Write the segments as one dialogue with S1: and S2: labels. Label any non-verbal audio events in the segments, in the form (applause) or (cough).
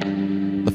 S1: The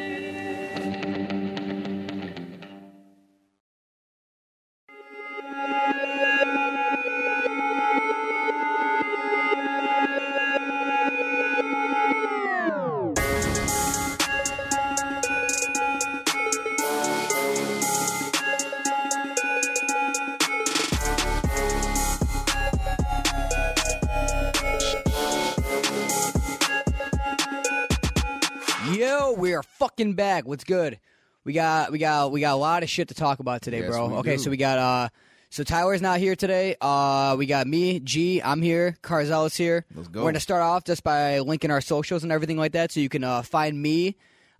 S2: Yo, we are fucking back. What's good? We got we got we got a lot of shit to talk about today,
S3: Yes,
S2: bro.
S3: we
S2: okay,
S3: do.
S2: so we got uh so Tyler's not here today. Uh we got me, G, I'm here, Carzel's here.
S3: Let's go.
S2: We're gonna start off just by linking our socials and everything like that. So you can uh find me,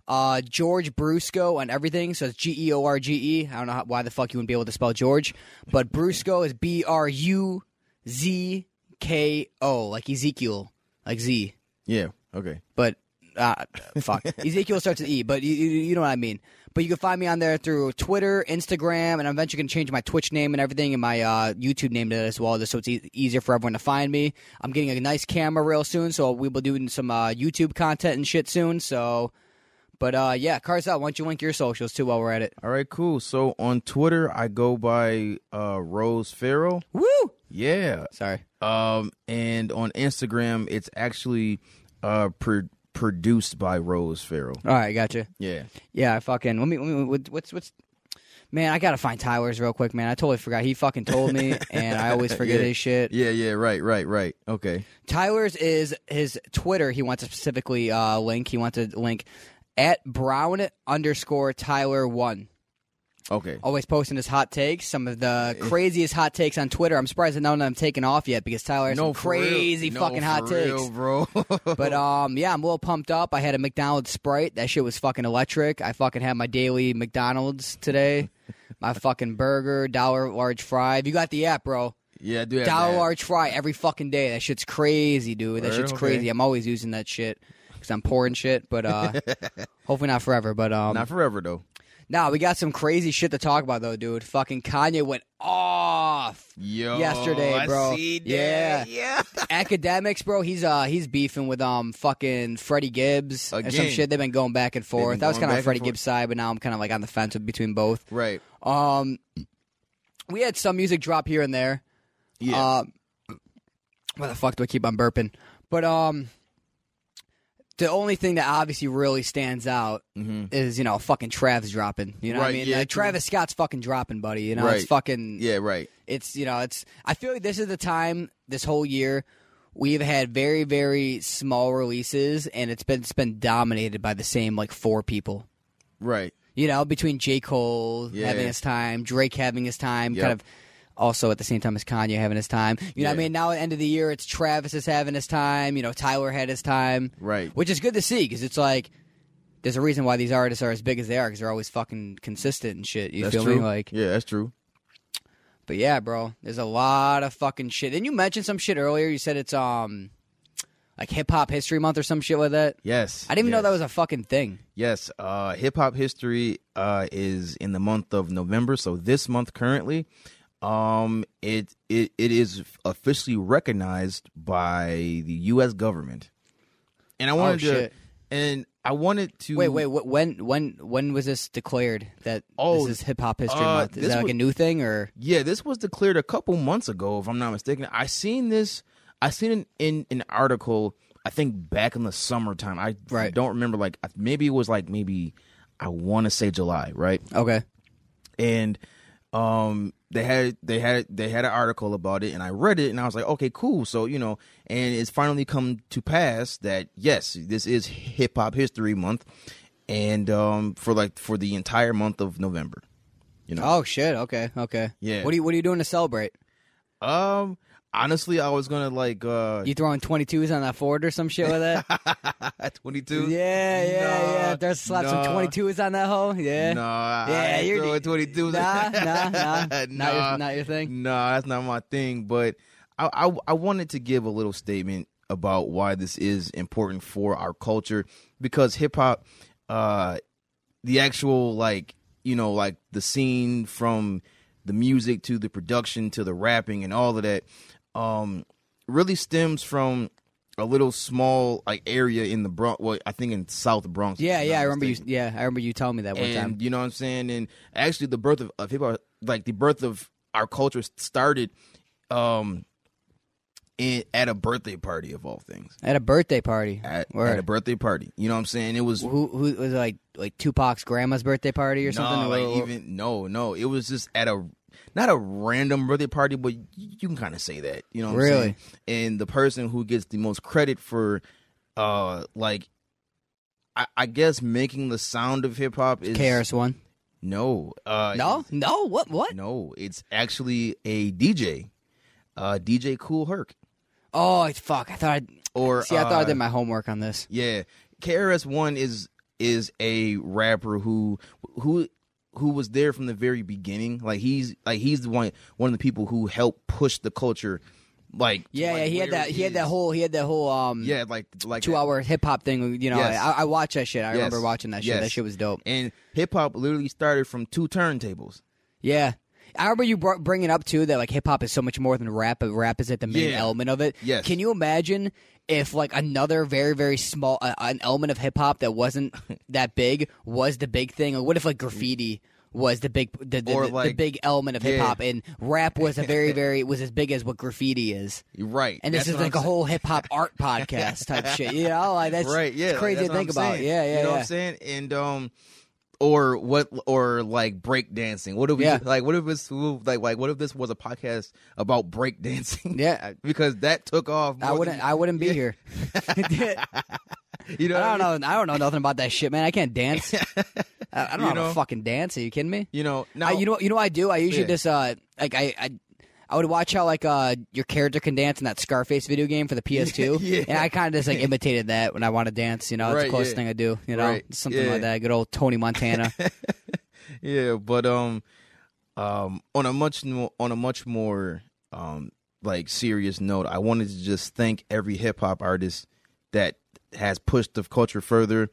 S2: uh George Brusco on everything. So it's G E O R G E. I don't know how, why the fuck you wouldn't be able to spell George. But Brusco is B R U Z K O, like Ezekiel. Like Z
S3: Yeah. Okay.
S2: but uh, fuck, Ezekiel starts with E, but you, you, you know what I mean. But you can find me on there through Twitter, Instagram, and I'm eventually going to change my Twitch name and everything and my uh, YouTube name to that as well, just so it's e- easier for everyone to find me. I'm getting a nice camera real soon, so we'll be doing some uh, YouTube content and shit soon. So, but uh, yeah, Carzel, why don't you link your socials too while we're at it?
S3: All right. Cool. So on Twitter, I go by uh, Rose Farrell.
S2: Woo!
S3: Yeah.
S2: Sorry.
S3: Um, and on Instagram, it's actually uh pro- produced by Rose Farrell.
S2: All right, gotcha.
S3: Yeah.
S2: Yeah, I fucking. Let me. Let me what- what's what's. Man, I gotta find Tyler's real quick, man. I totally forgot. He fucking told me, and I always forget
S3: Yeah.
S2: his shit.
S3: Yeah. Yeah. Right. Right. Right. Okay.
S2: Tyler's is his Twitter. He wants to specifically uh, link. He wants to link at Brown underscore Tyler one.
S3: Okay.
S2: Always posting his hot takes. Some of the craziest hot takes on Twitter. I'm surprised that none of them taken off yet because Tyler has some
S3: for real.
S2: crazy
S3: No,
S2: fucking hot
S3: for real,
S2: takes.
S3: bro. (laughs)
S2: But um, yeah, I'm a little pumped up. I had a McDonald's Sprite. That shit was fucking electric. I fucking had my daily McDonald's today. My fucking burger, dollar large fry. If you got the app, bro,
S3: yeah, I do have
S2: dollar
S3: that.
S2: large fry every fucking day. That shit's crazy, dude. That
S3: Word?
S2: shit's
S3: Okay.
S2: crazy. I'm always using that shit because I'm pouring shit, but
S3: (laughs)
S2: uh, hopefully not forever. But um,
S3: Not forever though.
S2: nah, we got some crazy shit to talk about though, dude. Fucking Kanye went off.
S3: Yo,
S2: Yesterday,
S3: Oh, I
S2: bro.
S3: see that.
S2: Yeah.
S3: yeah.
S2: Academics, bro. He's uh he's beefing with um fucking Freddie Gibbs or some
S3: Again.
S2: shit. They've been going back and forth. I was kind
S3: going back
S2: of on
S3: and
S2: Freddie
S3: forth.
S2: Gibbs' side, but now I'm kind of like on the fence between both.
S3: Right.
S2: Um, we had some music drop here and there.
S3: Yeah.
S2: Uh, why the fuck do I keep on burping? But um, the only thing that obviously really stands out
S3: Mm-hmm.
S2: is you know fucking Trav's dropping. You know what I
S3: Right,
S2: mean?
S3: yeah,
S2: Like, Travis Scott's fucking dropping, buddy. You know it's
S3: Right.
S2: fucking
S3: yeah. Right.
S2: it's you know it's i feel like this is the time this whole year we've had very very small releases and it's been it's been dominated by the same like four people
S3: Right.
S2: you know between j cole
S3: Yeah.
S2: having his time drake having his time
S3: Yep.
S2: kind of also at the same time as kanye having his time you know what i
S3: Yeah.
S2: mean now at the end of the year it's travis is having his time you know tyler had his time
S3: Right.
S2: which is good to see because it's like there's a reason why these artists are as big as they are because they're always fucking consistent and shit you
S3: That's
S2: feel
S3: true.
S2: me like
S3: yeah, that's true.
S2: but yeah, bro, there's a lot of fucking shit. Didn't you mention some shit earlier? You said it's um like hip hop history month or some shit like that.
S3: Yes.
S2: I didn't even
S3: yes.
S2: know that was a fucking thing.
S3: Yes, uh, hip hop history uh, is in the month of November. So this month currently, um, it, it it is officially recognized by the U.S. government. And I wanted to,
S2: Oh, shit.
S3: and I wanted to
S2: Wait, wait, wh- when when when was this declared that
S3: Oh,
S2: this is hip hop history
S3: uh,
S2: month? Is
S3: this
S2: that like
S3: was-
S2: a new thing or
S3: Yeah, this was declared a couple months ago, if I'm not mistaken. I seen this. I seen an, in an article. I think back in the summertime. I
S2: Right.
S3: don't remember. Like maybe it was like maybe I want to say July, right?
S2: okay?
S3: and um they had they had they had an article about it and i read it and i was like okay cool so you know and it's finally come to pass that yes this is hip hop history month and um for like for the entire month of november you know
S2: Oh shit, okay, okay.
S3: Yeah.
S2: What are you what are you doing to celebrate?
S3: um honestly i was gonna like uh
S2: You throwing twenty twos on that Ford or some shit like
S3: (laughs)
S2: that?
S3: at 22
S2: yeah, yeah,
S3: Nah,
S2: yeah. There's slap some
S3: nah.
S2: twenty twos on that hoe. Yeah.
S3: Nah,
S2: Yeah,
S3: I ain't
S2: you're-
S3: throwing 22.
S2: Nah, nah,
S3: (laughs)
S2: nah. Not your-
S3: Nah.
S2: not your thing?
S3: Nah, that's not my thing. But I, I, I wanted to give a little statement about why this is important for our culture because hip hop, uh, the actual like you know like the scene from the music to the production to the rapping and all of that um really stems from a little small like area in the Bronx. Well, I think in South Bronx. if
S2: Yeah,
S3: I'm
S2: yeah,
S3: not
S2: I remember you.
S3: mistaken
S2: Yeah, I remember you telling me that one
S3: and
S2: time.
S3: you know what I'm saying. And actually, the birth of, of hip hop, like the birth of our culture, started um in, at a birthday party of all things.
S2: At a birthday party.
S3: At,
S2: Word.
S3: at a birthday party, you know what I'm saying. It was
S2: who who was it like like Tupac's grandma's birthday party or something?
S3: no,
S2: Or-
S3: like
S2: or-
S3: even no, no. It was just at a not a random birthday party, but y- you can kind of say that, you know. What
S2: Really?
S3: I'm saying? And the person who gets the most credit for, uh, like. I, I guess making the sound of hip hop is
S2: KRS One.
S3: No, uh,
S2: No, no. What? What?
S3: (laughs) No, it's actually a DJ, uh, DJ Cool Herc.
S2: Oh fuck! I thought.
S3: Or
S2: I, see, I thought I
S3: uh,
S2: did my homework on this.
S3: yeah, KRS One is is a rapper who who who was there from the very beginning. Like he's like he's the one one of the people who helped push the culture. Like
S2: Yeah,
S3: like
S2: yeah. He had
S3: where
S2: that.
S3: it
S2: He had that
S3: is.
S2: whole. He had that whole. Um,
S3: yeah like like
S2: Two
S3: that.
S2: hour hip hop thing. You know,
S3: Yes.
S2: I, I watched that shit. I
S3: Yes.
S2: remember watching that shit.
S3: Yes.
S2: That shit was dope.
S3: And hip hop literally started from two turntables.
S2: Yeah. I remember you br- bringing up too that like hip hop is so much more than rap, but rap is at the main
S3: Yeah.
S2: element of it.
S3: Yes.
S2: Can you imagine if like another very very small uh, an element of hip hop that
S3: (laughs)
S2: wasn't that big was the big thing? Like, what if like graffiti was the big the, the,
S3: Or,
S2: the- the
S3: like-
S2: big element of hip
S3: Yeah.
S2: hop and rap was a
S3: (laughs)
S2: very very was as big as what graffiti is.
S3: You're right.
S2: And this
S3: That's
S2: is
S3: what
S2: like
S3: I'm
S2: a whole hip hop art podcast
S3: (laughs)
S2: type shit. You know, like that's
S3: right yeah
S2: it's crazy
S3: that's
S2: to
S3: what
S2: think
S3: I'm
S2: about.
S3: saying.
S2: Yeah, yeah,
S3: you know
S2: yeah.
S3: what i'm saying and um or what or like break dancing what if we
S2: Yeah.
S3: like what if it's like like what if this was a podcast about break dancing
S2: Yeah, I-
S3: (laughs) because that took off
S2: I
S3: more
S2: wouldn't.
S3: than-
S2: I wouldn't be
S3: Yeah. (laughs)
S2: here. (laughs)
S3: you know what
S2: I
S3: I mean?
S2: don't know. I don't know nothing about that shit, man. I can't
S3: (laughs)
S2: dance. I, I don't know,
S3: You
S2: how
S3: know?
S2: to fucking dance. Are you kidding me?
S3: you know now
S2: I, you know. You know. What I do. I usually
S3: Yeah.
S2: just uh like I. I I would watch how like uh your character can dance in that Scarface video game for the PS2,
S3: (laughs) Yeah.
S2: and I kind of just like imitated that when I want to dance. You know, it's the
S3: Right,
S2: closest
S3: yeah.
S2: thing I do. You know,
S3: Right,
S2: something
S3: yeah.
S2: like that. Good old Tony
S3: (laughs)
S2: Montana.
S3: yeah but um um on a much more on a much more um like serious note i wanted to just thank every hip-hop artist that has pushed the culture further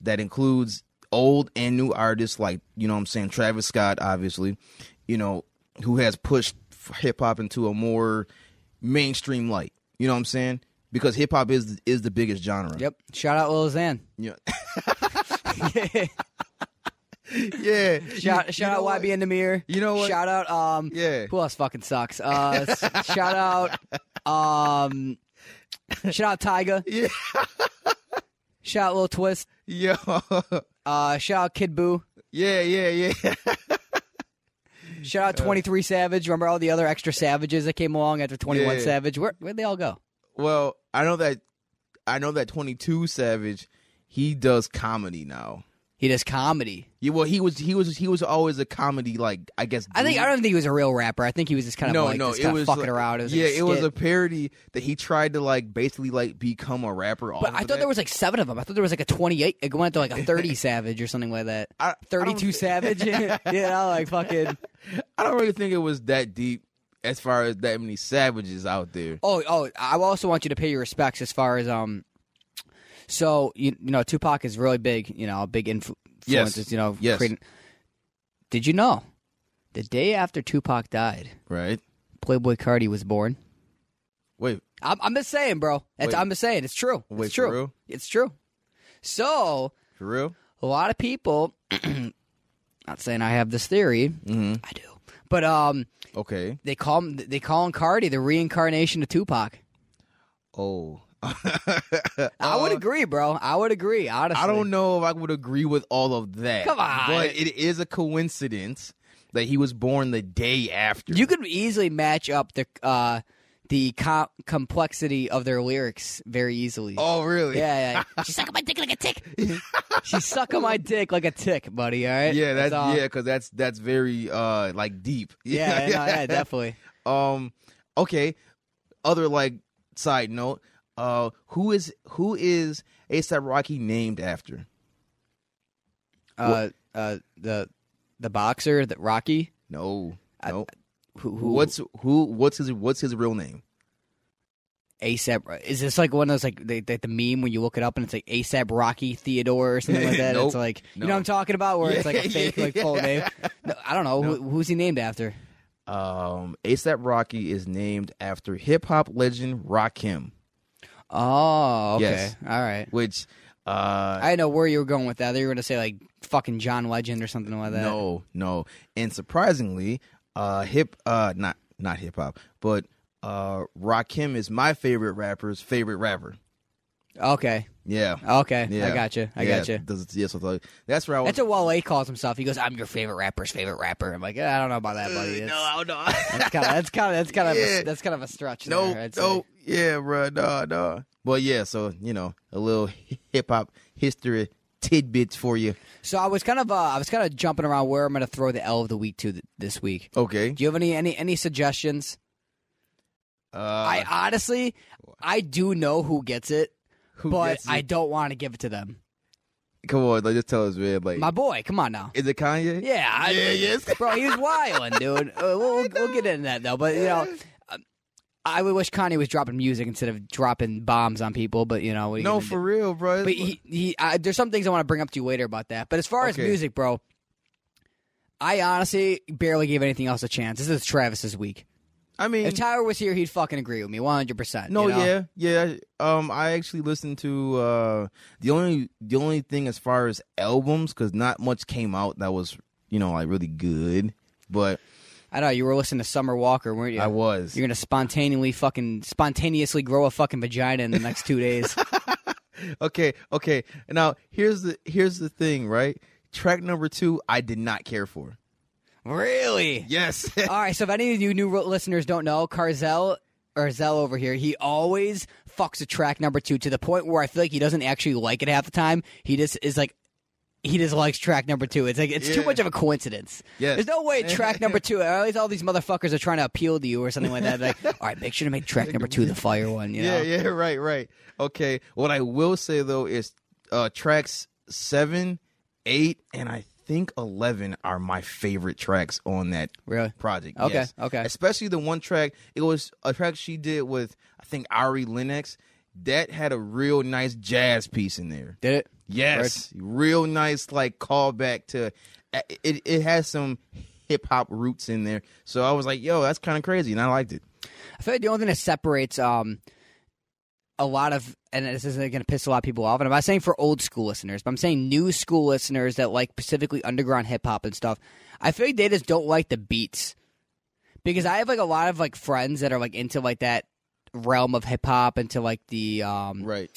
S3: that includes old and new artists like you know what i'm saying travis scott obviously you know who has pushed hip-hop into a more mainstream light you know what i'm saying because hip-hop is is the biggest genre
S2: yep. Shout out Lil Xan.
S3: yeah (laughs) yeah
S2: Shout,
S3: You-
S2: shout
S3: you
S2: out
S3: know what?
S2: YB and Namir.
S3: You know what?
S2: Shout out um
S3: Yeah.
S2: Who else fucking sucks?
S3: (laughs)
S2: Uh s- shout out um shout out Tyga.
S3: (laughs) Yeah.
S2: shout out Lil Twist.
S3: (laughs) yo
S2: Uh shout out Kid Boo.
S3: Yeah, yeah, yeah. (laughs)
S2: Shout out 23 Savage. Remember all the other extra savages that came along after 21
S3: Yeah.
S2: Savage? Where where'd they all go?
S3: well, I know that I know that 22 Savage, he does comedy now.
S2: He does comedy.
S3: Yeah, well, he was he was he was always a comedy like I guess
S2: I think I don't think he was a real rapper. I think he was just kind of
S3: no,
S2: like
S3: no,
S2: just
S3: it
S2: kind
S3: was
S2: of fucking
S3: like-
S2: around. It was like
S3: yeah,
S2: a
S3: it was
S2: skit.
S3: a parody that he tried to like basically like become a rapper.
S2: But I thought there was like seven of them. I thought there was like a twenty-eight. It went to like a
S3: (laughs)
S2: thirty savage or something like that.
S3: I- I don't
S2: Thirty-two
S3: thi-
S2: savage. (laughs)
S3: (laughs)
S2: you know, like fucking.
S3: I don't really think it was that deep as far as that many savages out there.
S2: Oh, oh. I also want you to pay your respects as far as um. So you, you know, Tupac is really big. You know, big influ-
S3: Yes.
S2: influences. You know,
S3: Yes.
S2: Did you know, the day after Tupac died,
S3: Right?
S2: Playboy Cardi was born.
S3: Wait,
S2: I'm, I'm just saying, bro. That's,
S3: Wait.
S2: I'm just saying, it's true.
S3: Wait,
S2: it's
S3: for
S2: true.
S3: real?
S2: It's true. So
S3: for real?
S2: a lot of people (clears throat) not saying I have this theory.
S3: Mm-hmm.
S2: I do. But um
S3: Okay.
S2: they call him they call him Cardi the reincarnation of Tupac.
S3: Oh.
S2: I would agree, bro. I would agree, honestly.
S3: Uh, I don't know if I would agree with all of that.
S2: Come on.
S3: But it is a coincidence that he was born the day after.
S2: You could easily match up the uh the co- complexity of their lyrics very easily.
S3: oh, really?
S2: Yeah, yeah. She's sucking my dick like a tick.
S3: (laughs)
S2: She's sucking my dick like a tick, buddy. All right.
S3: Yeah, that's,
S2: all.
S3: yeah, because that's that's very uh like deep. (laughs)
S2: Yeah, yeah, no, yeah, definitely.
S3: Um, okay. Other like side note, uh, who is who is ASAP Rocky named after?
S2: Uh, uh, the the boxer, the Rocky.
S3: No, no.
S2: Who, who
S3: what's who? What's his What's his real name?
S2: ASAP. Is this like one of those like the, the, the meme when you look it up and it's like ASAP Rocky Theodore or something like that? It's
S3: (laughs) Nope.
S2: like you know
S3: No.
S2: what I'm talking about, where it's like a
S3: (laughs) Yeah,
S2: fake like
S3: yeah.
S2: full name. No, I don't know who, who's he named after.
S3: Um, ASAP Rocky is named after hip hop legend Rakim,
S2: Oh, okay,
S3: Yes.
S2: all right.
S3: which uh,
S2: I didn't know where you were going with that. I thought you were gonna say like fucking John Legend or something like that.
S3: No, no. And surprisingly, uh hip uh not not hip hop, but uh Rakim is my favorite rapper's favorite rapper.
S2: Okay.
S3: Yeah.
S2: Okay.
S3: Yeah.
S2: I gotcha. I
S3: yeah.
S2: gotcha.
S3: Does- yes, I thought- that's where I was
S2: That's what Wale calls himself. He goes, "I'm your favorite rapper's favorite rapper." I'm like, "Eh, I don't know about that, buddy.
S3: Uh,
S2: It's-
S3: No, I don't
S2: (laughs) that's kind of that's kind of that's kind of
S3: (laughs) Yeah.
S2: that's kind of a
S3: (laughs)
S2: stretch.
S3: No,
S2: there, I'd say.
S3: no. Yeah, bro. No, no. But yeah, so, you know, a little hip hop history tidbits for you.
S2: So I was kind of uh, I was kind of jumping around where I'm going to throw the L of the week to th- this week.
S3: Okay.
S2: Do you have any any any suggestions?
S3: Uh
S2: I honestly I do know who gets it,
S3: who
S2: but
S3: gets
S2: I
S3: it?
S2: don't want to give it to them.
S3: Come on, like just tell us, man. Like
S2: My boy, come on now.
S3: is it Kanye?
S2: Yeah, I,
S3: Yeah, yes.
S2: (laughs) bro, he was wilding, dude. Uh, we'll, we'll get into that though, but you know. um, I would wish Kanye was dropping music instead of dropping bombs on people, but you know, what are you
S3: No,
S2: gonna do?
S3: for real, bro.
S2: But he, he I, there's some things I want to bring up to you later about that. But as far as
S3: Okay.
S2: music, bro, I honestly barely gave anything else a chance. This is Travis's week.
S3: I mean
S2: If Tyler was here, he'd fucking agree with me 100%.
S3: No,
S2: you know?
S3: yeah, yeah. Um, I actually listened to uh the only the only thing as far as albums because not much came out that was you know like really good, but
S2: I know, you were listening to Summer Walker, weren't you?
S3: I was.
S2: You're going to spontaneously fucking, spontaneously grow a fucking vagina in the next two
S3: (laughs)
S2: days.
S3: Okay, okay. Now here's the here's the thing, right? Track number two, I did not care for.
S2: really?
S3: (laughs) Yes.
S2: All right, so if any of you new ro- listeners don't know, Carzel or Zell over here, he always fucks a track number two to the point where I feel like he doesn't actually like it half the time. He just is like, he just likes track number two. It's like it's too
S3: Yeah.
S2: much of a coincidence. (laughs)
S3: Yes.
S2: There's no
S3: (laughs)
S2: way track number two. At least all these motherfuckers are trying to appeal to you or something like that. Like,
S3: (laughs)
S2: all right, make sure to make track number two the fire one. You know?
S3: yeah, (laughs) yeah. Right, right. Okay. What I will say though is uh tracks seven, eight, and I think eleven are my favorite tracks on that
S2: Really?
S3: project.
S2: Okay,
S3: yes.
S2: okay.
S3: Especially the one track. It was a track she did with I think Ari Lennox. That had a real nice jazz piece in there.
S2: Did it?
S3: Yes, real nice like callback to. It it has some hip hop roots in there. So I was like, yo, that's kind of crazy, and I liked it.
S2: I feel like the only thing that separates um a lot of and this isn't going to piss a lot of people off. And I'm not saying for old school listeners, but I'm saying new school listeners that like specifically underground hip hop and stuff. I feel like they just don't like the beats because I have like a lot of like friends that are like into like that realm of hip hop into like the um
S3: Right.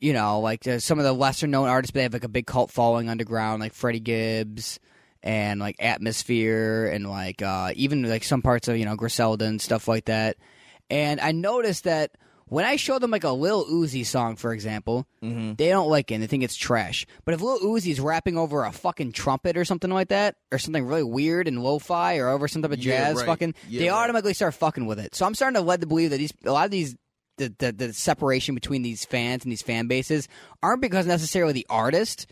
S2: you know like uh, some of the lesser known artists but they have like a big cult following underground like Freddie Gibbs and like Atmosphere and like uh even like some parts of you know Griselda and stuff like that and I noticed that when I show them like a Lil Uzi song, for example,
S3: Mm-hmm.
S2: they don't like it. and They think it's trash. But if Lil Uzi's rapping over a fucking trumpet or something like that, or something really weird and lo-fi, or over some type of
S3: Yeah,
S2: jazz,
S3: right.
S2: fucking,
S3: Yeah,
S2: they
S3: right.
S2: automatically start fucking with it. So I'm starting to led to believe that these a lot of these. The, the, the separation between these fans and these fan bases aren't because necessarily the artist,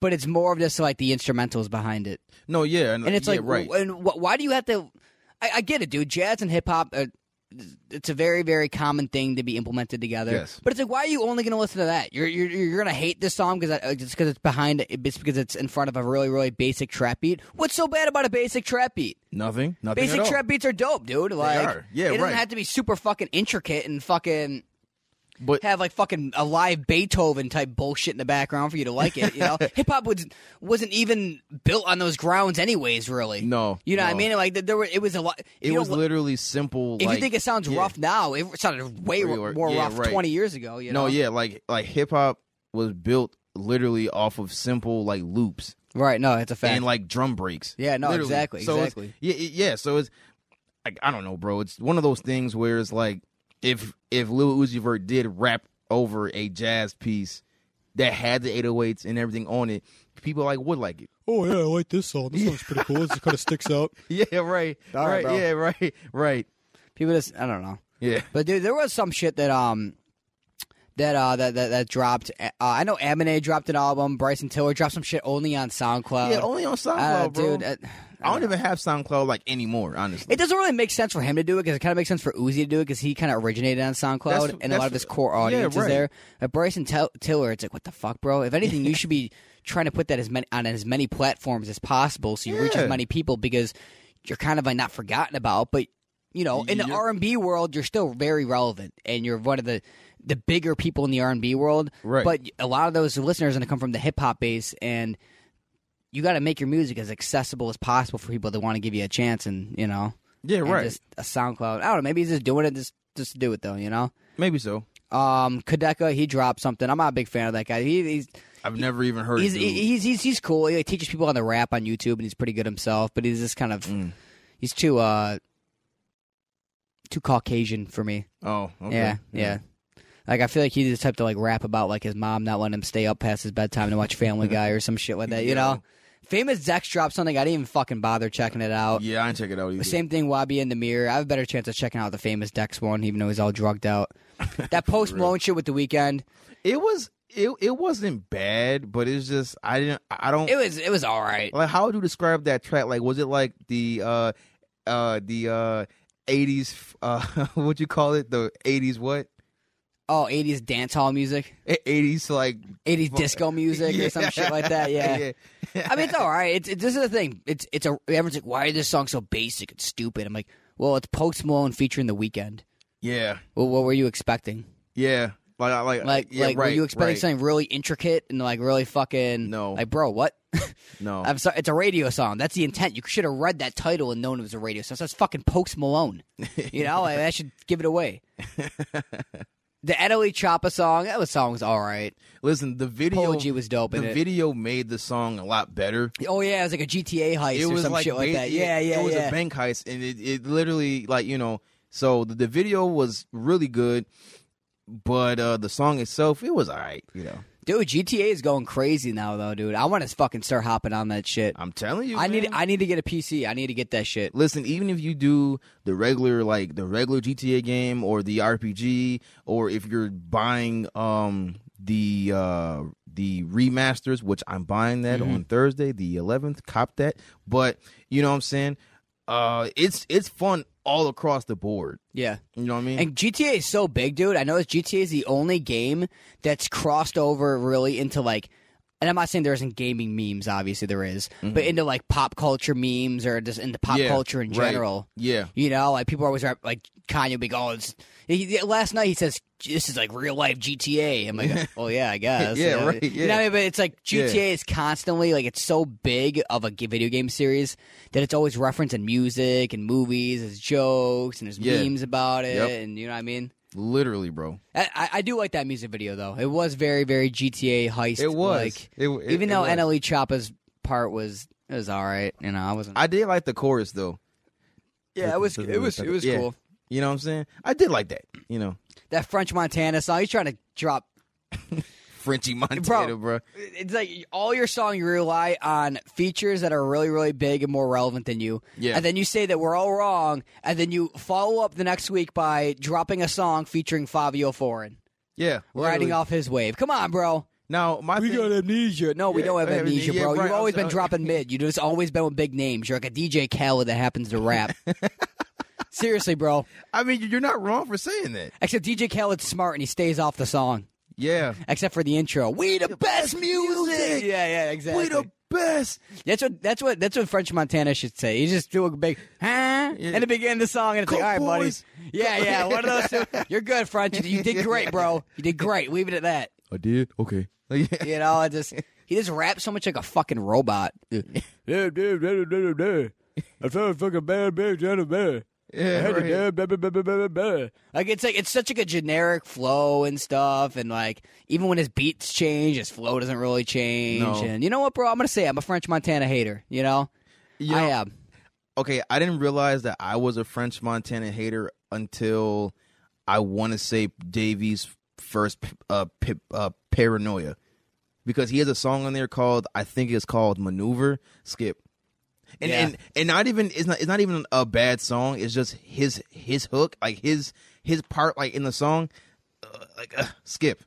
S2: but it's more of just like the instrumentals behind it.
S3: No, yeah, and,
S2: And it's
S3: (laughs) yeah,
S2: like,
S3: right.
S2: w- and wh- why do you have to? I, I get it, dude. Jazz and hip hop, uh, it's a very, very common thing to be implemented together.
S3: Yes.
S2: But it's like, why are you only going to listen to that? You're you're, you're going to hate this song because it's because it's behind, it's because it's in front of a really, really basic trap beat. What's so bad about a basic trap beat?
S3: Nothing. Nothing.
S2: Basic
S3: at all.
S2: trap beats are dope, dude. Like,
S3: are. Yeah,
S2: it doesn't
S3: right.
S2: have to be super fucking intricate and fucking
S3: But
S2: have like fucking a live Beethoven type bullshit in the background for you to like it. You
S3: (laughs)
S2: know, hip hop was wasn't even built on those grounds, anyways. Really,
S3: No,
S2: You know what I
S3: no.
S2: mean? Like there were, it was a lot. if
S3: it
S2: you
S3: was
S2: don't-
S3: literally simple.
S2: If
S3: like,
S2: you think it sounds
S3: yeah.
S2: rough now, it sounded way
S3: Way wor-
S2: more
S3: yeah,
S2: rough
S3: right.
S2: twenty years ago. You know?
S3: no, yeah, like like hip hop was built literally off of simple like loops
S2: right. No, it's a fact.
S3: and like drum breaks.
S2: yeah, no,
S3: Literally.
S2: exactly,
S3: So it's-
S2: exactly.
S3: Yeah, it- yeah. So it's like I don't know, bro. It's one of those things where it's like if if Lil Uzi Vert did rap over a jazz piece that had the 808s and everything on it, people like would like it. (laughs)
S4: Oh yeah, I like this song. This song's pretty cool. This kind of sticks out.
S3: Yeah, right.
S2: All right,
S3: right.
S2: bro.
S3: Yeah, right. Right.
S2: People just, I don't know.
S3: Yeah.
S2: But dude, there was some shit that um that uh that that, that dropped. Uh, I know Aminé dropped an album. Bryson Tiller dropped some shit only on SoundCloud.
S3: Yeah, only on SoundCloud,
S2: Uh,
S3: bro.
S2: dude. uh,
S3: I don't even have SoundCloud like anymore, honestly.
S2: It doesn't really make sense for him to do it because it kind of makes sense for Uzi to do it because he kind of originated on SoundCloud
S3: That's-
S2: and a
S3: that's-
S2: lot of his core
S3: yeah,
S2: audience
S3: right.
S2: is there. But Bryson Tel- Tiller, it's like, what the fuck, bro? If anything,
S3: (laughs)
S2: you should be trying to put that as many, on as many platforms as possible so you reach
S3: Yeah.
S2: as many people because you're kind of like not forgotten about. But you know, in the
S3: You're-
S2: R and B world, you're still very relevant and you're one of the the bigger people in the R and B world.
S3: Right.
S2: But a lot of those listeners are going to come from the hip hop base and. You got to make your music as accessible as possible for people that want to give you a chance, and you know.
S3: yeah,
S2: And
S3: right.
S2: Just a SoundCloud. I don't know. Maybe he's just doing it just just to do it though. You know.
S3: Maybe so.
S2: Um, Kadeka, he dropped something. I'm not a big fan of that guy. He, he's
S3: I've never even heard.
S2: he's,
S3: it,
S2: he-
S3: dude.
S2: he's he's he's cool. He like, teaches people on the rap on YouTube, and he's pretty good himself. But he's just kind of
S3: Mm.
S2: he's too uh too Caucasian for me.
S3: oh, okay.
S2: Yeah, yeah. Like I feel like he's the type to like rap about like his mom not letting him stay up past his bedtime to watch
S3: (laughs)
S2: Family Guy or some shit like that. You
S3: Yo.
S2: know. Famous Zex dropped something. I didn't even fucking bother checking it out.
S3: Yeah, I didn't check it out either.
S2: Same thing, Wabi and the Mirror. I have a better chance of checking out the famous Dex one, even though he's all drugged
S3: (laughs)
S2: out. That post Malone shit with the weekend,
S3: It was it it wasn't bad, but it's just I didn't I don't
S2: it was it was all right.
S3: like how would you describe that track? Like was it like the uh uh the uh 80s uh (laughs) what you call it? The 80s what?
S2: Oh, 80s dance hall music,
S3: Eh, 80s like
S2: 80s disco music, or some shit like
S3: (laughs)
S2: that. Yeah. I mean, it's all right. It's, it, this is the thing. It's it's a everyone's like, why is this song so basic and stupid? I'm like, well, it's post Malone featuring the weekend.
S3: Yeah.
S2: Well, what were you expecting?
S3: Yeah. Like I- like
S2: Like,
S3: yeah,
S2: like
S3: right,
S2: were you expecting
S3: right.
S2: something really intricate and like really fucking?
S3: No.
S2: Like, bro, what?
S3: No.
S2: I'm sorry, it's a radio song. That's the intent. You should have read that title and known it was a radio song. So that's fucking Pokes Malone. You know, like, that should give it
S3: (laughs)
S2: away. the Edoly Choppa song, that was song was all right.
S3: Listen, the video
S2: Polo G was dope in
S3: the
S2: it.
S3: video made the song a lot better.
S2: Oh yeah, it was like a GTA heist
S3: it
S2: or
S3: was
S2: some
S3: like
S2: shit like
S3: ba-
S2: that. Yeah, yeah,
S3: It was
S2: yeah.
S3: a bank heist, and it, it literally like you know. So the, the video was really good, but uh the song itself it was all right. You know,
S2: dude, GTA is going crazy now though, dude. I want to fucking start hopping on that shit.
S3: I'm telling you,
S2: I need
S3: man.
S2: I need to get a PC. I need to get that shit.
S3: Listen, even if you do the regular like the regular GTA game or the RPG, or if you're buying um the uh the remasters, which I'm buying that
S2: Mm-hmm.
S3: on Thursday, the 11th, cop that. But you know what I'm saying? Uh, it's it's fun all across the board.
S2: Yeah.
S3: You know what I mean?
S2: And GTA is so big, dude. I know that GTA is the only game that's crossed over really into like, and I'm not saying there isn't gaming memes. Obviously, there is, but into like pop culture memes or just into pop
S3: Mm-hmm. Yeah,
S2: culture in
S3: right.
S2: general.
S3: Yeah.
S2: You know, like people are always rap- like Kanye will be going. it's- he- last night he says this is like real life GTA. I'm like, oh yeah, I guess.
S3: (laughs) Yeah, right,
S2: You know what I mean? But it's like
S3: Yeah.
S2: GTA is constantly like it's so big of a g- video game series that it's always referenced in music and movies, as jokes and there's
S3: Yeah.
S2: memes about it,
S3: Yep.
S2: and you know what I mean.
S3: Literally, bro.
S2: I, I- I do like that music video though. It was very very GTA heist.
S3: It was.
S2: like,
S3: It- it-
S2: even
S3: it
S2: though
S3: was.
S2: NLE Choppa's part was it was all right. You know, I wasn't.
S3: I did like the chorus though.
S2: yeah, it was it was it was
S3: Yeah.
S2: cool.
S3: You know what I'm saying? I did like that. You know,
S2: That French Montana song. He's trying to drop.
S3: Frenchy Montana, bro.
S2: It's like all your song you rely on features that are really really big and more relevant than you.
S3: Yeah.
S2: And then you say that we're all wrong, and then you follow up the next week by dropping a song featuring Fabio Foreign,
S3: Yeah,
S2: riding
S3: literally.
S2: off his wave. Come on, bro.
S3: Now my
S4: We
S3: thing,
S4: got amnesia.
S2: But No, we
S3: Yeah,
S2: don't have
S3: I have
S2: amnesia,
S3: amnesia,
S2: bro.
S3: right,
S2: You've always
S3: I'm
S2: been
S3: sorry.
S2: dropping mid. You've just always been with big names. You're like a DJ Khaled that happens to rap.
S3: (laughs)
S2: Seriously, bro.
S3: I mean, you're not wrong for saying that.
S2: Except DJ Khaled's smart and he stays off the song,
S3: Yeah,
S2: except for the intro. We the (laughs) best music.
S3: music.
S2: Yeah, yeah, exactly.
S3: we the best.
S2: That's what that's what that's what French Montana should say. You just do a big huh in the beginning of the song, and it's
S3: Go,
S2: like, all right,
S3: boys.
S2: buddies. Yeah, yeah, one of those. Two. You're good, French. You did great, bro. You did great. Leave it at that.
S3: I did. Okay. (laughs) yeah.
S2: You know, I just he just raps so much like a fucking
S3: (laughs)
S2: robot.
S4: Yeah, damn, damn, damn, damn. I found a fucking bad bitch out of bed.
S3: Yeah, right.
S2: Like it's like it's such like a generic flow and stuff, and like even when his beats change, his flow doesn't really change.
S3: No.
S2: And you know what, bro? I'm gonna say I'm a French Montana hater. You know,
S3: You
S2: I
S3: know,
S2: am.
S3: okay, I didn't realize that I was a French Montana hater until I want to say Davies' first uh, pip, uh, paranoia, because he has a song on there called I think it's called Maneuver Skip, and
S2: Yeah.
S3: and and not even it's not it's not even a bad song. It's just his his hook, like his his part, like in the song, uh, like uh, skip,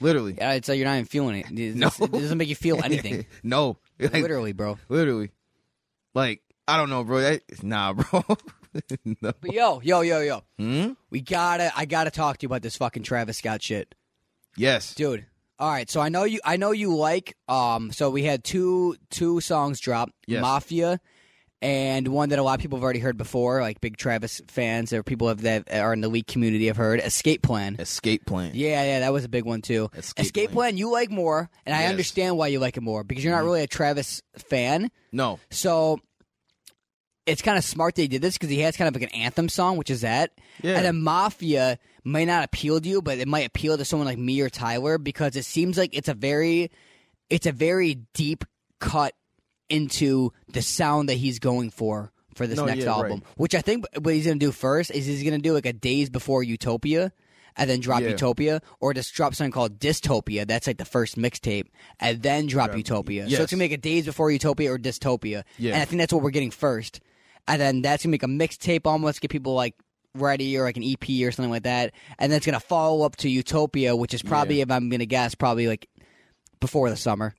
S3: literally.
S2: Yeah, It's like you're not even feeling it. It,
S3: No. (laughs)
S2: it doesn't make you feel anything,
S3: no, Like,
S2: literally, bro.
S3: literally like I don't know, bro. That, nah, (laughs) bro. no.
S2: But yo, yo, yo, yo.
S3: Hmm?
S2: We gotta, I gotta talk to you about this fucking Travis Scott shit,
S3: Yes.
S2: dude. All right, so I know you, I know you like. Um, so we had two two songs drop,
S3: Yes.
S2: Mafia, and one that a lot of people have already heard before, like big Travis fans or people have, that are in the leak community have heard. Escape Plan.
S3: Escape plan.
S2: Yeah, yeah, that was a big one too.
S3: Escape
S2: Escape, plan. you like more, and I
S3: Yes.
S2: understand why you like it more because you're not really a Travis fan.
S3: No.
S2: So it's kind of smart that he did this because he has kind of like an anthem song, which is that.
S3: Yeah.
S2: And then Mafia may not appeal to you, but it might appeal to someone like me or Tyler because it seems like it's a very, it's a very deep cut into the sound that he's going for for this
S3: No,
S2: next
S3: yeah,
S2: album. Which I think what he's gonna do first is he's gonna do like a days before Utopia. And then drop
S3: Yeah.
S2: Utopia, or just drop something called Dystopia. That's like the first mixtape, and then drop Utopia. So
S3: yes.
S2: it's gonna make a days before Utopia or Dystopia.
S3: Yeah.
S2: And I think that's what we're getting first. And then that's gonna make a mixtape almost, get people like ready or like an EP or something like that. And then it's gonna follow up to Utopia, which is probably, if I'm gonna guess, probably like before the summer.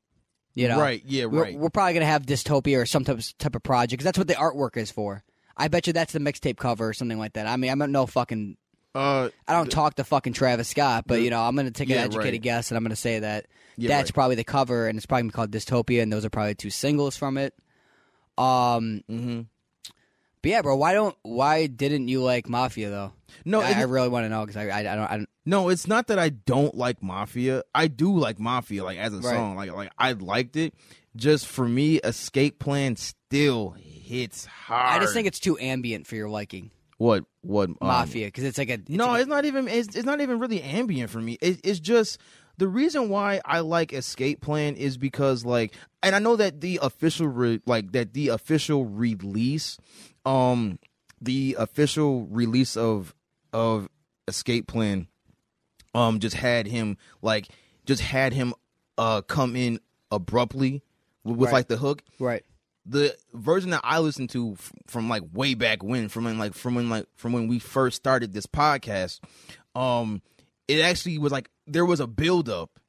S2: You know,
S3: Right. Yeah.
S2: We're,
S3: Right.
S2: we're probably gonna have Dystopia or some type type of project 'cause that's what the artwork is for. I bet you that's the mixtape cover or something like that. I mean, I'm no fucking.
S3: uh.
S2: I don't talk to fucking Travis Scott, but you know, I'm gonna take an
S3: Yeah,
S2: educated
S3: right.
S2: guess and I'm gonna say that
S3: Yeah,
S2: that's
S3: right.
S2: probably the cover, and it's probably called Dystopia, and those are probably two singles from it. Um,
S3: hmm
S2: but yeah, bro, why don't why didn't you like Mafia though?
S3: No.
S2: I,
S3: it's-
S2: I really want to know because I, I I don't I don't
S3: No, it's not that I don't like Mafia. I do like Mafia, like as a
S2: Right.
S3: song. Like like I liked it. Just for me, Escape Plan still hits hard.
S2: I just think it's too ambient for your liking
S3: what what um,
S2: Mafia because it's like a it's
S3: no,
S2: like a-
S3: it's not even it's, it's not even really ambient for me. It, it's just the reason why I like Escape Plan is because like, and I know that the official re, like that the official release, um, the official release of of Escape Plan, um, just had him like just had him uh come in abruptly with, with
S2: Right.
S3: like the hook
S2: right
S3: the version that I listened to f- from like way back when, from when like from when like from when we first started this podcast, um, it actually was like there was a build up,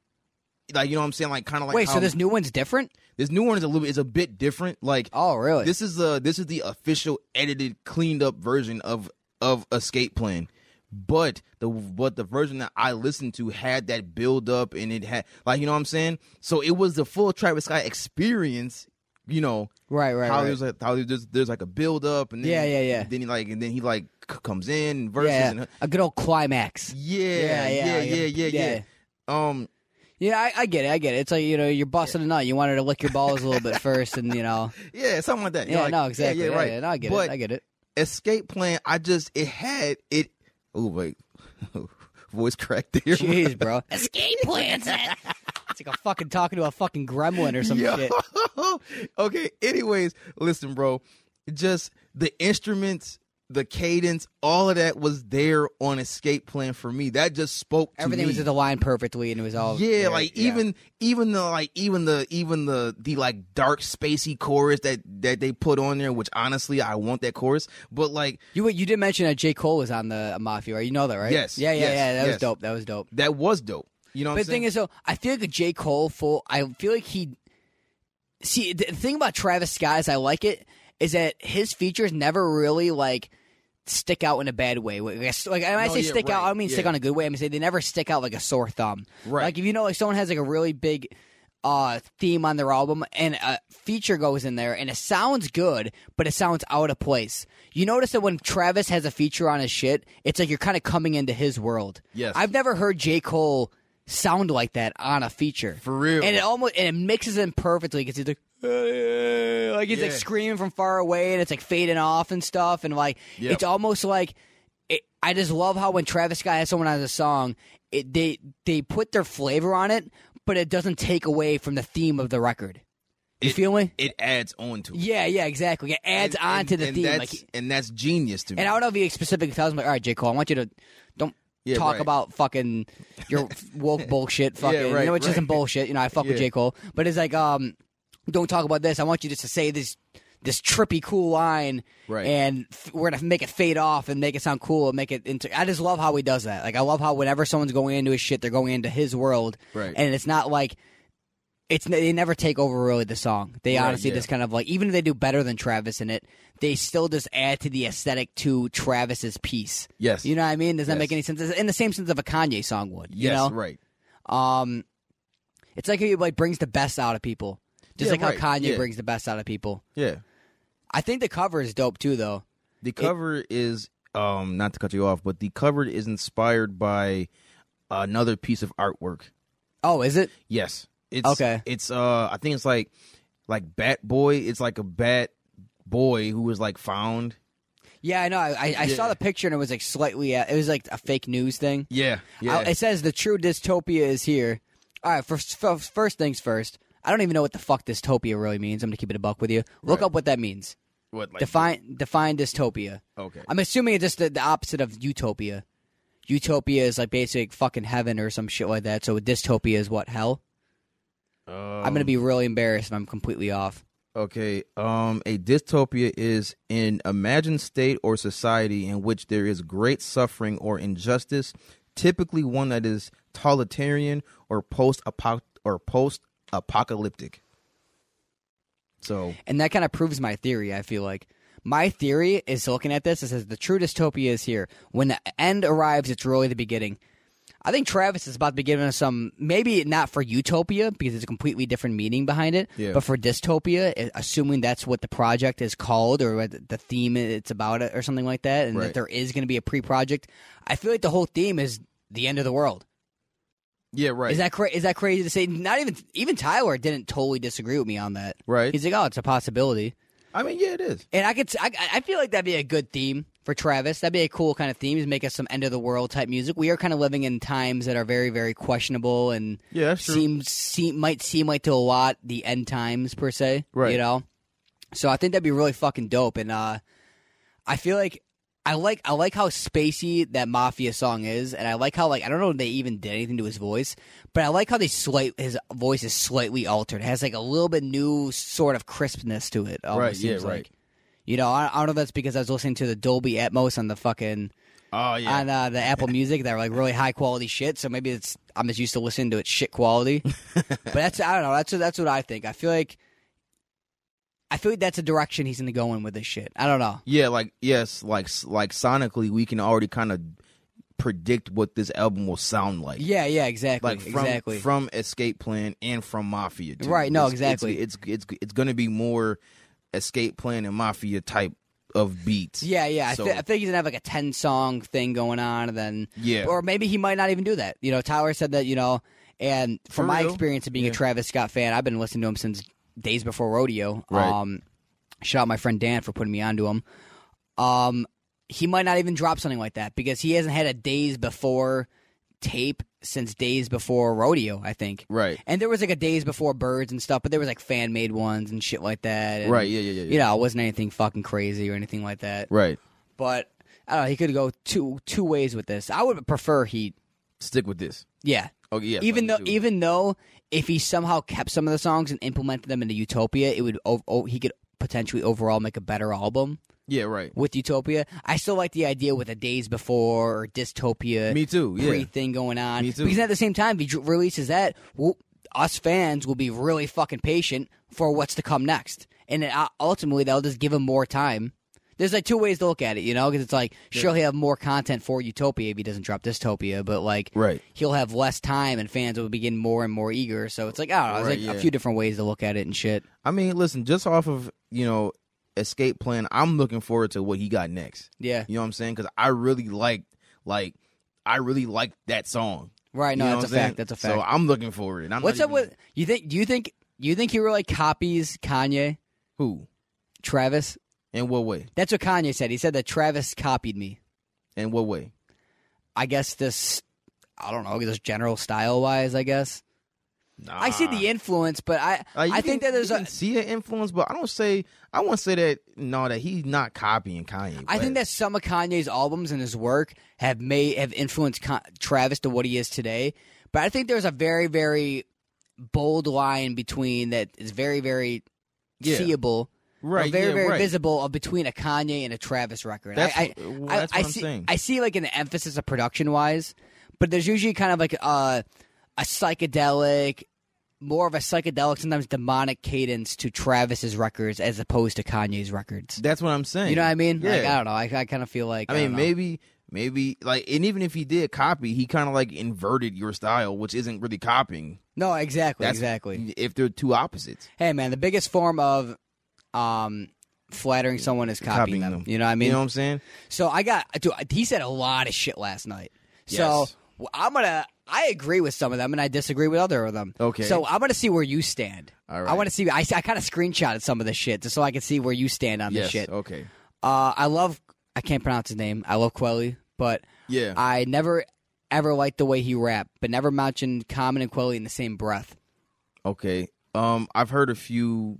S3: like you know what I'm saying, like kind of like
S2: wait so
S3: how-
S2: this new one's different
S3: this new one is a little is a bit different, like
S2: oh really
S3: this is the this is the official edited cleaned up version of of Escape Plan. But the but the version that I listened to had that build up and it had like you know what I'm saying? So it was the full Travis Scott experience, you know,
S2: right right
S3: how
S2: right.
S3: there's like how there's, there's like a build up and then,
S2: Yeah, yeah, yeah.
S3: Then he like and then he like c- comes in and verses
S2: yeah,
S3: and
S2: a good old climax
S3: yeah yeah yeah yeah yeah,
S2: yeah.
S3: Um,
S2: Yeah, I, I get it. I get it. It's like you know, you're busting a nut. You wanted to lick your balls a little
S3: (laughs)
S2: bit first, and you know,
S3: yeah, something like that. You're
S2: yeah,
S3: like,
S2: no, exactly.
S3: Yeah,
S2: Yeah,
S3: yeah, right.
S2: yeah, no, I get
S3: but
S2: it. I (laughs) get it.
S3: escape plan. I just it had it. Oh wait, (laughs) voice cracked there. (laughs)
S2: Jeez, bro, escape plans. it's like a fucking talking to a fucking gremlin (laughs) or some (laughs)
S3: Yo.
S2: shit.
S3: (laughs) okay. Anyways, listen, bro. Just the instruments, the cadence, all of that was there on escape plan for me. That just spoke. To
S2: Everything
S3: me.
S2: was at the line perfectly, and it was all
S3: yeah
S2: there.
S3: like
S2: Yeah.
S3: even even the like even the even the the like dark spacey chorus that that they put on there which honestly i want that chorus but like
S2: you. You did mention that J Cole was on the Mafia, right? You know that, right?
S3: Yes,
S2: Yeah, yeah,
S3: yes,
S2: yeah. That was
S3: yes.
S2: dope. That was dope.
S3: that was dope you know what
S2: But
S3: I'm
S2: the thing
S3: saying?
S2: is, though, I feel like a J. Cole full. I feel like he. See, the thing about Travis Scott is I like it is that his features never really like stick out in a bad way. Like, I s- like, when I
S3: No,
S2: say
S3: yeah,
S2: stick out, I
S3: right,
S2: don't mean stick
S3: yeah.
S2: out in a good way. I mean say they never stick out like a sore thumb.
S3: Right.
S2: Like if you know, like someone has like a really big uh theme on their album and a feature goes in there and it sounds good but it sounds out of place you notice that when travis has a feature on his shit it's like you're kind of coming into his world
S3: Yes.
S2: i've never heard j cole sound like that on a feature
S3: For real.
S2: and it almost and it mixes in perfectly because he's like "Uh," like he's like
S3: Yeah.
S2: screaming from far away and it's like fading off and stuff and like
S3: Yep.
S2: it's almost like it, I just love how when Travis Scott has someone on a song, it, they they put their flavor on it, but it doesn't take away from the theme of the record. You
S3: It-
S2: feel me?
S3: it adds on to it
S2: Yeah, yeah, exactly. It adds
S3: And-
S2: on
S3: and-
S2: to the
S3: and
S2: theme.
S3: that's,
S2: Like,
S3: and that's genius to me
S2: and I don't know if he specifically tells him like, "All right, J Cole, I want you to don't
S3: Yeah,
S2: talk
S3: right.
S2: about fucking
S3: (laughs)
S2: your woke bullshit, fucking
S3: right,
S2: you know, which
S3: right.
S2: isn't bullshit. You know, I fuck with
S3: Yeah.
S2: J Cole, but it's like, um, don't talk about this. I want you just to say this this trippy cool line,
S3: Right.
S2: And f- we're gonna make it fade off and make it sound cool and make it into. I just love how he does that. Like, I love how whenever someone's going into his shit, they're going into his world,
S3: Right.
S2: And it's not like it's they never take over really the song. They
S3: Right,
S2: honestly
S3: yeah.
S2: just kind of like even if they do better than Travis in it, they still just add to the aesthetic to Travis's piece.
S3: Yes.
S2: You know what I mean? Does that make
S3: Yes.
S2: any sense? In the same sense of a Kanye song would. You
S3: Yes,
S2: know?
S3: right.
S2: Um, it's like he like brings the best out of people, just
S3: Yeah,
S2: like
S3: right,
S2: how Kanye
S3: yeah.
S2: brings the best out of people.
S3: Yeah.
S2: I think the cover is dope too, though.
S3: The cover is um not to cut you off, but the cover is inspired by another piece of artwork.
S2: Oh, is it?
S3: Yes. It's
S2: Okay.
S3: It's uh I think it's like like Bat Boy. It's like a bat boy who was like found.
S2: Yeah, I know. I, I, I saw
S3: Yeah.
S2: the picture and it was like slightly. Uh, it was like a fake news thing.
S3: Yeah. Yeah.
S2: I- it says the true dystopia is here. All right, first, fir- first things first. I don't even know what the fuck dystopia really means. I'm gonna keep it a buck with you. Look up what that means.
S3: what like
S2: Define define dystopia.
S3: Okay.
S2: I'm assuming it's just the, the opposite of utopia. Utopia is like basic fucking heaven or some shit like that. So dystopia is what hell. I'm gonna be really embarrassed if I'm completely off.
S3: Uh, Okay. Um, a dystopia is an imagined state or society in which there is great suffering or injustice, typically one that is totalitarian or post or post apocalyptic. So
S2: And that kind of proves my theory, I feel like. My theory is looking at this, it says the true dystopia is here. When the end arrives, it's really the beginning. I think Travis is about to be giving us some, maybe not for utopia, because it's a completely different meaning behind it,
S3: Yeah.
S2: but for dystopia, i- assuming that's what the project is called or what the theme it's about or something like that, and
S3: Right.
S2: that there is going to be a pre project. I feel like the whole theme is the end of the world.
S3: yeah, right,
S2: Is that cra- is that crazy to say? Not even even Tyler didn't totally disagree with me on that.
S3: right.
S2: He's like, oh, it's a possibility.
S3: I mean, yeah, it is.
S2: And I could, s- I, I feel like that'd be a good theme for Travis. That'd be a cool kind of theme. Is make us some end of the world type music. We are kind of living in times that are very, very questionable and
S3: Yeah, that's true.
S2: seems seem might seem like to a lot the end times per se.
S3: Right.
S2: You know. So I think that'd be really fucking dope. And uh, I feel like. I like I like how spacey that mafia song is, and I like how like I don't know if they even did anything to his voice, but I like how they slight his voice is slightly altered. It has like a little bit new sort of crispness to it. Almost
S3: Right, yeah,
S2: seems
S3: right.
S2: Like. You know, I, I don't know if that's because I was listening to the Dolby Atmos on the fucking
S3: Oh yeah,
S2: on uh, the Apple Music that were like really high quality shit. So maybe it's I'm just used to listening to it shit
S3: (laughs)
S2: quality. but that's I don't know. That's that's what I think. I feel like I feel like that's a direction he's going to go in with this shit. I don't know.
S3: yeah. Like yes, like like sonically, we can already kind of predict what this album will sound like.
S2: Yeah, yeah, exactly,
S3: like from
S2: exactly.
S3: from Escape Plan and from Mafia. Too.
S2: Right, no,
S3: It's-
S2: exactly.
S3: It's it's it's, it's going to be more Escape Plan and Mafia type of beats.
S2: yeah, yeah.
S3: So-
S2: I, thi- I think he's gonna have like a ten song thing going on, and then
S3: yeah,
S2: or maybe he might not even do that. You know, Tyler said that, you know, and from
S3: For
S2: my
S3: real?
S2: experience of being a
S3: Yeah.
S2: Travis Scott fan, I've been listening to him since days before rodeo.
S3: Right.
S2: Um shout out my friend Dan for putting me onto him. Um he might not even drop something like that because he hasn't had a days before tape since days before rodeo, I think.
S3: right,
S2: And there was like a days before birds and stuff, but there was like fan made ones and shit like that. and,
S3: right, yeah, yeah, yeah, yeah.
S2: You know, it wasn't anything fucking crazy or anything like that.
S3: right.
S2: But I don't know, he could go two two ways with this. I would prefer he
S3: Stick with this.
S2: yeah.
S3: Oh yeah,
S2: even though,
S3: fuck you.
S2: even though, if he somehow kept some of the songs and implemented them into Utopia, it would o- o- he could potentially overall make a better album
S3: yeah, right.
S2: with Utopia. I still like the idea with the days before or dystopia
S3: Me too. Yeah,
S2: pre thing going on.
S3: Me too.
S2: Because at the same time, if he dr- releases that, well, us fans will be really fucking patient for what's to come next, and it, uh, ultimately that'll just give him more time. There's like two ways to look at it, you know, because it's like sure he'll have more content for Utopia if he doesn't drop Dystopia, but like
S3: right.
S2: he'll have less time and fans will be getting more and more eager. So it's like I don't know,
S3: Right,
S2: there's like
S3: yeah.
S2: a few different ways to look at it and shit.
S3: I mean, listen, just off of you know Escape Plan, I'm looking forward to what he got next.
S2: Yeah,
S3: You know what I'm saying? Because I really like like I really like that song.
S2: right. No,
S3: You know
S2: that's a
S3: what I'm
S2: fact.
S3: saying?
S2: That's a fact.
S3: So I'm looking for it. and I'm
S2: What's up
S3: not even-
S2: with you think? Do you think you think he really copies Kanye,
S3: who?
S2: Travis?
S3: In what way?
S2: That's what Kanye said. He said that Travis copied me.
S3: In what way?
S2: I guess this. I don't know, just general style wise, I guess. I see
S3: Nah.
S2: the influence, but I
S3: Like, Ah. Uh, you
S2: I think
S3: can-
S2: that there's
S3: you
S2: a
S3: can see an influence, but I don't say I won't say that no that he's not copying Kanye.
S2: I think
S3: West.
S2: that some of Kanye's albums and his work have made have influenced Con- Travis to what he is today. But I think there's a very very bold line between that is very very
S3: Yeah.
S2: seeable, or
S3: right,
S2: very
S3: yeah,
S2: very
S3: right.
S2: visible of between a Kanye and a Travis record.
S3: That's,
S2: I, I,
S3: well,
S2: I-
S3: that's
S2: I,
S3: what I'm
S2: see,
S3: saying.
S2: I see like an emphasis of production wise, but there's usually kind of like a a psychedelic more of a psychedelic, sometimes demonic cadence to Travis's records as opposed to Kanye's records.
S3: That's what I'm saying.
S2: You know what I mean?
S3: Yeah.
S2: Like, I don't know. I, I kind of feel like
S3: I
S2: I
S3: mean,
S2: don't know.
S3: maybe, maybe like, and even if he did copy, he kind of like inverted your style, which isn't really copying.
S2: no, exactly,
S3: That's
S2: exactly.
S3: If they're two opposites,
S2: Hey, man, the biggest form of um flattering someone is copying,
S3: Copying
S2: them.
S3: them.
S2: You know what I mean?
S3: you know what I'm saying?
S2: So I got dude, he said a lot of shit last night. So
S3: Yes.
S2: w- I'm gonna I agree with some of them and I disagree with other of them.
S3: Okay.
S2: So I'm gonna see where you stand.
S3: All
S2: I
S3: right.
S2: want to see. I, I kind of screenshotted some of this shit just so I can see where you stand on
S3: yes.
S2: this shit.
S3: Okay.
S2: Uh, I love. I can't pronounce his name. I love Quelly, but
S3: Yeah.
S2: I never ever liked the way he rapped. But never mentioned Common and Quelly in the same breath.
S3: Okay. Um, I've heard a few,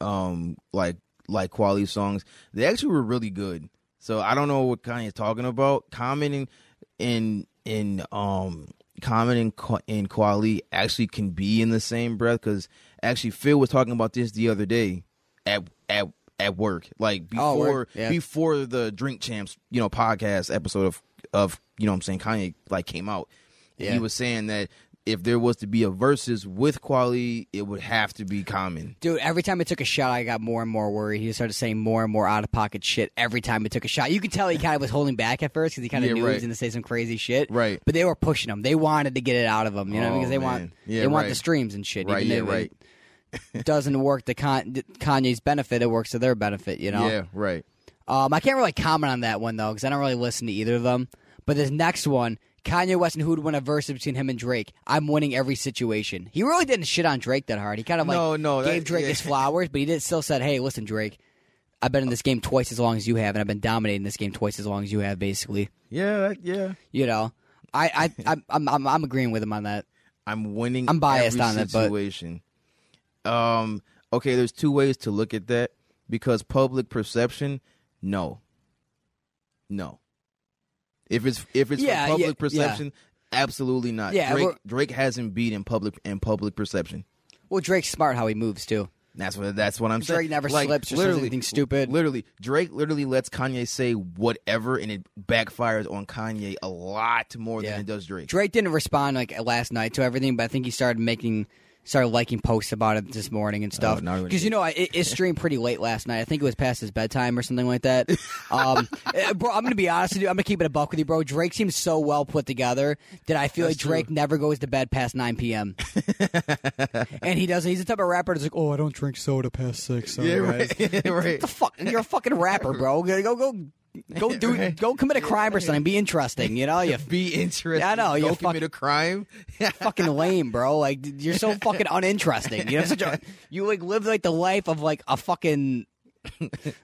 S3: um, like like quality songs. They actually were really good. So I don't know what Kanye's talking about. Commenting in in um commenting in quality actually can be in the same breath because actually Phil was talking about this the other day at at at work like
S2: Oh,
S3: before
S2: work, yeah.
S3: before the drink champs you know podcast episode of of you know what i'm saying kanye like came out and
S2: Yeah.
S3: he was saying that if there was to be a versus with quality, it would have to be common.
S2: Dude, every time he took a shot, I got more and more worried. He started saying more and more out of pocket shit every time he took a shot. You could tell he kind of was holding back at first because he kind of
S3: Yeah,
S2: knew he
S3: right.
S2: was going to say some crazy shit.
S3: Right.
S2: But they were pushing him. They wanted to get it out of him, you know,
S3: Oh,
S2: because they want
S3: man. Yeah,
S2: they want
S3: right.
S2: the streams and shit.
S3: Right,
S2: Even
S3: yeah,
S2: if it
S3: (laughs)
S2: doesn't work to Con- Kanye's benefit. It works to their benefit, you know.
S3: Yeah, right.
S2: Um, I can't really comment on that one though because I don't really listen to either of them. But this next one, Kanye West and who would win a verse between him and Drake? I'm winning every situation. He really didn't shit on Drake that hard. He kind of like
S3: No, no, that-
S2: gave Drake
S3: yeah. (laughs)
S2: his flowers, but he did still said, "Hey, listen, Drake, I've been in this game twice as long as you have, and I've been dominating this game twice as long as you have." Basically,
S3: Yeah, that- yeah.
S2: you know, I
S3: (laughs)
S2: I I'm I'm, I'm, I'm agreeing with him on that.
S3: I'm winning.
S2: I'm biased
S3: every
S2: on it, but-
S3: situation. Um. Okay, there's two ways to look at that because public perception, no, no. If it's if it's
S2: Yeah, yeah,
S3: for public
S2: yeah.
S3: perception, absolutely not.
S2: Yeah,
S3: Drake
S2: we're-
S3: Drake hasn't beat in public in public perception.
S2: Well, Drake's smart how he moves too.
S3: That's what that's what I'm saying.
S2: Drake never
S3: like,
S2: slips or says
S3: literally-
S2: anything stupid.
S3: Literally, Drake literally lets Kanye say whatever, and it backfires on Kanye a lot more
S2: Yeah.
S3: than it does Drake.
S2: Drake didn't respond like last night to everything, but I think he started making started liking posts about it this morning and stuff.
S3: Oh, now he went
S2: Because you know, I, it, it streamed pretty late last night. I think it was past his bedtime or something like that. Um, eh, bro, I'm gonna be honest with you. I'm gonna keep it a buck with you, bro. Drake seems so well put together that I feel like Drake never goes to bed past 9 p.m. and he doesn't. He's the type of rapper that's like, oh, I don't drink soda past six. Sorry, guys."
S3: right. (laughs) right.
S2: the fuck? You're a fucking rapper, bro. Go go go go do go commit a crime or something. Be interesting, you know. You
S3: Be interested.
S2: I know,
S3: Go
S2: you
S3: commit a crime. (laughs)
S2: fucking lame, bro. Like d- you're so fucking uninteresting. You have such a you like live like the life of like a fucking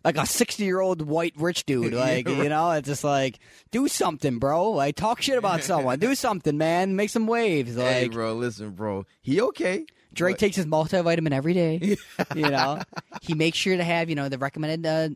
S2: like a sixty year old white rich
S3: (laughs)
S2: dude. Like you know, it's just like do something, bro. Like talk shit
S3: (laughs)
S2: about someone. Do something, man. Make some waves. Like
S3: hey, bro, listen, bro. He okay?
S2: Drake
S3: but-
S2: takes his multivitamin every
S3: (laughs)
S2: day. you know, he makes sure to have you know the recommended. Uh,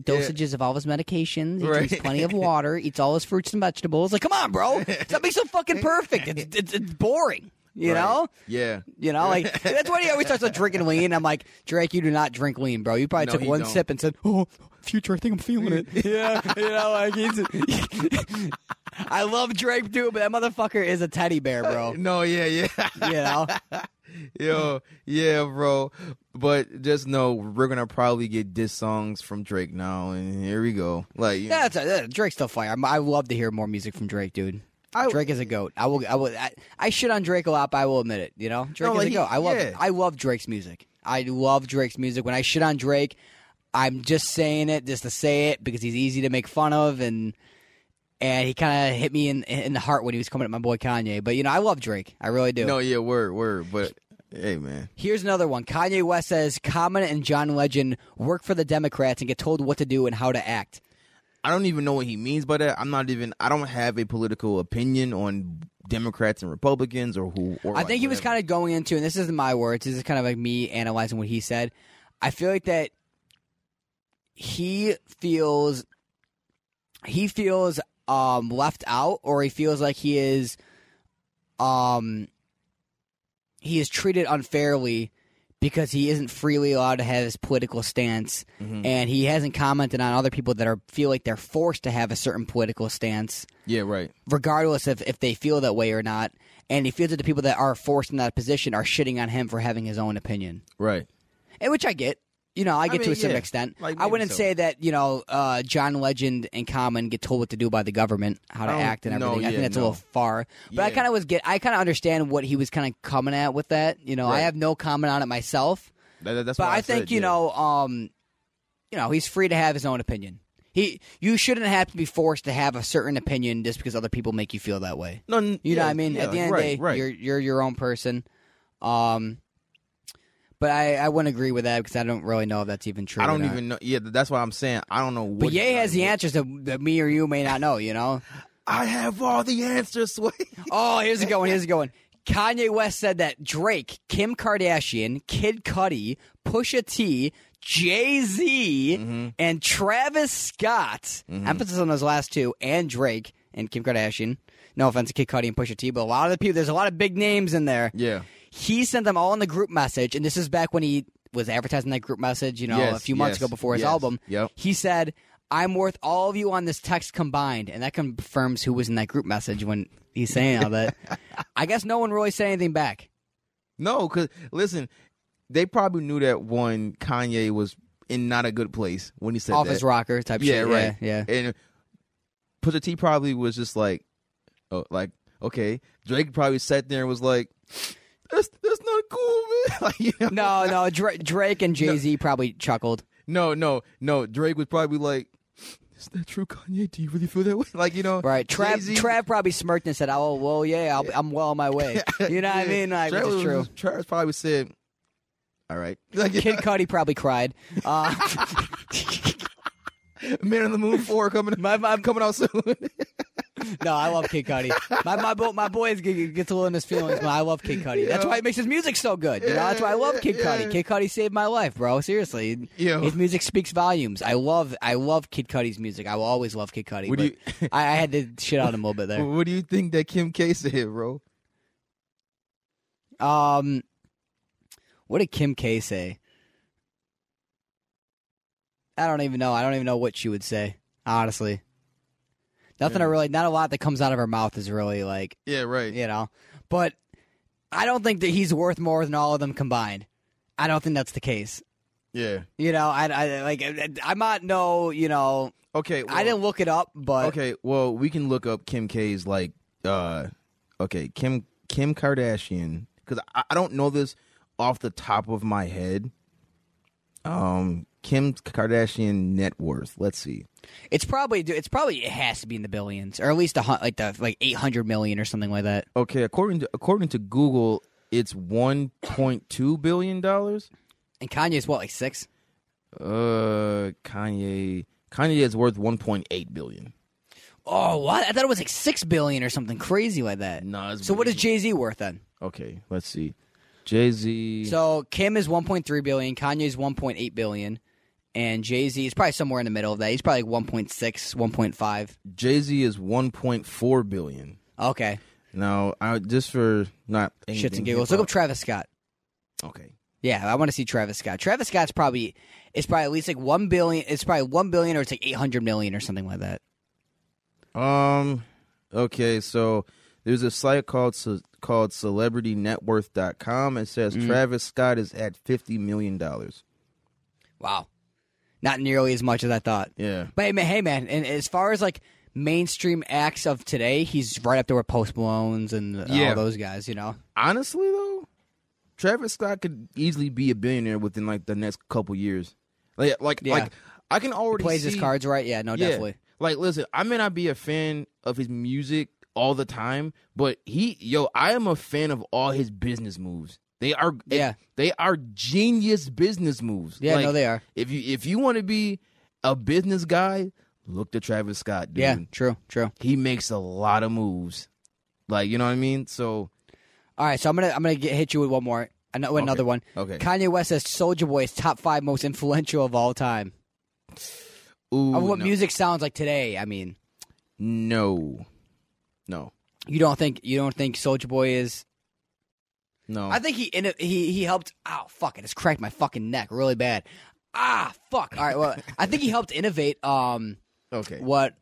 S2: Dosages of all his medications. He drinks
S3: Right. (laughs)
S2: plenty of water. Eats all his fruits and vegetables. Like, come on, bro! Stop being so
S3: (laughs)
S2: fucking perfect. It's, it's, it's boring. You
S3: Right.
S2: know.
S3: Yeah.
S2: You know, like (laughs) that's why he always starts with drinking lean. I'm like, Drake, you do not drink lean, bro. You probably
S3: No,
S2: took
S3: he
S2: one
S3: don't.
S2: sip and said, "Oh, future, I think I'm feeling it." (laughs) yeah, you know, like he's. (laughs) I love Drake too, but that motherfucker is a teddy bear, (laughs) bro.
S3: No, yeah, yeah. (laughs)
S2: You know,
S3: Yo, yeah, bro. But just know we're gonna probably get diss songs from Drake now, and here we go. Like, you
S2: yeah, that's uh, Drake's still fire. I'm, I love to hear more music from Drake, dude.
S3: I-
S2: Drake is a goat. I will. I will. I, I shit on Drake a lot, but I will admit it. You know, Drake
S3: No,
S2: is
S3: like,
S2: a
S3: he-
S2: goat. I love.
S3: yeah.
S2: I love Drake's music. I love Drake's music. When I shit on Drake, I'm just saying it just to say it because he's easy to make fun of and and he kind of hit me in in the heart when he was coming at my boy Kanye. But you know, I love Drake. I really do.
S3: No, yeah, word, word. But hey, man.
S2: Here's another one. Kanye West says Common and John Legend work for the Democrats and get told what to do and how to act.
S3: I don't even know what he means by that. I'm not even. I don't have a political opinion on Democrats and Republicans or who. Or
S2: I think he was kind of going into, and this isn't my words. This is kind of like me analyzing what he said. I feel like that he feels he feels um left out, or he feels like he is um he is treated unfairly because he isn't freely allowed to have his political stance, and he hasn't commented on other people that are feel like they're forced to have a certain political stance,
S3: Yeah, right.
S2: regardless of if they feel that way or not. And he feels that the people that are forced in that position are shitting on him for having his own opinion.
S3: Right.
S2: And which I get. You know, I get to
S3: mean,
S2: a certain
S3: yeah.
S2: extent.
S3: Like,
S2: I
S3: maybe
S2: wouldn't
S3: so.
S2: say that you know uh, John Legend and Common get told what to do by the government, how to
S3: I don't-
S2: act and
S3: no,
S2: everything. I
S3: yeah,
S2: think that's
S3: no.
S2: a little far. But I
S3: Yeah.
S2: kind of was get. I kind of understand what he was kind of coming at with that. You know, I
S3: Right.
S2: have no comment on it myself,
S3: That- that- that's
S2: but
S3: why
S2: I,
S3: said,
S2: think you
S3: yeah.
S2: know, um, you know, he's free to have his own opinion. He, you shouldn't have to be forced to have a certain opinion just because other people make you feel that way.
S3: No, n-
S2: You know
S3: yeah,
S2: what I mean?
S3: yeah,
S2: At the end
S3: right,
S2: of the day,
S3: right.
S2: you're you're your own person. Um, but I, I wouldn't agree with that because I don't really know if that's even true.
S3: I
S2: or
S3: don't
S2: not.
S3: even know. Yeah, th- that's why I'm saying I don't know. What
S2: But Ye has the
S3: what-
S2: answers that, that me or you may not know. You know?
S3: (laughs) I have all the answers. (laughs) Sway.
S2: oh, here's a good one. Here's a good one. Kanye West said that Drake, Kim Kardashian, Kid Cudi, Pusha T, Jay Z,
S3: Mm-hmm.
S2: and Travis Scott. Emphasis on those last two, and Drake and Kim Kardashian. No offense to Kid Cudi and Pusha T, but a lot of the people, there's a lot of big names in there.
S3: yeah.
S2: he sent them all in the group message, and this is back when he was advertising that group message, you know,
S3: Yes,
S2: a few months
S3: yes,
S2: ago before his
S3: yes.
S2: album.
S3: Yep.
S2: He said, I'm worth all of you on this text combined. And that confirms who was in that group message when he's saying all
S3: (laughs)
S2: that. I guess no one really said anything back.
S3: No, because listen, they probably knew that one Kanye was in not a good place when he said
S2: Off
S3: that.
S2: his rocker type
S3: Yeah,
S2: shit.
S3: right. (laughs)
S2: Yeah, yeah.
S3: And Pusha T probably was just like, oh, like okay. Drake probably sat there and was like, that's that's not cool, man. (laughs) like, you know?
S2: No, no, Dra- Drake and Jay Z probably chuckled.
S3: no, no, no. Drake was probably like, is that true, Kanye? Do you really feel that way? (laughs) Like you know,
S2: Right. Trav,
S3: Jay-Z-
S2: Trav probably smirked and said, Oh, well, yeah, I'll, I'm well on my
S3: (laughs)
S2: way. You know what I
S3: Yeah,
S2: mean? Like, which
S3: Travis
S2: is
S3: was-
S2: true.
S3: Travis probably said, all right, (laughs) like
S2: Kid Cudi probably cried.
S3: (laughs)
S2: Uh,
S3: Man on the Moon Four coming,
S2: (laughs) my, my,
S3: coming out soon. (laughs)
S2: No, I love Kid Cudi. My my bo- my boys get, gets a little in his feelings, but I love Kid Cudi. That's why he makes his music so good. You know, that's why I love Kid
S3: Yeah, Oh. yeah.
S2: Cudi. Kid Cudi saved my life, bro. Seriously,
S3: Yo.
S2: his music speaks volumes. I love I love Kid Cudi's music. I will always love Kid Cudi.
S3: What do
S2: but
S3: you-
S2: I, I had to shit on him a little bit
S3: (laughs)
S2: there.
S3: what do you think that Kim K said, bro?
S2: Um, what did Kim K say? I don't even know. I don't even know what she would say. Honestly, nothing. I
S3: Yeah.
S2: really not a lot that comes out of her mouth is really like
S3: Yeah, right.
S2: you know. But I don't think that he's worth more than all of them combined. I don't think that's the case.
S3: Yeah.
S2: You know, I, I like I'm not no, you know,
S3: Okay.
S2: I
S3: well-
S2: didn't look it up, but
S3: Okay. Well, we can look up Kim K's like, uh, okay, Kim Kim Kardashian, because I, I don't know this off the top of my head. Um, Kim Kardashian net worth. Let's see.
S2: it's probably it's probably it has to be in the billions or at least a hun- like the like 800 million or something like that.
S3: Okay, according to according to Google, it's one point two billion dollars.
S2: And Kanye's what like 6?
S3: Uh, Kanye Kanye is worth one point eight billion.
S2: Oh, what? I thought it was like 6 billion or something crazy like that.
S3: No, it's
S2: So what is
S3: way-
S2: Jay-Z worth then?
S3: Okay, let's see. Jay Z.
S2: So Kim is 1.3 billion, Kanye's 1.8 billion, and Jay-Z is probably somewhere in the middle of that. He's probably like 1.6, 1.5.
S3: Jay Z is one point four billion.
S2: Okay.
S3: Now, I just for not
S2: Shits
S3: anything
S2: and giggles. Look up
S3: hip-hop.
S2: Travis Scott.
S3: okay.
S2: Yeah, I want to see Travis Scott. Travis Scott's probably it's probably at least like one billion. It's probably one billion or it's like eight hundred million or something like that.
S3: Um. Okay. So there's a site called ce- called CelebrityNetWorth.com. It says
S2: Mm.
S3: Travis Scott is at fifty million dollars.
S2: Wow, not nearly as much as I thought.
S3: Yeah.
S2: But hey man, hey man, and as far as like mainstream acts of today, he's right up there with Post Malone's and
S3: Yeah.
S2: all those guys. You know,
S3: Honestly, though, Travis Scott could easily be a billionaire within like the next couple years. Like, like,
S2: Yeah.
S3: like I can already
S2: plays
S3: see,
S2: his cards right. Yeah, no,
S3: Yeah.
S2: definitely.
S3: Like, listen, I may not be a fan of his music all the time, but he, yo, I am a fan of all his business moves. They are,
S2: Yeah.
S3: they are genius business moves.
S2: Yeah,
S3: Like,
S2: no, they are.
S3: If you if you want to be a business guy, look to Travis Scott, dude.
S2: Yeah, true, true.
S3: He makes a lot of moves. Like, you know what I mean? So,
S2: All right, so I'm gonna I'm gonna get, hit you with one more, another, another one.
S3: okay.
S2: Kanye West says Soldier Boy's top five most influential of all time.
S3: Ooh,
S2: of what
S3: no.
S2: music sounds like today. I mean,
S3: No. No.
S2: you don't think you don't think Soldier Boy is
S3: No.
S2: I think he inno- he he helped. Ow, fuck! It just cracked my fucking neck really bad. Ah, fuck! All right, (laughs) well, I think he helped innovate. Um,
S3: Okay.
S2: what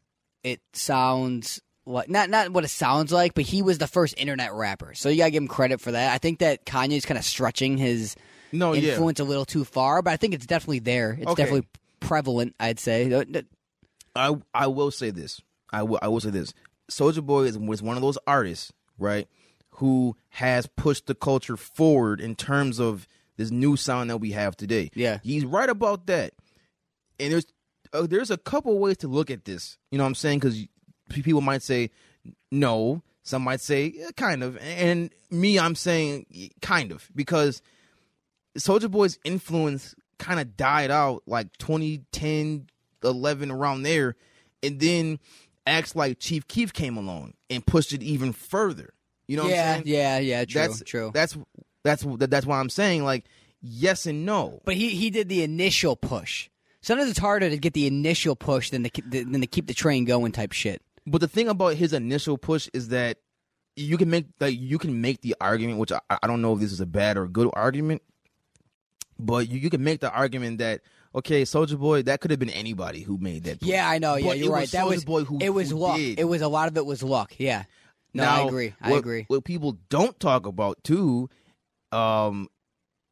S2: it sounds like not not what it sounds like, but he was the first internet rapper, so you gotta give him credit for that. I think that Kanye's kind of stretching his
S3: No, Oh, yeah.
S2: influence a little too far, but I think it's definitely there. It's
S3: Okay.
S2: definitely prevalent. I'd say.
S3: I I will say this. I will I will say this. Soldier Boy is was one of those artists, right, who has pushed the culture forward in terms of this new sound that we have today.
S2: Yeah.
S3: he's right about that. And there's uh, there's a couple ways to look at this. You know what I'm saying? Because people might say no, some might say "Yeah, kind of, and me, I'm saying "Yeah, kind of because Soldier Boy's influence kind of died out like 2010, 11 around there, and then acts like Chief Keef came along and pushed it even further. You know what
S2: yeah,
S3: I'm saying?
S2: yeah, yeah. True,
S3: that's
S2: true.
S3: That's that's that's why I'm saying like yes and no.
S2: but he he did the initial push. Sometimes it's harder to get the initial push than to than to keep the train going type shit.
S3: But the thing about his initial push is that you can make like you can make the argument, which I, I don't know if this is a bad or good argument, but you, you can make the argument that okay, Soldier Boy, that could have been anybody who made that.
S2: Yeah, I know. Yeah,
S3: But
S2: you're
S3: it
S2: right.
S3: was
S2: that
S3: Soulja
S2: was
S3: Boy who-
S2: it was
S3: who
S2: luck.
S3: did.
S2: It was a lot of it was luck. Yeah. No, I
S3: Now,
S2: agree. I
S3: what,
S2: agree.
S3: What people don't talk about too, um,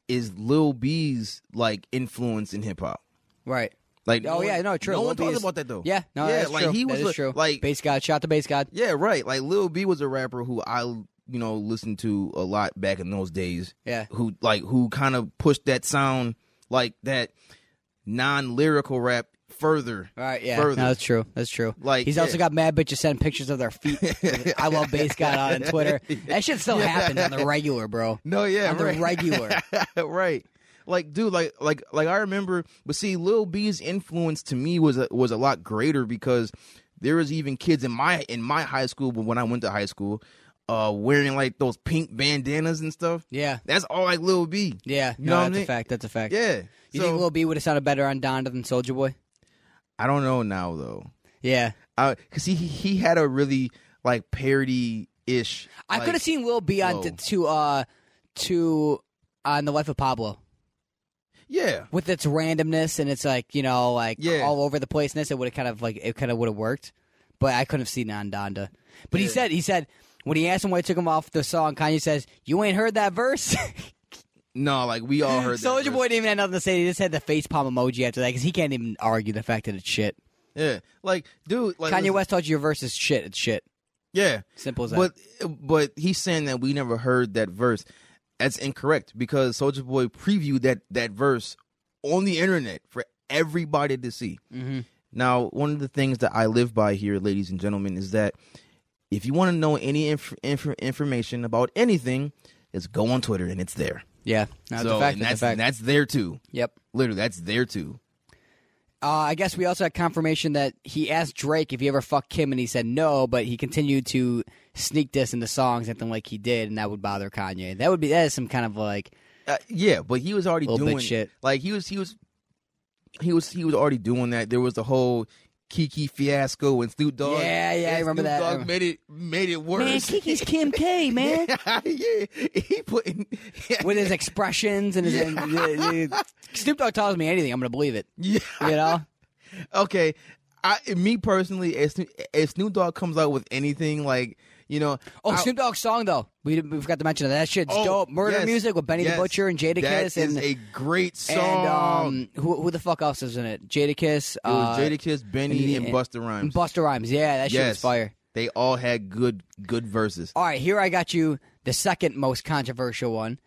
S3: is Lil B's like influence in hip hop.
S2: Right.
S3: Like,
S2: Oh
S3: one-
S2: yeah, no, true.
S3: No one
S2: Lil B
S3: talks
S2: is-
S3: about that though.
S2: Yeah, no,
S3: yeah,
S2: that's
S3: like
S2: true.
S3: he was
S2: that is
S3: the-
S2: true.
S3: like
S2: base god, shot the base god.
S3: Yeah, right. Like Lil B was a rapper who I you know listened to a lot back in those days.
S2: Yeah.
S3: Who like who kind of pushed that sound like that non lyrical rap further.
S2: All right, yeah,
S3: Further.
S2: no, that's true. That's true.
S3: Like,
S2: he's also
S3: yeah.
S2: got mad bitches sending pictures of their
S3: (laughs)
S2: feet. I love base god on Twitter. That shit still happens on the regular, bro.
S3: No, (laughs) yeah,
S2: on
S3: right.
S2: the
S3: (laughs)
S2: regular.
S3: right. Like, dude, like, like, like, I remember, but see, Lil B's influence to me was a, was a lot greater because there was even kids in my in my high school, but when I went to high school, uh, wearing like those pink bandanas and stuff.
S2: Yeah,
S3: That's all like Lil B.
S2: yeah.
S3: You
S2: no,
S3: know what I
S2: that's a
S3: mean?
S2: fact. That's a fact.
S3: Yeah.
S2: You
S3: so,
S2: think Lil B would have sounded better on Donda than Soldier Boy?
S3: I don't know now though.
S2: Yeah,
S3: I because he he had a really like parody ish.
S2: I could have seen Lil B on
S3: Whoa.
S2: t- to uh to on the Life of Pablo
S3: Yeah,
S2: with its randomness and it's like you know like
S3: Yeah.
S2: all over the placeness. It would have kind of like it kind of would have worked, but I couldn't have seen it on Donda. But he
S3: Yeah.
S2: said he said when he asked him why he took him off the song, Kanye says you ain't heard that
S3: (laughs)
S2: verse.
S3: no, like we all heard. that
S2: Soldier
S3: verse.
S2: Boy didn't even have nothing to say. He just had the face palm emoji after that because he can't even argue the fact that it's shit.
S3: Yeah, like dude, like
S2: Kanye
S3: listen-
S2: West told you your verse is shit. It's shit.
S3: Yeah,
S2: Simple as that.
S3: but but he's saying that we never heard that verse. That's incorrect because Soldier Boy previewed that that verse on the internet for everybody to see.
S2: Mhm.
S3: Now, one of the things that I live by here, ladies and gentlemen, is that if you want to know any inf- inf- information about anything, just go on Twitter and it's there.
S2: Yeah, that's
S3: so
S2: a fact.
S3: and
S2: That's,
S3: that's
S2: a fact.
S3: and that's there too.
S2: yep.
S3: Literally, that's there too.
S2: Uh, I guess we also had confirmation that he asked Drake if he ever fucked Kim, and he said no, but he continued to sneak this into songs, acting like he did, and that would bother Kanye. That would be that is some kind of like
S3: Uh, yeah, but he was already
S2: Little bit
S3: doing
S2: shit.
S3: Like he was, he was, he was, he was already doing that. There was the whole Kiki fiasco when Snoop Dogg.
S2: Yeah, yeah, I
S3: and
S2: remember
S3: Snoop
S2: that. I
S3: Dogg made it made it
S2: man,
S3: worse.
S2: Kiki's
S3: (laughs)
S2: Kim K, man,
S3: yeah, he put. In,
S2: (laughs) with his expressions and his and, uh, uh, Snoop Dogg tells me anything, I'm gonna believe it.
S3: yeah.
S2: You know,
S3: Okay, I me personally, if Snoop, if Snoop Dogg comes out with anything like you know,
S2: oh
S3: I-
S2: Snoop Dogg's song though, we, didn't- we forgot to mention that that shit's
S3: oh,
S2: dope. Murder
S3: yes,
S2: music with Benny
S3: yes,
S2: the Butcher and Jada
S3: that
S2: Kiss
S3: is
S2: and
S3: a great
S2: and
S3: song.
S2: um who who the fuck else is in it? Jada Kiss,
S3: it was
S2: uh,
S3: Jada Kiss, Benny, and,
S2: and-
S3: Buster Rhymes.
S2: Buster Rhymes. Yeah, that shit was
S3: yes,
S2: fire.
S3: They all had good good verses.
S2: All right, here I got you the second most controversial one.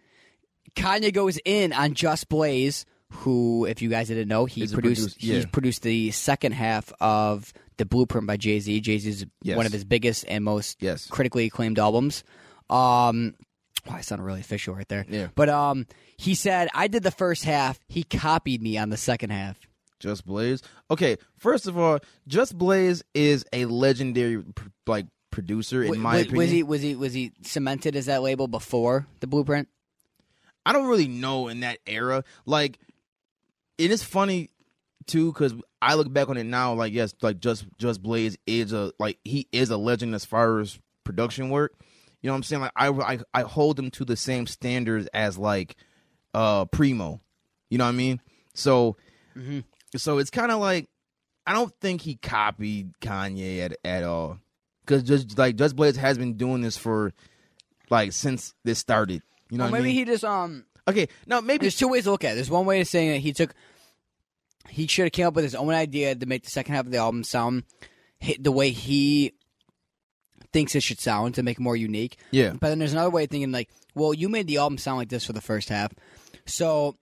S2: Kanye goes in on Just Blaze, who, if you guys didn't know, he
S3: Is a
S2: produced
S3: producer, yeah.
S2: he produced the second half of the Blueprint by Jay Z. Jay Z's
S3: Yes.
S2: one of his biggest and most
S3: Yes.
S2: critically acclaimed albums. Um, wow, I sound really official right there.
S3: Yeah.
S2: But um, he said I did the first half. He copied me on the second half.
S3: Just Blaze. Okay, first of all, Just Blaze is a legendary pr- like producer in
S2: W-
S3: my
S2: was,
S3: opinion.
S2: was he was he was he cemented as that label before the Blueprint?
S3: I don't really know in that era. Like, it is funny too because I look back on it now. Like, yes, like Just Just Blaze is a like he is a legend as far as production work. You know what I'm saying? Like I I, I hold them to the same standards as like uh Primo. You know what I mean? So
S2: Mm-hmm.
S3: so it's kind of like I don't think he copied Kanye at at all because just like Just Blaze has been doing this for like since this started. You know
S2: Or
S3: what I
S2: maybe he
S3: mean?
S2: just um.
S3: okay, no, maybe
S2: There's two ways to look at it. There's one way of saying that he took, he should have came up with his own idea to make the second half of the album sound hit the way he thinks it should sound to make it more unique.
S3: yeah,
S2: But then there's another way of thinking like, well, you made the album sound like this for the first half, so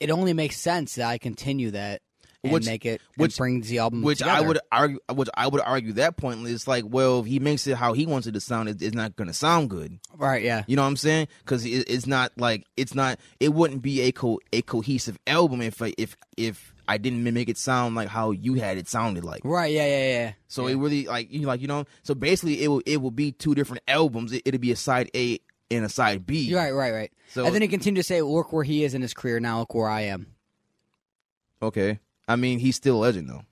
S2: it only makes sense that I continue that and
S3: Which-
S2: make it
S3: which-
S2: which brings the album
S3: which I
S2: together.
S3: would argue, which I would argue that point is like, well, if he makes it how he wants it to sound, it, it's not going to sound good.
S2: right yeah
S3: You know what I'm saying? Because it, it's not like it's not. It wouldn't be a co- a cohesive album if I- if if I didn't make it sound like how you had it sounded like.
S2: right yeah yeah yeah.
S3: So it really like you like you know. So basically, it will it will be two different albums. It, it'll be a side A and a side B.
S2: You're right right right.
S3: So-
S2: and then he continued to say, look where he is in his career now, look where I am.
S3: Okay. I mean, he's still a legend though.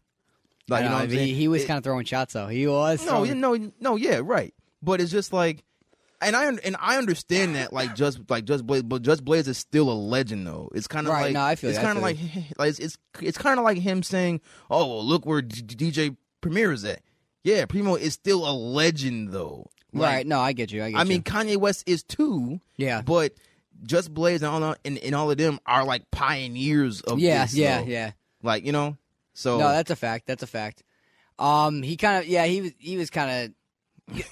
S3: Like you know,
S2: Uh,
S3: what I'm
S2: he,
S3: saying?
S2: he was
S3: It-
S2: kind of throwing shots though. He was
S3: no,
S2: throwing-
S3: yeah, no, no, yeah, right. But it's just like, and I and I understand that like just like just Blaze, but just Blaze is still a legend though. It's kind of
S2: Right,
S3: like
S2: no, I feel
S3: it's
S2: you, I
S3: kind of like
S2: feel
S3: (laughs) like it's it's, it's kind of like him saying, "Oh, well, look where D- D- DJ Premier is at." Yeah, Primo is still a legend though. Like,
S2: right. No, I get you. I get
S3: I
S2: you.
S3: mean, Kanye West is too. (laughs)
S2: Yeah.
S3: But just Blaze and all and, and all of them are like pioneers of
S2: yeah,
S3: this,
S2: yeah,
S3: though.
S2: yeah.
S3: Like you know, so
S2: No, that's a fact. That's a fact. Um, he kind of yeah, he was he was
S3: (laughs)
S2: kind of.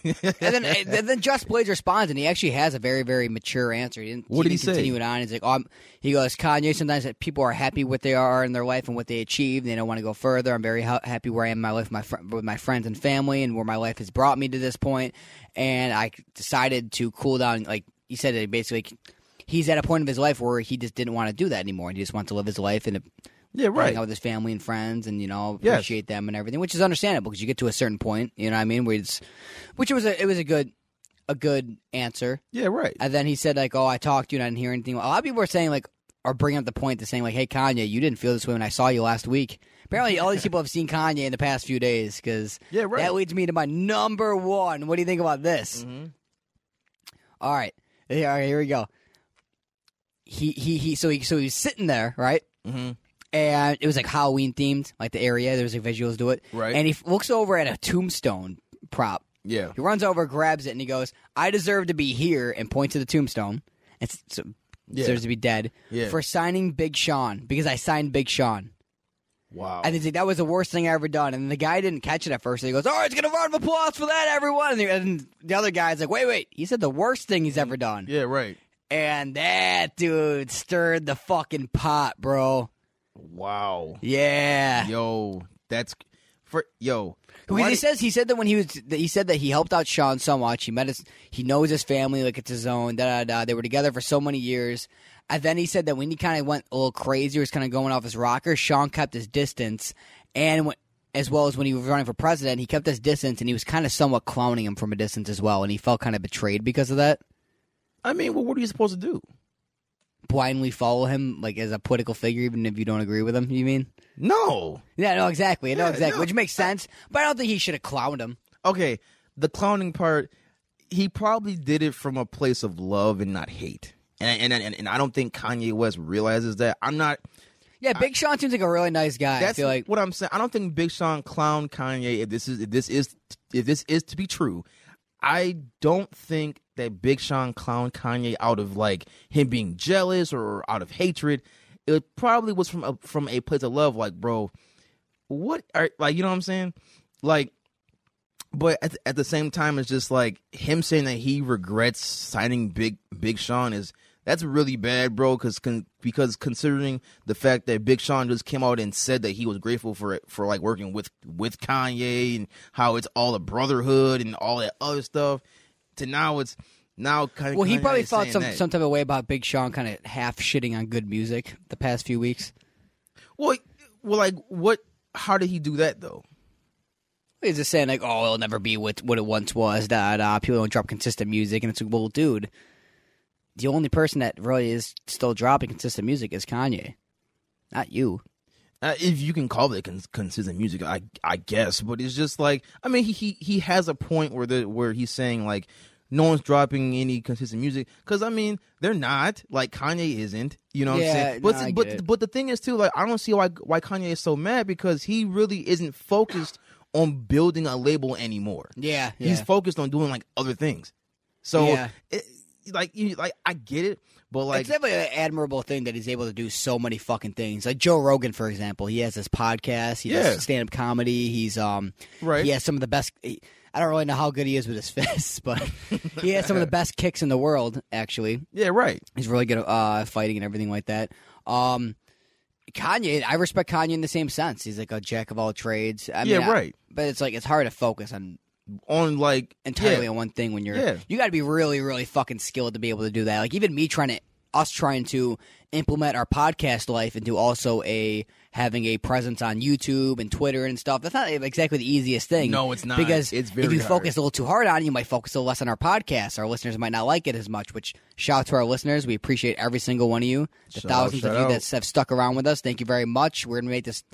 S2: and then, and then Just Blaze responds, and he actually has a very, very mature answer. He didn't,
S3: What did he
S2: didn't
S3: say?
S2: Continue it on. He's like, oh, I'm- he goes, Kanye. Sometimes that people are happy with they are in their life and what they achieve. They don't want to go further. I'm very ha- happy where I am in my life, my fr- with my friends and family, and where my life has brought me to this point. And I decided to cool down. Like he said, that basically, he's at a point of his life where he just didn't want to do that anymore, and he just wants to live his life in a
S3: yeah,
S2: hang
S3: right.
S2: out with his family and friends and you know
S3: Yes.
S2: appreciate them and everything which is understandable because you get to a certain point you know what i mean where it's which it was a it was a good a good answer
S3: Yeah, right.
S2: and then he said like oh i talked to you and i didn't hear anything a lot of people are saying like are bringing up the point to saying like hey kanye you didn't feel this way when i saw you last week apparently all these people have seen kanye in the past few days because
S3: Yeah, right.
S2: that leads me to my number one what do you think about this
S3: Mm-hmm.
S2: All right yeah, all right here we go he he he so he so he's sitting there right
S3: hmm
S2: and it was like Halloween themed, like the area. There was like visuals to it.
S3: Right.
S2: And he f- looks over at a tombstone prop.
S3: Yeah.
S2: He runs over, grabs it, and he goes, "I deserve to be here," and points to the tombstone. It's, it's
S3: Yeah.
S2: deserves to be dead
S3: Yeah.
S2: for signing Big Sean because I signed Big Sean.
S3: Wow.
S2: And he's like, that was the worst thing I ever done. And the guy didn't catch it at first. And he goes, all right, it's going to round of applause for that, everyone. And the, and the other guy's like, wait, wait. He said the worst thing he's ever done.
S3: yeah, right.
S2: And that dude stirred the fucking pot, bro.
S3: Wow.
S2: Yeah.
S3: Yo, that's for yo.
S2: Because
S3: why
S2: he
S3: did-
S2: says he said that when he was that he said that he helped out Sean so much. He met his he knows his family like it's his own. Da da da. They were together for so many years, and then he said that when he kind of went a little crazy, was kind of going off his rocker. Sean kept his distance, and when, as well as when he was running for president, he kept his distance, and he was kind of somewhat clowning him from a distance as well, and he felt kind of betrayed because of that.
S3: I mean, well, what are you supposed to do?
S2: Blindly follow him like as a political figure, even if you don't agree with him. You mean?
S3: No.
S2: Yeah, no, exactly, no,
S3: Yeah,
S2: exactly,
S3: no.
S2: which makes sense. But I don't think he should have clowned him.
S3: Okay, the clowning part. He probably did it from a place of love and not hate. And and and, and I don't think Kanye West realizes that. I'm not.
S2: Yeah, Big Sean seems like a really nice guy. I
S3: That's
S2: feel like
S3: what I'm saying. I don't think Big Sean clown Kanye. If this is if this is if this is to be true, I don't think that Big Sean clown Kanye out of like him being jealous or out of hatred. It probably was from a from a place of love. Like, bro, what are like you know what I'm saying? Like, but at, at the same time, it's just like him saying that he regrets signing Big Big Sean is that's really bad, bro. Because con, because considering the fact that Big Sean just came out and said that he was grateful for it for like working with with Kanye and how it's all a brotherhood and all that other stuff. To now it's now kind of
S2: Well, he probably felt some some type of way about Big Sean kind of half shitting on good music the past few weeks.
S3: well well like what how did he do that though?
S2: He's just saying like, "Oh, it'll never be what what it once was." Da da. People don't drop consistent music, and it's like, well, dude, the only person that really is still dropping consistent music is Kanye, not you.
S3: Uh, if you can call it cons- consistent music, I I guess, but it's just like I mean he he, he has a point where the where he's saying like No one's dropping any consistent music because I mean they're not like Kanye isn't. You know what I'm
S2: Yeah,
S3: saying? But
S2: no, I get
S3: but
S2: it.
S3: but the thing is too like I don't see why why Kanye is so mad because he really isn't focused on building a label anymore.
S2: Yeah,
S3: He's
S2: yeah.
S3: focused on doing like other things. So
S2: Yeah.
S3: it, like you like I get it, but like
S2: it's definitely an admirable thing that he's able to do so many fucking things. Like Joe Rogan, for example, he has his podcast. He
S3: Yeah.
S2: does stand up comedy. He's um,
S3: Right.
S2: He has some of the best. he- I don't really know how good he is with his (laughs) fists, but
S3: (laughs)
S2: he has some of the best kicks in the world. Actually,
S3: yeah, right.
S2: he's really good at uh, fighting and everything like that. Um, Kanye, I respect Kanye in the same sense. He's like a jack of all trades. I
S3: Yeah,
S2: mean, I-
S3: right.
S2: but it's like it's hard to focus on
S3: On like
S2: entirely
S3: yeah,
S2: on one thing when you're
S3: Yeah.
S2: you got to be really really fucking skilled to be able to do that like even me trying to us trying to implement our podcast life into also a having a presence on YouTube and Twitter and stuff that's not exactly the easiest thing
S3: No, it's not.
S2: because
S3: It's
S2: if
S3: very
S2: you
S3: hard.
S2: focus a little too hard on it you might focus a little less on our podcast our listeners might not like it as much which shout out to our listeners we appreciate every single one of you the
S3: Shout out,
S2: thousands
S3: shout
S2: of you
S3: out.
S2: that have stuck around with us thank you very much we're gonna make this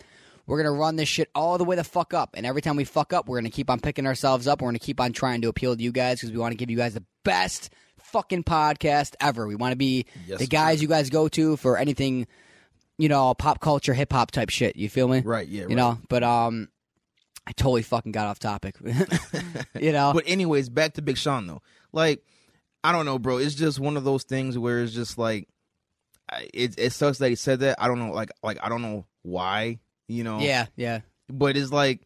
S2: we're gonna run this shit all the way the fuck up, and every time we fuck up, we're gonna keep on picking ourselves up. We're gonna keep on trying to appeal to you guys because we want to give you guys the best fucking podcast ever. We want to be
S3: Yes,
S2: the guys you guys go to for anything, you know, pop culture, hip hop type shit. You feel me?
S3: right, yeah,
S2: You
S3: right.
S2: know, but um, I totally fucking got off topic. (laughs) you know,
S3: But anyways, back to Big Sean though. Like, I don't know, bro. It's just one of those things where it's just like, I- it it sucks that he said that. I don't know, like like I don't know why, you know.
S2: yeah, yeah,
S3: But it's like,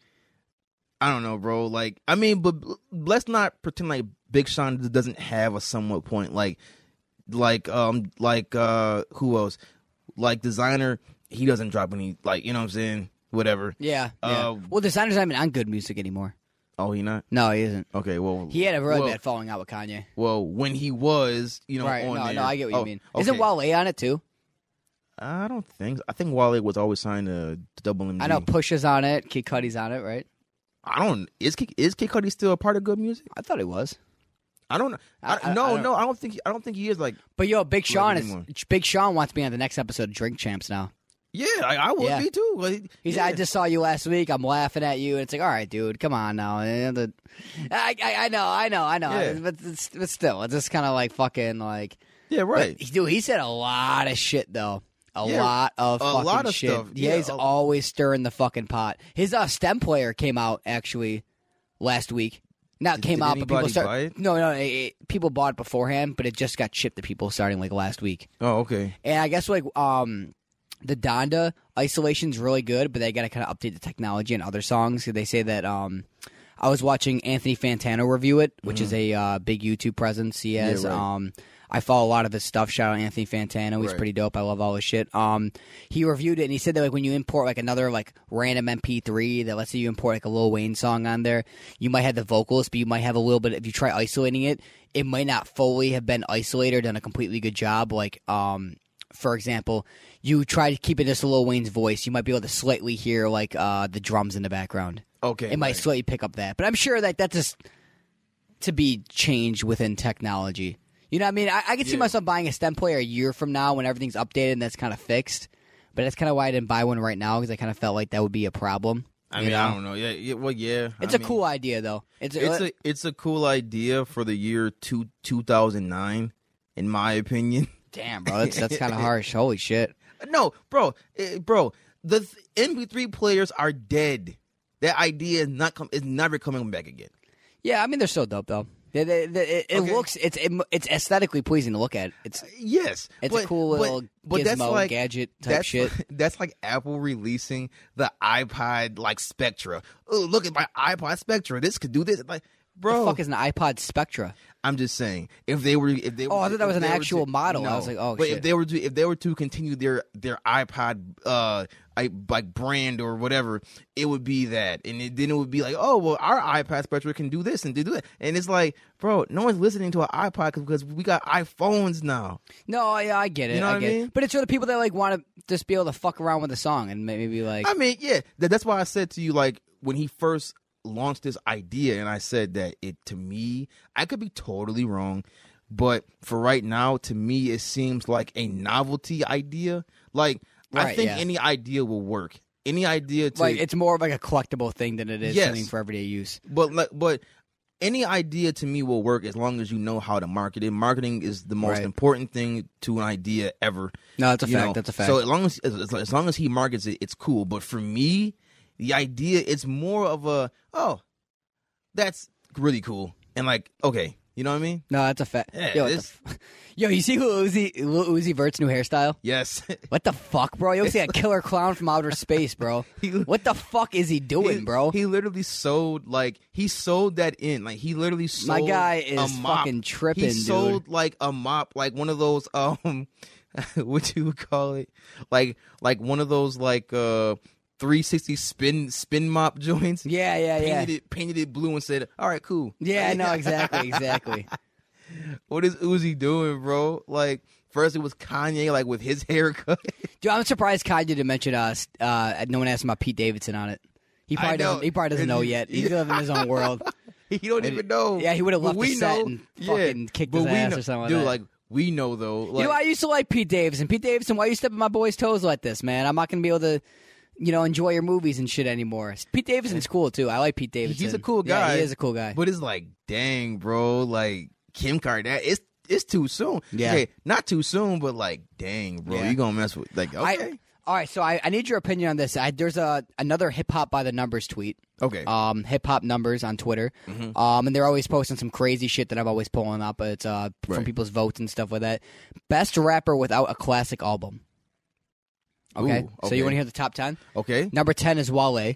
S3: I don't know, bro. Like, I mean, but l- let's not pretend like Big Sean d- doesn't have a somewhat point. Like, like um, like uh, who else? Like designer, he doesn't drop any. Like, you know what I'm saying? Whatever.
S2: yeah. yeah.
S3: Uh,
S2: well, designer's not even on good music anymore.
S3: Oh, he not.
S2: No, he isn't.
S3: Okay, well,
S2: He had a really
S3: well,
S2: bad falling out with Kanye.
S3: Well, when he was, you know,
S2: right?
S3: on
S2: No,
S3: there.
S2: no, I get what
S3: Oh,
S2: you mean.
S3: okay.
S2: Isn't Wale on it too?
S3: I don't think. so. I think Wale was always signed to Double MG.
S2: I know Push is on it, Kid Cudi's on it, right?
S3: I don't. Is Kid, is Kid Cudi still a part of good music?
S2: I thought it was.
S3: I don't. I,
S2: I- I-
S3: no,
S2: I don't-
S3: no. I don't think. I don't think he is. Like,
S2: But yo, Big Sean is
S3: anymore.
S2: Big Sean wants me on the next episode of Drink Champs now.
S3: yeah, I, I would
S2: Yeah.
S3: be too. Like,
S2: He's
S3: yeah.
S2: I just saw you last week. I'm laughing at you. And it's like, all right, dude, come on now. And the- I, I, I know, I know, I know.
S3: Yeah.
S2: But, it's, but still, it's just kind of like fucking like.
S3: Yeah, right.
S2: But, dude, he said a lot of shit though. A
S3: Yeah,
S2: lot of
S3: a
S2: fucking
S3: lot of
S2: shit.
S3: stuff.
S2: Yeah,
S3: Yeah,
S2: he's
S3: a-
S2: always stirring the fucking pot. His uh, stem player came out actually last week. Not
S3: Did-
S2: came
S3: did
S2: out, but people
S3: anybody
S2: started.
S3: buy it?
S2: No, no, it, it- people bought it beforehand, but it just got shipped to people starting like last week.
S3: oh, okay.
S2: And I guess like um the Donda isolation's really good, but they got to kind of update the technology and other songs. They say that um I was watching Anthony Fantano review it, which is a uh, big YouTube presence he has.
S3: Mm. right.
S2: Um I follow a lot of his stuff. Shout out Anthony Fantano. He's
S3: Right.
S2: pretty dope. I love all his shit. Um he reviewed it and he said that like when you import like another like random MP3 that let's say you import like a Lil Wayne song on there, you might have the vocals, but you might have a little bit if you try isolating it, it might not fully have been isolated or done a completely good job like um for example, you try to keep it just a Lil Wayne's voice, you might be able to slightly hear like uh, the drums in the background.
S3: Okay.
S2: It might
S3: right.
S2: slightly pick up that, but I'm sure that that's just to be changed within technology. You know, what I mean, I, I could see
S3: Yeah.
S2: myself buying a stem player a year from now when everything's updated and that's kind of fixed. But that's kind of why I didn't buy one right now because I kind of felt like that would be a problem.
S3: I
S2: you
S3: mean,
S2: know?
S3: I don't know. Yeah. yeah well, yeah.
S2: It's
S3: a
S2: a cool idea though. It's,
S3: It's a it's a cool idea for the year two two thousand nine, in my opinion.
S2: (laughs) damn, bro. That's, that's
S3: (laughs)
S2: kind of harsh. Holy shit.
S3: No, bro, eh, bro. The th- MP3 players are dead. That idea is not com- is never coming back again.
S2: Yeah, I mean they're so dope though. They, they, they, it it
S3: Okay.
S2: looks it's it, it's aesthetically pleasing to look at. It's
S3: Yes,
S2: It's
S3: but-
S2: a cool
S3: but-
S2: little
S3: but
S2: gizmo
S3: that's like-
S2: gadget type
S3: that's,
S2: shit.
S3: That's like Apple releasing the iPod like Spectra. Oh, look at my iPod Spectra. This could do this. Like, bro,
S2: The fuck is an iPod Spectra?
S3: I'm just saying. If they were, if they,
S2: Oh, I thought that
S3: if
S2: was an
S3: they were
S2: actual
S3: to-
S2: model. I was like, oh,
S3: but
S2: shit.
S3: if they were to, if they were to continue their their iPod, uh, I, like brand or whatever, it would be that, and it, then it would be like, oh, well, our iPod Spectra can do this and do that, and it's like, bro, no one's listening to an iPod because we got iPhones now.
S2: No, I, I get it.
S3: You know
S2: I
S3: what I
S2: get
S3: mean?
S2: it. But it's for the people that like want to just be able to fuck around with the song and may- maybe like
S3: I mean, yeah, that, that's why I said to you, like, when he first launched this idea, and I said that it to me, I could be totally wrong, but for right now, to me, it seems like a novelty idea. Like, I
S2: Right,
S3: think
S2: yeah.
S3: any idea will work. Any idea to
S2: like it's more of like a collectible thing than it is
S3: Yes.
S2: something for everyday use.
S3: but like but any idea to me will work as long as you know how to market it. Marketing is the most
S2: Right.
S3: important thing to an idea ever.
S2: No, that's a
S3: you
S2: fact, that's a fact.
S3: So as long as, as as long as he markets it, it's cool. But for me, the idea it's more of a oh, that's really cool, and like okay, you know what I mean?
S2: No, that's a fact.
S3: Yeah,
S2: yo, what the
S3: this-
S2: f- (laughs) yo, you see Lil Uzi, Lil Uzi Vert's new hairstyle?
S3: Yes, (laughs)
S2: What the fuck, bro? You look like a killer clown from outer space,
S3: (laughs)
S2: bro. what the fuck is he doing,
S3: he,
S2: bro?
S3: He literally sold like he sold that in like he literally
S2: My
S3: sold.
S2: guy
S3: a
S2: is
S3: mop.
S2: fucking tripping,
S3: He
S2: dude.
S3: sold like a mop, like one of those (laughs) um, what you would call it, like like one of those like uh. 360 spin spin mop (laughs) joints.
S2: yeah, yeah, yeah.
S3: Painted it painted it blue and said, "All right, cool."
S2: Yeah,
S3: Like, (laughs)
S2: no, exactly, exactly.
S3: What is Uzi doing, bro? Like first it was Kanye like with his (laughs) haircut.
S2: Dude, I'm surprised Kanye didn't mention uh, s- uh no one asked him about Pete Davidson on it. He
S3: I
S2: probably
S3: know.
S2: doesn't he probably doesn't know
S3: (laughs)
S2: yet. He's
S3: Yeah.
S2: living in his own world.
S3: he don't even know.
S2: yeah, he would've left
S3: But
S2: the
S3: we
S2: set
S3: know-
S2: and fucking kicked
S3: but
S2: his
S3: we
S2: ass
S3: know-
S2: or something like
S3: Dude,
S2: that.
S3: like we know though. Like,
S2: you know, I used to like Pete Davidson. Pete Davidson, why you stepping my boy's toes like this, man? I'm not gonna be able to, you know, enjoy your movies and shit anymore. Pete Davidson's cool too. I like Pete Davidson.
S3: He's a cool
S2: Yeah,
S3: guy.
S2: he is a cool guy.
S3: But it's like, dang, bro, like Kim Kardashian. It's it's too soon.
S2: Yeah.
S3: Okay, not too soon, but like, dang, bro,
S2: Yeah.
S3: you gonna mess with like okay,
S2: I, all right, so I, I need your opinion on this. I, there's a another hip hop by the numbers tweet.
S3: okay,
S2: um, hip hop numbers on Twitter,
S3: Mm-hmm.
S2: um, and they're always posting some crazy shit that I'm always pulling up. It's uh, from
S3: Right.
S2: people's votes and stuff like that. Best rapper without a classic album. Okay,
S3: Ooh,
S2: so you
S3: okay.
S2: want to hear the top ten?
S3: okay,
S2: Number ten is Wale.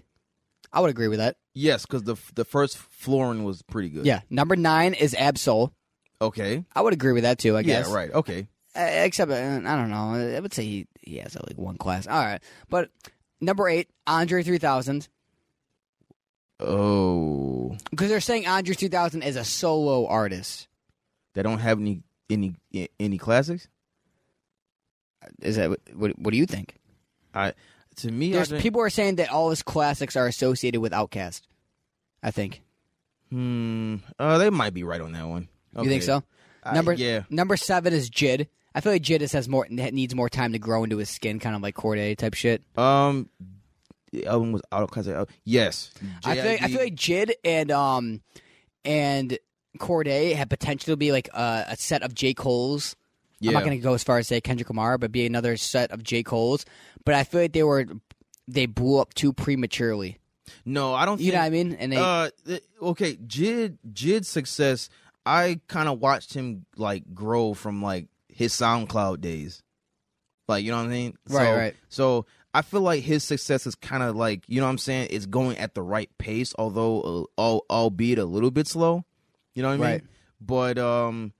S2: I would agree with that.
S3: yes, because the the first flooring was pretty good.
S2: Yeah. Number nine is Absol.
S3: Okay.
S2: I would agree with that too. I
S3: Yeah.
S2: guess.
S3: Right. Okay.
S2: Uh, except uh, I don't know. I would say he, he has uh, like one class. All right, but number eight, Andre three thousand.
S3: Oh,
S2: Because they're saying Andre 3000 is a solo artist.
S3: they don't have any any any classics.
S2: Is that what? What do you think?
S3: I to me, I
S2: There's
S3: think-
S2: people are saying that all his classics are associated with Outkast. I think.
S3: Hmm. Uh, they might be right on that one.
S2: You think
S3: Okay.
S2: so?
S3: I-
S2: Number
S3: yeah.
S2: Number seven is Jid. I feel like Jid just has more needs more time to grow into his skin, kind of like Corday type shit.
S3: Um, the album was out of classic. al- Yes.
S2: I feel like, I
S3: JID
S2: feel like Jid and um and Corday have potential to be like uh, a, a set of J Cole's. I'm
S3: Yeah.
S2: not going to go as far as say Kendrick Lamar, but be another set of J Cole's. But I feel like they were they blew up too prematurely.
S3: No, I don't.
S2: You
S3: think,
S2: know what I mean? And they
S3: Uh, th- okay, Jid Jid's success. I kind of watched him like grow from like his SoundCloud days. Like you know what I mean?
S2: Right,
S3: so,
S2: right.
S3: So I feel like his success is kind of like you know what I'm saying. It's going at the right pace, although uh, al- albeit a little bit slow. You know what I mean?
S2: Right.
S3: But um,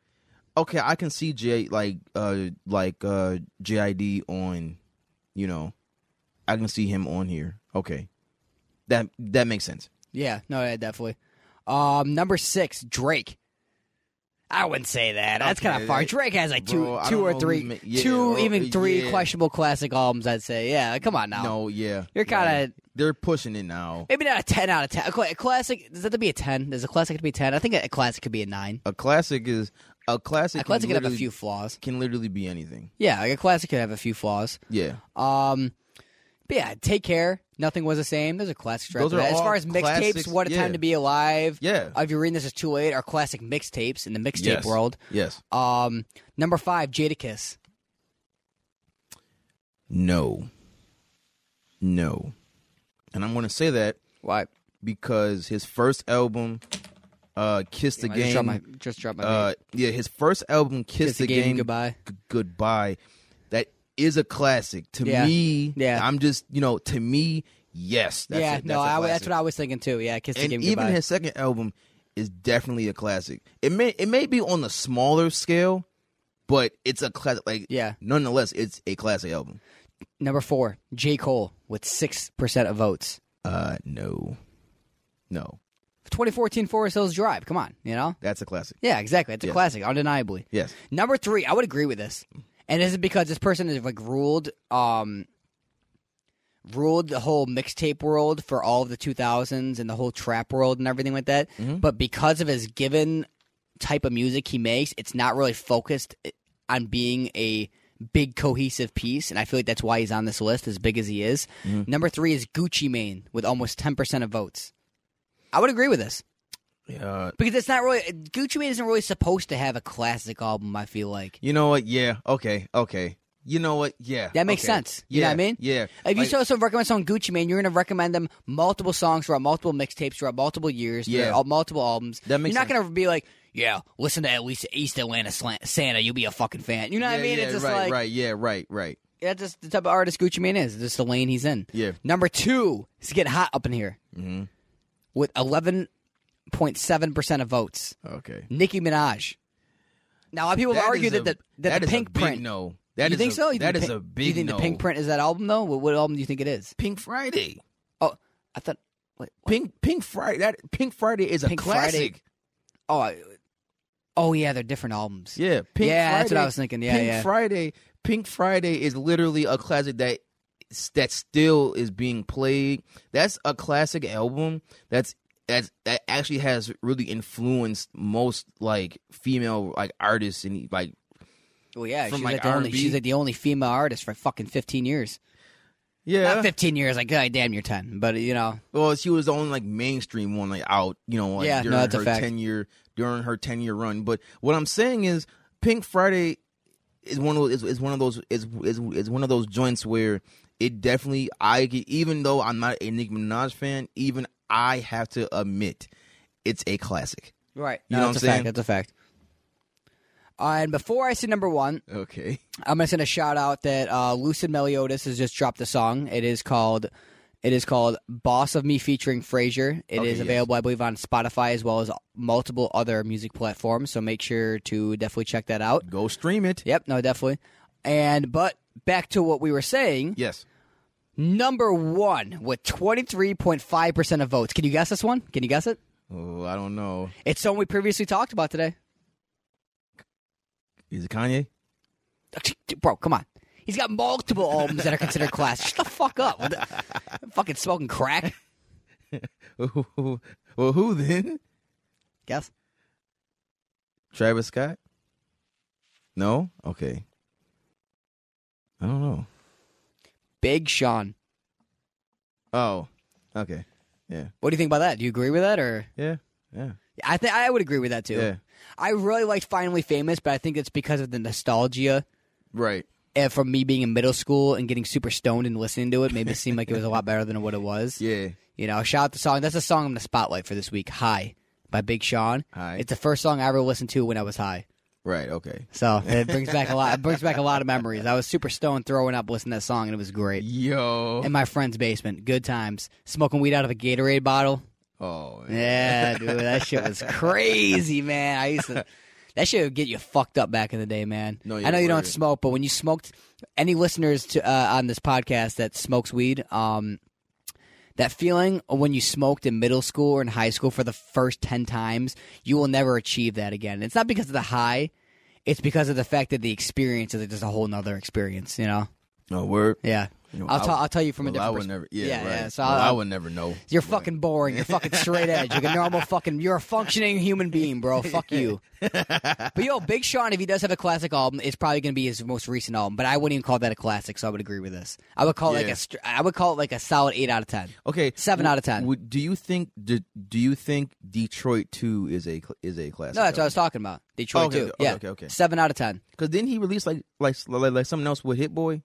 S3: okay, I can see J like uh like uh JID on, you know, I can see him on here. Okay, that that makes sense.
S2: Yeah, no, yeah, definitely. Um, number six, Drake. I wouldn't say that. That's kind
S3: Okay,
S2: of far.
S3: that-
S2: Drake has like two,
S3: Bro, I
S2: two
S3: don't
S2: or
S3: know
S2: three,
S3: who's ma- yeah,
S2: two,
S3: or- uh,
S2: even three
S3: yeah.
S2: questionable classic albums. I'd say, yeah. Come on now,
S3: No, yeah,
S2: you're kind of
S3: they're pushing it now.
S2: maybe not a ten out of ten. A cla- a classic does that have to be a ten? Does a classic have to be a ten? I think a, a classic could be a nine.
S3: A classic is a classic.
S2: A classic
S3: can
S2: could have a
S3: literally-
S2: few flaws.
S3: Can literally be anything.
S2: Yeah, like a classic could have a few flaws.
S3: Yeah,
S2: Um, but yeah, take care. Nothing was the same. Those are classics. Right
S3: Those
S2: after
S3: are
S2: that. as
S3: all
S2: far as mixtapes,
S3: classics,
S2: what a
S3: yeah.
S2: time to be alive.
S3: yeah,
S2: Uh, if you're reading this, is too late. Are classic mixtapes in the mixtape
S3: Yes.
S2: world.
S3: yes.
S2: Um, number five, Jadakiss.
S3: No, no, and I'm gonna say that
S2: Why?
S3: because his first album, uh, "Kiss the
S2: I just
S3: Game,"
S2: dropped my just dropped my
S3: uh, yeah, his first album, "Kiss,
S2: the game, goodbye.
S3: G- goodbye, that is a classic to
S2: Yeah.
S3: me.
S2: Yeah.
S3: I'm just you know to me, yes. That's
S2: yeah,
S3: a, that's
S2: no,
S3: a
S2: I,
S3: classic.
S2: that's what I was thinking too. Yeah, kiss the
S3: and
S2: game
S3: even
S2: goodbye.
S3: his second album is definitely a classic. It may it may be on the smaller scale, but it's a classic. Like
S2: Yeah.
S3: nonetheless, it's a classic album.
S2: number four, J Cole with six percent of votes.
S3: Uh, no, no,
S2: 2014 Forest Hills Drive. Come on, you know.
S3: that's a classic.
S2: Yeah, exactly. It's a
S3: Yes.
S2: classic, undeniably.
S3: Yes,
S2: Number three, I would agree with this, and this is because this person has like ruled, um, ruled the whole mixtape world for all of the 2000s and the whole trap world and everything like that. But because of his given type of music he makes, it's not really focused on being a big cohesive piece, and I feel like that's why he's on this list as big as he is. Number three is Gucci Mane with almost 10 percent of votes. I would agree with this.
S3: Yeah.
S2: Because it's not really Gucci Mane isn't really supposed to have a classic album. I feel like
S3: You know what? Yeah. Okay. Okay. You know what? Yeah.
S2: That makes
S3: okay.
S2: sense. You know
S3: yeah,
S2: what I mean?
S3: Yeah.
S2: if you
S3: Like,
S2: saw someone recommend someone Gucci Mane, you're going to recommend them multiple songs throughout multiple mixtapes throughout multiple years,
S3: Yeah.
S2: throughout multiple albums.
S3: That makes
S2: you're not
S3: sense.
S2: going to be like, yeah, listen to at least East Atlanta Slant- Santa, you'll be a fucking fan. You know what
S3: yeah,
S2: I mean?
S3: yeah,
S2: it's just
S3: right,
S2: like
S3: right. Yeah. Right. Right.
S2: that's just the type of artist Gucci Mane is. Just the lane he's in.
S3: Yeah.
S2: Number two is getting hot up in here
S3: Mhm.
S2: with 11.7 percent of votes.
S3: Okay.
S2: Nicki Minaj. Now, a lot of people have
S3: That
S2: argued
S3: is
S2: that
S3: a-
S2: the that,
S3: that
S2: the
S3: is a
S2: Pink
S3: big
S2: Print.
S3: No. That
S2: you
S3: is
S2: think
S3: a,
S2: so? You
S3: That
S2: think
S3: is
S2: the
S3: a
S2: Pink-
S3: big
S2: Do you think
S3: no.
S2: the Pink Print is that album though? What, what album do you think it is?
S3: Pink Friday.
S2: Oh, I thought. Wait, what?
S3: Pink Pink Friday. That Pink Friday is a
S2: Pink Friday.
S3: classic.
S2: Oh, I- oh yeah, they're different albums.
S3: Yeah. Pink
S2: yeah,
S3: Friday.
S2: that's what I was thinking. Yeah,
S3: Pink
S2: yeah.
S3: Friday. Pink Friday is literally a classic that that still is being played. That's a classic album. That's that's that actually has really influenced most like female like artists and like
S2: well, yeah,
S3: From,
S2: she's
S3: like,
S2: like, the only
S3: R&B?
S2: she's like the only female artist for fucking fifteen years.
S3: yeah.
S2: Not fifteen years, like god damn, you're ten. But you know,
S3: Well, she was the only like mainstream one like out, you know, like,
S2: Yeah, no,
S3: during
S2: that's a
S3: her
S2: fact.
S3: ten year during her ten year run. But what I'm saying is, Pink Friday is one of those, is, is one of those is, is is one of those joints where it definitely I even though I'm not a Nicki Minaj fan, even I have to admit it's a classic.
S2: right?
S3: You
S2: No,
S3: know
S2: that's
S3: what
S2: a
S3: I'm
S2: fact.
S3: saying?
S2: That's a fact. Uh, and before I say number one,
S3: Okay, (laughs)
S2: I'm gonna send a shout out that uh, Lucid Meliodas has just dropped a song. It is called it is called "Boss of Me" featuring Frasier. It is
S3: Okay, yes.
S2: available, I believe, on Spotify as well as multiple other music platforms. So make sure to definitely check that out.
S3: go stream it.
S2: Yep, no, definitely. And but back to what we were saying.
S3: Yes,
S2: Number one with 23.5 percent of votes. Can you guess this one? Can you guess it?
S3: oh, I don't know,
S2: It's someone we previously talked about today.
S3: is it Kanye? (laughs)
S2: Bro, come on. He's got multiple albums that are considered classic. Shut the fuck up. What the- fucking smoking crack.
S3: well, Oh, who then?
S2: Guess.
S3: Travis Scott? No? Okay. I don't know.
S2: Big Sean.
S3: Oh. Okay. Yeah.
S2: What do you think about that? Do you agree with that or
S3: Yeah. Yeah.
S2: I think I would agree with that too.
S3: Yeah.
S2: I really liked Finally Famous, but I think it's because of the nostalgia
S3: Right.
S2: and from me being in middle school and getting super stoned and listening to it made it seem like it was a lot better than what it was.
S3: Yeah.
S2: You know, shout out the song. That's the song I'm gonna spotlight for this week. High by Big Sean.
S3: High.
S2: It's the first song I ever listened to when I was high.
S3: Right. Okay.
S2: So it brings back a lot. It brings back a lot of memories. I was super stoned, throwing up, listening to that song, and it was great.
S3: Yo.
S2: In my friend's basement, good times, smoking weed out of a Gatorade bottle.
S3: Oh.
S2: Yeah,
S3: man.
S2: dude, that shit was crazy, man. I used
S3: (laughs)
S2: to. That shit would get you fucked up back in the day, man.
S3: No,
S2: I
S3: you're
S2: know you don't
S3: right.
S2: smoke, but when you smoked, any listeners to, uh, on this podcast that smokes weed, um, that feeling of when you smoked in middle school or in high school for the first ten times, you will never achieve that again. It's not because of the high; it's because of the fact that the experience is just a whole nother experience. You know?
S3: No word.
S2: Yeah.
S3: You know,
S2: I'll,
S3: I
S2: tell.
S3: would-
S2: I'll tell you from a
S3: Well, I
S2: different.
S3: would
S2: pers-
S3: never. Yeah.
S2: yeah,
S3: right.
S2: yeah. So
S3: Well,
S2: I'll-
S3: I would never know.
S2: you're fucking boring. You're fucking straight edge. You're a normal fucking. You're a functioning human being, bro. Fuck you. But yo, Big Sean, if he does have a classic album, it's probably going to be his most recent album. But I wouldn't even call that a classic, so I would agree with this. I would call it like
S3: Yeah.
S2: a. str- I would call it like a solid eight out of ten.
S3: Okay.
S2: Seven
S3: w-
S2: out of ten.
S3: would- do you think do, do you think Detroit 2 is a cl- is a classic?
S2: No, that's what I was talking about. Detroit
S3: Okay,
S2: too.
S3: okay,
S2: yeah.
S3: okay, okay. Cuz didn't he release like like like, like something else with Hit Boy?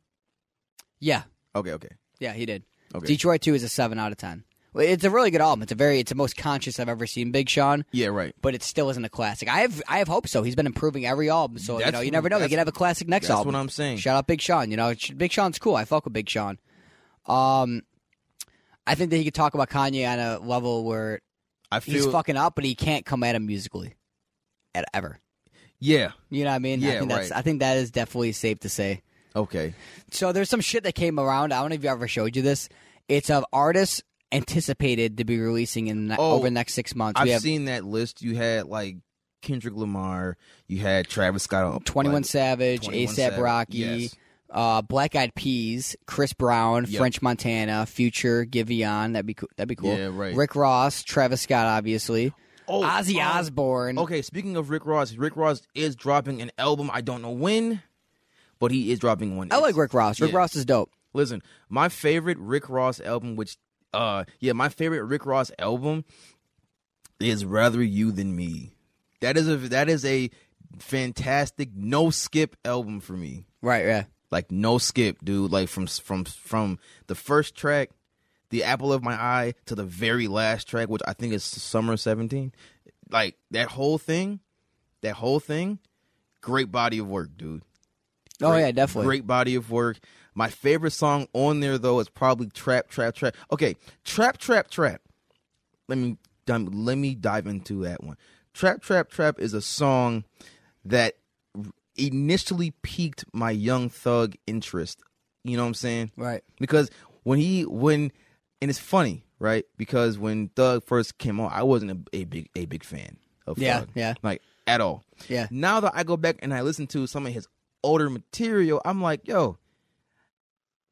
S2: Yeah.
S3: Okay, okay.
S2: Yeah, he did.
S3: Okay.
S2: Detroit two is a seven out of ten. Well, It's a really good album. It's a very. It's the most conscious I've ever seen Big Sean.
S3: Yeah, right.
S2: But it still isn't a classic. I have I have hope so. He's been improving every album, so you
S3: That's
S2: know you
S3: what-
S2: never know. They
S3: that's-
S2: could have a classic next
S3: That's
S2: album.
S3: what I'm saying.
S2: Shout out Big Sean. You know, Sh- Big Sean's cool. I fuck with Big Sean. Um, I think that he could talk about Kanye on a level where
S3: I
S2: he's
S3: feel
S2: fucking up, but he can't come at him musically, at ever.
S3: Yeah.
S2: You know what I mean? I
S3: Yeah,
S2: think that's,
S3: right.
S2: I think that is definitely safe to say.
S3: Okay.
S2: So there's some shit that came around. I don't know if you ever showed you this. It's of artists anticipated to be releasing in the-
S3: Oh,
S2: over the next six months.
S3: I've
S2: we have
S3: seen that list. You had like Kendrick Lamar, you had Travis Scott, on-
S2: 21
S3: like,
S2: Savage,
S3: 21
S2: ASAP
S3: Sav-
S2: Rocky,
S3: yes.
S2: uh, Black Eyed Peas, Chris Brown,
S3: Yep.
S2: French Montana, Future, Giveon. That'd be cool. That'd be cool.
S3: Yeah, right.
S2: Rick Ross, Travis Scott, obviously.
S3: Oh,
S2: Ozzy
S3: oh.
S2: Osbourne.
S3: Okay, speaking of Rick Ross, Rick Ross is dropping an album. I don't know when, but he is dropping one.
S2: I like Rick Ross. Rick
S3: Yeah.
S2: Ross is dope.
S3: Listen, my favorite Rick Ross album, which uh yeah, my favorite Rick Ross album is rather you than me. That is a that is a fantastic no skip album for me.
S2: Right, yeah.
S3: Like no skip, dude. Like from from from the first track, the apple of my eye, to the very last track, which I think is Summer Seventeen. Like that whole thing, that whole thing, great body of work, dude.
S2: Oh
S3: Great-
S2: yeah, definitely.
S3: Great body of work. My favorite song on there though is probably Trap Trap Trap. Okay, Trap Trap Trap. Let me um, let me dive into that one. Trap Trap Trap is a song that initially piqued my young thug interest. You know what I'm saying?
S2: Right.
S3: because when he when and it's funny right because when Thug first came on, I wasn't a, a big a big fan of
S2: Yeah,
S3: Thug,
S2: yeah.
S3: like at all.
S2: Yeah.
S3: Now that I go back and I listen to some of his older material, I'm like, yo,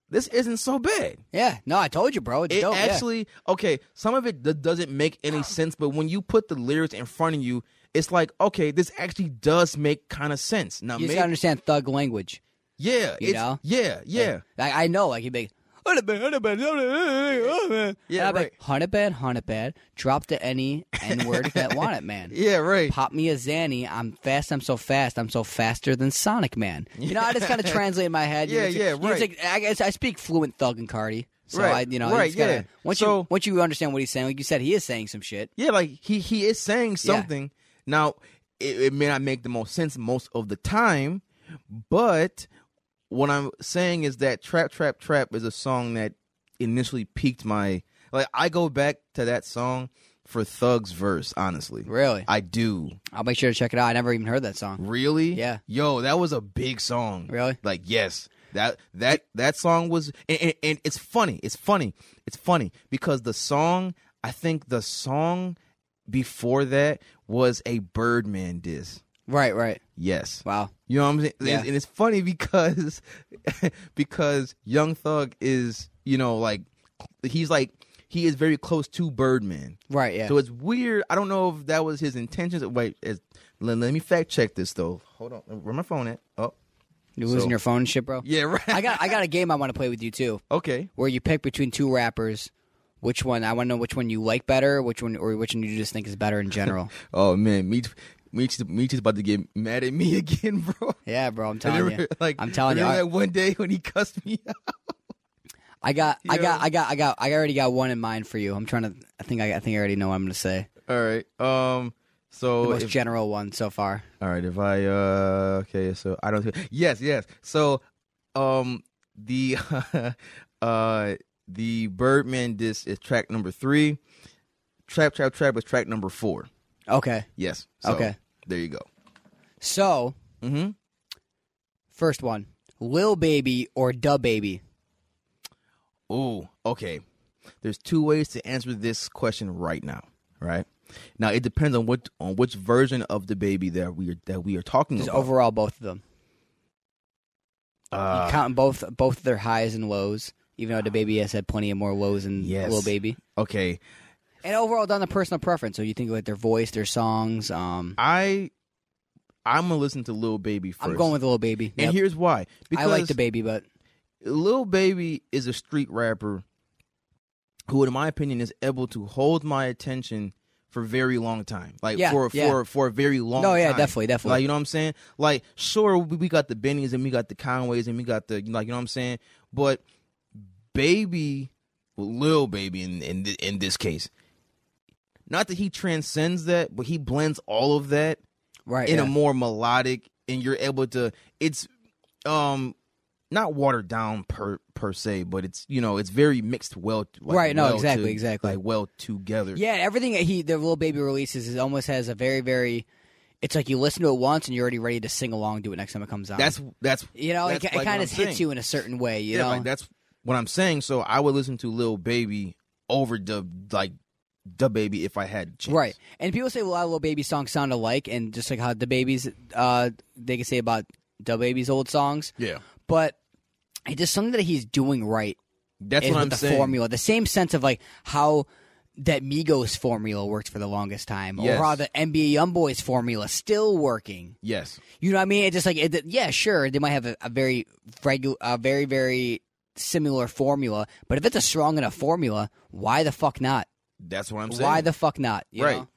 S3: this isn't so bad.
S2: Yeah. No, I told you, bro. It's
S3: It
S2: dope. Oh, yeah.
S3: actually okay. Some of it d- doesn't make any sense, but when you put the lyrics in front of you, it's like, okay, this actually does make kind of sense. Now,
S2: You just
S3: maybe,
S2: gotta understand thug language.
S3: yeah,
S2: you
S3: it's,
S2: know?
S3: yeah, yeah,
S2: Like I know, like he'd be hundred bad, hundred bad,
S3: Yeah, right.
S2: hundred bad, hundred bad. Drop the any n word that want it,
S3: (laughs)
S2: man.
S3: yeah, right.
S2: Pop me a Zanny. I'm fast. I'm so fast. I'm so faster than Sonic Man. You know, I just
S3: (laughs)
S2: kind of translate in my head. You
S3: Yeah,
S2: know, it's-
S3: yeah,
S2: you know, it's
S3: right.
S2: like- I guess I speak fluent thug and Cardi. So
S3: Right,
S2: I, you know,
S3: right,
S2: you just gotta,
S3: yeah.
S2: Once you
S3: So-
S2: once you understand what he's saying, like you said, he is saying some shit.
S3: Yeah, like he he is saying
S2: Yeah.
S3: something. Now, it, it may not make the most sense most of the time, but what I'm saying is that Trap Trap Trap is a song that initially piqued my like I go back to that song for Thug's verse, honestly.
S2: Really,
S3: I do.
S2: I'll make sure to check it out. I never even heard that song.
S3: Really?
S2: Yeah.
S3: Yo, that was a big song.
S2: Really?
S3: Like yes. That that that song was and, and, and it's funny. It's funny. It's funny because the song I think the song before that was a Birdman diss.
S2: Right, right.
S3: Yes.
S2: Wow.
S3: You know what I'm saying? And-
S2: Yeah.
S3: And it's funny because (laughs) because Young Thug is, you know, like he's like he is very close to Birdman.
S2: Right, yeah.
S3: So it's weird. I don't know if that was his intentions. Wait, is, let, let me fact check this though. Hold on. Where my phone at? Oh,
S2: you losing
S3: so-
S2: your phone and shit, bro.
S3: yeah, (laughs) right.
S2: I got I got a game I want to play with you too,
S3: okay.
S2: where you pick between two rappers. Which one? I want to know which one you like better, which one, or which one you just think is better in general.
S3: (laughs) Oh man, Meech, Meech, Meech is about to get mad at me (laughs) again, bro.
S2: yeah, bro, I'm telling you.
S3: Remember, like
S2: I'm telling you.
S3: remember
S2: I,
S3: that one day when he cussed me out.
S2: I got, I
S3: Yeah.
S2: got, I got, I got, I already got one in mind for you. I'm trying to. I think I, I think I already know what I'm going to say.
S3: All right. Um.
S2: The
S3: So
S2: most
S3: if-
S2: general one so far.
S3: All right, if I uh okay, so I don't yes, yes. So um the (laughs) uh the Birdman disc is track number 3. Trap Trap Trap is track number 4.
S2: Okay,
S3: Yes. So,
S2: Okay.
S3: There you go.
S2: so
S3: Mhm.
S2: first one, Lil Baby or Da Baby.
S3: Ooh, okay. There's two ways to answer this question right now, right? Now it depends on what on which version of the baby that we are that we are talking
S2: Just
S3: about.
S2: overall, both of them.
S3: Uh,
S2: you count both both their highs and lows, even though the baby has had plenty of more lows than
S3: Yes.
S2: Lil Baby.
S3: okay.
S2: And overall, down to personal preference. So you think like their voice, their songs. Um,
S3: I I'm going to listen to Lil Baby first.
S2: I'm going with Lil Baby.
S3: And
S2: Yep.
S3: here's why.
S2: I
S3: Because
S2: like the baby, but
S3: Lil Baby is a street rapper who, in my opinion, is able to hold my attention for a very long time. Like
S2: Yeah,
S3: for
S2: yeah.
S3: for for a very long
S2: No, yeah,
S3: time.
S2: definitely, definitely.
S3: Like you know what I'm saying? Like sure we, we got the Bennies and we got the Conways and we got the like you know what I'm saying? But baby well, Lil Baby in in thi- in this case. Not that he transcends that, but he blends all of that
S2: right.
S3: in
S2: yeah.
S3: a more melodic and you're able to it's um not watered down per per se but it's you know it's very mixed well like,
S2: Right, no,
S3: well
S2: exactly,
S3: to-
S2: exactly.
S3: like well together
S2: yeah, everything that he the Lil Baby releases is almost has a very very. It's like you listen to it once and you're already ready to sing along to it next time it comes out.
S3: that's that's
S2: you know,
S3: that's
S2: it,
S3: like what
S2: kind
S3: I'm
S2: of hits
S3: saying.
S2: you in a certain way. You
S3: yeah
S2: know,
S3: like that's what i'm saying so i would listen to lil baby over the like the baby if i had a chance
S2: Right. And people say a lot of Lil Baby songs sound alike, and just like how the babies, uh, they can say about the baby's old songs.
S3: Yeah.
S2: But it's just something that he's doing right.
S3: that's
S2: is
S3: what
S2: with
S3: i'm
S2: the
S3: saying
S2: formula. The same sense of like how that Migos formula worked for the longest time,
S3: Yes.
S2: or how the NBA YoungBoys formula still working.
S3: yes
S2: You know what I mean? It's just like, it, yeah, sure, they might have a, a very regular, a very very similar formula, but if it's a strong enough formula, why the fuck not?
S3: that's what i'm saying
S2: Why the fuck not? You
S3: right
S2: know?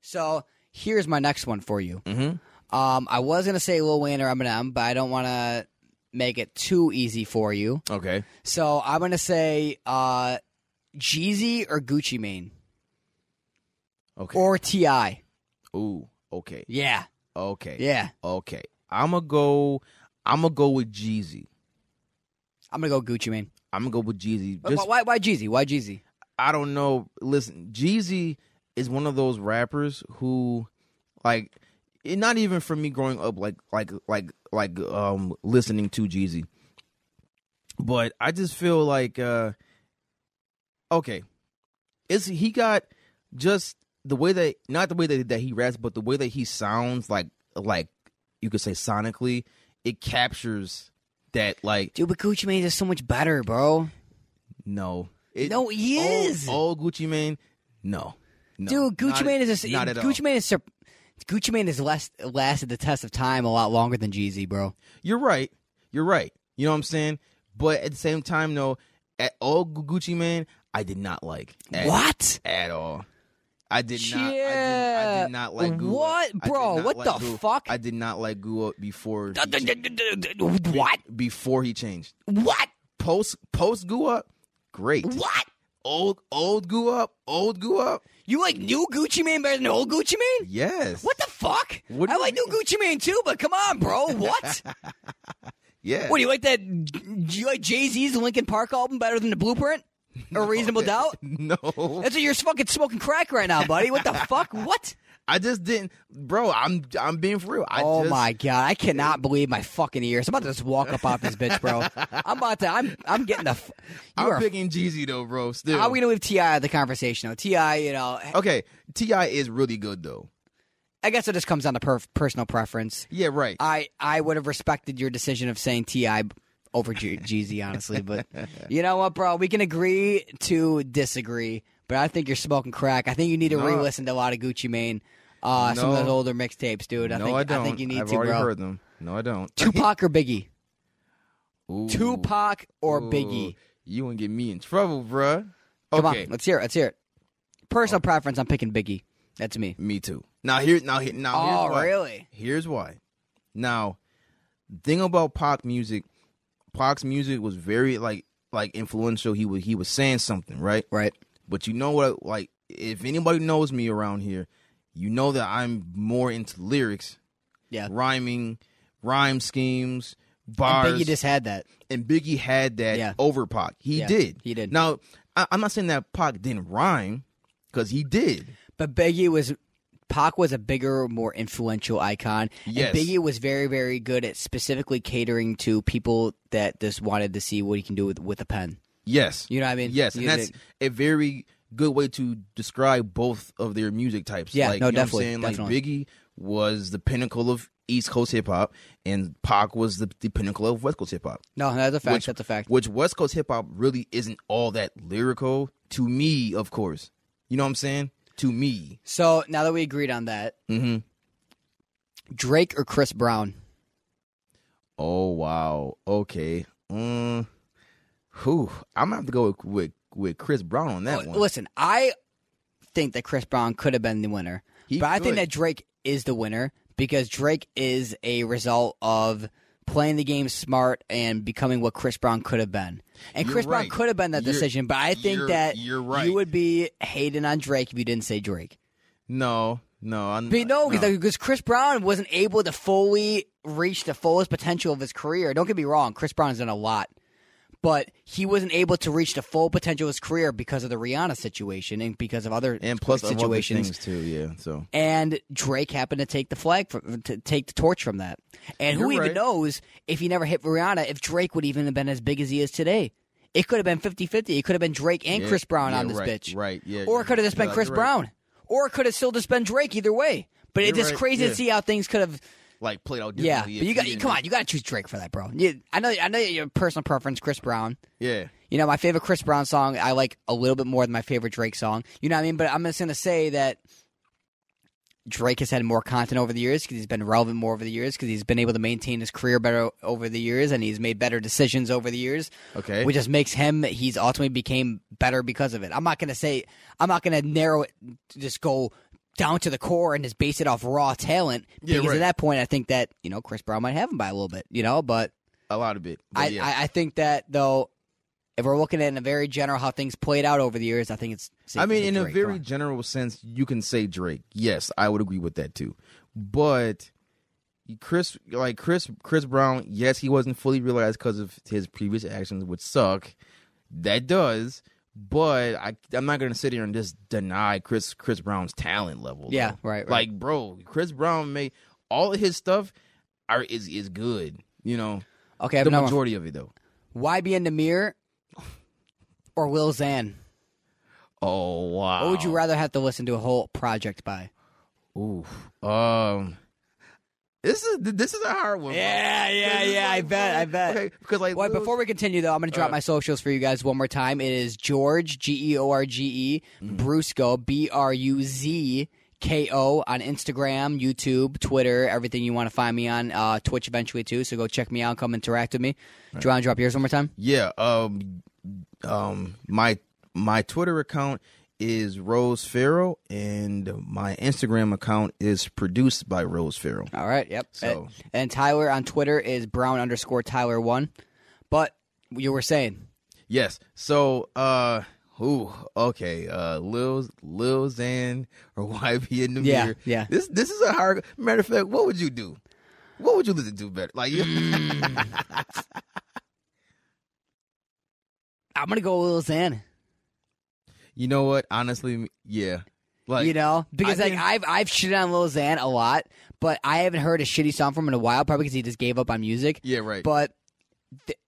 S2: So here's my next one for you. Mm-hmm. Um, I was gonna say Lil Wayne or Eminem, but I don't want to make it too easy for you.
S3: Okay.
S2: So I'm gonna say uh, Jeezy or Gucci Mane
S3: Okay.
S2: or Ti.
S3: Ooh. Okay.
S2: Yeah,
S3: Okay.
S2: yeah.
S3: Okay. I'ma go. I'ma go with Jeezy.
S2: I'm gonna go Gucci Mane.
S3: I'ma go with Jeezy.
S2: Why-
S3: Just
S2: why, why Jeezy? Why Jeezy?
S3: I don't know. Listen, Jeezy is one of those rappers who, like, it, not even for me growing up, like, like, like, like, um, listening to Jeezy. But I just feel like, uh okay, it's he got just the way that not the way that that he raps, but the way that he sounds, like, like you could say sonically, it captures that, like,
S2: Dude, but Gucci Mane is so much better, bro.
S3: no, it,
S2: No, he
S3: old-
S2: is.
S3: old Gucci Mane. No, no,
S2: Dude, Gucci
S3: Not- e-
S2: Mane is a,
S3: not at
S2: Gucci
S3: all.
S2: Mane is sur- Gucci Mane has last, lasted the test of time a lot longer than Jeezy, bro.
S3: You're right. You're right. You know what I'm saying? But at the same time, though, at old Gu- Gucci Mane, I did not like at,
S2: What?
S3: at all. I did not. I did, I
S2: Yeah.
S3: did not like Guo.
S2: What?
S3: I did
S2: Bro,
S3: not
S2: what
S3: like
S2: the
S3: Guo.
S2: fuck?
S3: I did not like Guo before he cha-
S2: What?
S3: before he changed.
S2: What?
S3: Post post Guo, great.
S2: What?
S3: Old old Guo, old Guo,
S2: You like new Gucci Mane better than old Gucci Mane?
S3: yes.
S2: What the fuck?
S3: What do
S2: I
S3: you (laughs)
S2: like new Gucci Mane too, but come on, bro. What?
S3: Yeah.
S2: what do you like that? Do you like Jay Z's Linkin Park album better than the Blueprint or Reasonable Doubt?
S3: (laughs) no.
S2: That's what you're fucking smoking crack right now, buddy.
S3: (laughs)
S2: What the fuck? What?
S3: I just didn't, bro. I'm I'm being for real. I
S2: oh
S3: just,
S2: my god, I
S3: (laughs)
S2: cannot believe my fucking ears. I'm about to just walk up off this bitch, bro. I'm about to. I'm. I'm getting the. F- you
S3: I'm
S2: are.
S3: picking Jeezy though, bro. Still,
S2: how are we gonna leave Ti out of the conversation? Though Ti, you know,
S3: okay. Ti is really good though.
S2: I guess it just comes down to per- personal preference.
S3: Yeah, right.
S2: I I would have respected your decision of saying Ti over G- Jeezy, honestly.
S3: (laughs)
S2: But you know what, bro? We can agree to disagree. But I think you're smoking crack. I think you need to
S3: No.
S2: re-listen to a lot of Gucci Mane, uh, some of
S3: No.
S2: those older mixtapes, dude. I
S3: no,
S2: think
S3: I don't.
S2: think you need
S3: I've
S2: to,
S3: already
S2: bro.
S3: heard them. No, I don't.
S2: Tupac or Biggie?
S3: Ooh.
S2: Tupac or
S3: Ooh.
S2: Biggie?
S3: You wouldn't get me in trouble, bruh.
S2: Come
S3: Okay,
S2: on, let's hear it. Let's hear it. Personal preference, I'm picking Biggie. That's me.
S3: me too. Now here, now here, now
S2: Oh,
S3: here's why.
S2: really?
S3: Here's why. Now, thing about Pac music, Pac's music was very like like influential. He was he was saying something, right?
S2: Right.
S3: But you know what? Like, if anybody knows me around here, you know that I'm more into lyrics,
S2: Yeah.
S3: rhyming, rhyme schemes,
S2: And
S3: bars.
S2: Biggie just had that.
S3: and Biggie had that
S2: Yeah.
S3: over Pac. He
S2: Yeah,
S3: did.
S2: he did.
S3: Now, I, I'm not saying that Pac didn't rhyme, because he did.
S2: But Biggie was Pac was a bigger, more influential icon.
S3: Yes.
S2: And Biggie was very, very good at specifically catering to people that just wanted to see what he can do with with a pen.
S3: Yes.
S2: You know what I mean?
S3: Yes, and
S2: You
S3: that's
S2: did-
S3: a very good way to describe both of their music types.
S2: Yeah,
S3: like,
S2: no,
S3: you know what
S2: definitely,
S3: I'm saying?
S2: definitely.
S3: Like Biggie was the pinnacle of East Coast hip hop, and Pac was the, the pinnacle of West Coast hip hop.
S2: no, that's a fact.
S3: Which-
S2: that's a fact.
S3: Which West Coast hip hop really isn't all that lyrical to me, of course. You know what I'm saying? To me,
S2: so now that we agreed on that,
S3: hmm
S2: Drake or Chris Brown?
S3: Oh wow. Okay. Mm. Whew. I'm gonna have to go with with, with Chris Brown on that
S2: Well,
S3: one.
S2: Listen, I think that Chris Brown could have been the winner,
S3: He
S2: but I think
S3: could.
S2: that Drake is the winner because Drake is a result of playing the game smart and becoming what Chris Brown could have been. And
S3: You're
S2: Chris Brown
S3: right.
S2: could have been that
S3: You're-
S2: decision, but I think
S3: you're-
S2: that
S3: you're right.
S2: you would be hating on Drake if you didn't say Drake.
S3: No, no, I'm,
S2: But no, because Chris Brown wasn't able to fully reach the fullest potential of his career. Don't get me wrong, Chris Brown has done a lot, but he wasn't able to reach the full potential of his career because of the Rihanna situation and because of other
S3: and plus other
S2: situations.
S3: things too. Yeah. So
S2: And Drake happened to take the flag, from, to take the torch from that. And who
S3: You're
S2: even
S3: right.
S2: knows if he never hit Rihanna, if Drake would even have been as big as he is today. It could have been 50 50. It could have been Drake and
S3: Yeah,
S2: Chris Brown
S3: yeah,
S2: on this
S3: right,
S2: bitch.
S3: right, yeah,
S2: Or it could have just been
S3: yeah,
S2: Chris
S3: you're right.
S2: Brown. Or it could have still just been Drake either way. But it's
S3: You're
S2: just
S3: right,
S2: crazy
S3: yeah.
S2: to see how things could have.
S3: like played out
S2: Yeah.
S3: differently.
S2: But
S3: if
S2: you got,
S3: he didn't-
S2: come on, you got to choose Drake for that, bro. You, I know I know your personal preference, Chris Brown.
S3: Yeah.
S2: You know, my favorite Chris Brown song, I like a little bit more than my favorite Drake song. You know what I mean? But I'm just going to say that Drake has had more content over the years because he's been relevant more over the years because he's been able to maintain his career better over the years and he's made better decisions over the years,
S3: Okay.
S2: which just makes him, he's ultimately became better because of it. I'm not going to say, I'm not going to narrow it, to just go down to the core and just base it off raw talent.
S3: Yeah,
S2: because
S3: right.
S2: at that point, I think that you know Chris Brown might have him by a little bit, you know. But
S3: a lot of it. But
S2: I,
S3: yeah.
S2: I, I think that though, if we're looking at in a very general how things played out over the years, I think it's. safe
S3: I
S2: to
S3: mean,
S2: say
S3: in a
S2: Drake. Come
S3: very
S2: on.
S3: general sense, you can say Drake. Yes, I would agree with that too. But Chris, like Chris, Chris Brown, yes, he wasn't fully realized because of his previous actions, which suck. That does. But I, I'm not gonna sit here and just deny Chris Chris Brown's talent level.
S2: Yeah,
S3: though.
S2: right, right.
S3: Like, bro, Chris Brown made all of his stuff are is is good. You know,
S2: okay, I have
S3: the
S2: another one.
S3: majority of it though.
S2: YBN Demir or Will Zan?
S3: Oh wow.
S2: What would you rather have to listen to a whole project by?
S3: Ooh. Um. This is this is a hard one. bro.
S2: Yeah, yeah,
S3: This is
S2: yeah, I bet, I bet.
S3: Okay, because like
S2: Wait,
S3: Lil-
S2: before we continue, though, I'm going to drop my socials for you guys one more time. It is George, G E O R G E, Brusco, B R U Z K O on Instagram, YouTube, Twitter, everything you want to find me on, uh, Twitch eventually, too. So go check me out, come interact with me. Do you want to drop yours one more time?
S3: yeah. Um. Um. My my Twitter account is Rose Farrell, and my Instagram account is produced by Rose Farrell.
S2: All right, yep.
S3: So-
S2: And, and Tyler on Twitter is brown underscore Tyler1. But you were saying,
S3: Yes. So. Uh. Ooh. Okay. Uh. Lil Lil Xan or (laughs) YB in the
S2: Yeah,
S3: mirror.
S2: yeah.
S3: This this is a hard matter of fact. What would you do? What would you listen to better? Like (laughs) you.
S2: Mm. I'm going to go Lil Xan.
S3: You know what? Honestly, yeah. Like
S2: you know, because
S3: I
S2: like
S3: think-
S2: I've I've shitted on Lil Xan a lot, but I haven't heard a shitty song from him in a while, probably because he just gave up on music.
S3: yeah, right.
S2: But th-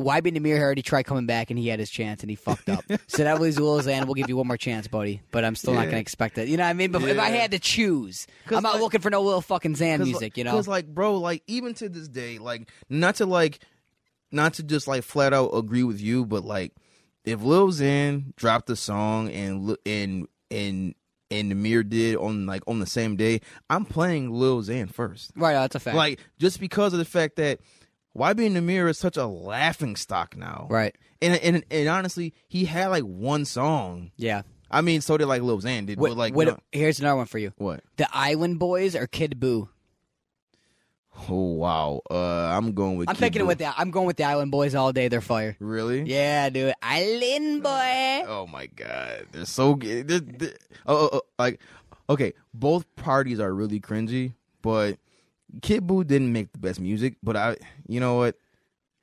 S2: YB Namir already tried coming back and he had his chance and he fucked
S3: (laughs)
S2: up. so that leaves Lil Xan. We'll give you one more chance, buddy. But I'm still not
S3: Yeah.
S2: gonna expect it. You know what I mean? But if I
S3: Yeah.
S2: had to choose,
S3: 'Cause,
S2: I'm not
S3: like-
S2: looking for no Lil fucking Xan music. You know?
S3: because like, bro, like even to this day, like not to like, not to just like flat out agree with you, but like if Lil Xan dropped a song and Li- and and and Namir did on like on the same day, I'm playing Lil Xan first.
S2: right? That's a fact.
S3: Like just because of the fact that YB Namir is such a laughing stock now,
S2: right?
S3: And and and honestly, he had like one song.
S2: Yeah.
S3: I mean, so did like Lil Xan did,
S2: What,
S3: but like
S2: what-
S3: you know-
S2: here's another one for you:
S3: what?
S2: The Island Boys or Kid Boo?
S3: Oh wow. Uh I'm going with
S2: I'm
S3: Kid
S2: thinking
S3: Buu.
S2: with the I'm going with the Island Boys all day. They're fire.
S3: Really?
S2: Yeah, dude. Island boy.
S3: Oh my god. They're so good. They're, they're- oh, oh, oh, like okay, both parties are really cringy, but Kid Boo didn't make the best music, but I you know what?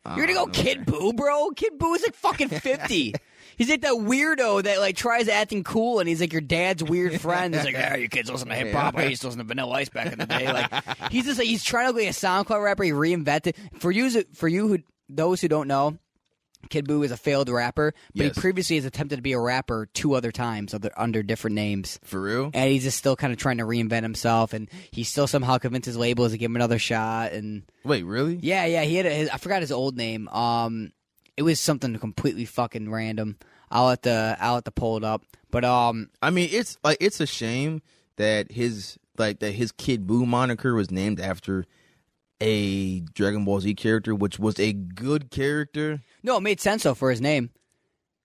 S3: I
S2: You're gonna go
S3: don't know.
S2: Kid Boo, bro? Kid Boo is like fucking fifty. he's like that weirdo that like tries acting cool, and he's like your dad's weird friend. He's like, yeah, your kids listen to hip hop. I used to listen to Vanilla Ice back in the day. Like he's just like he's trying to be a SoundCloud rapper. He reinvented for you. For you who those who don't know. Kid Boo is a failed rapper, but
S3: Yes.
S2: he previously has attempted to be a rapper two other times other, under different names.
S3: For real?
S2: and he's just still kind of trying to reinvent himself, and he still somehow convinced his labels to give him another shot. And
S3: Wait, really?
S2: yeah, yeah, he had a, his, I forgot his old name. Um, it was something completely fucking random. I'll have to I'll have to pull it up, but um,
S3: I mean, it's like it's a shame that his like that his Kid Boo moniker was named after a Dragon Ball Z character, which was a good character.
S2: no, it made sense though for his name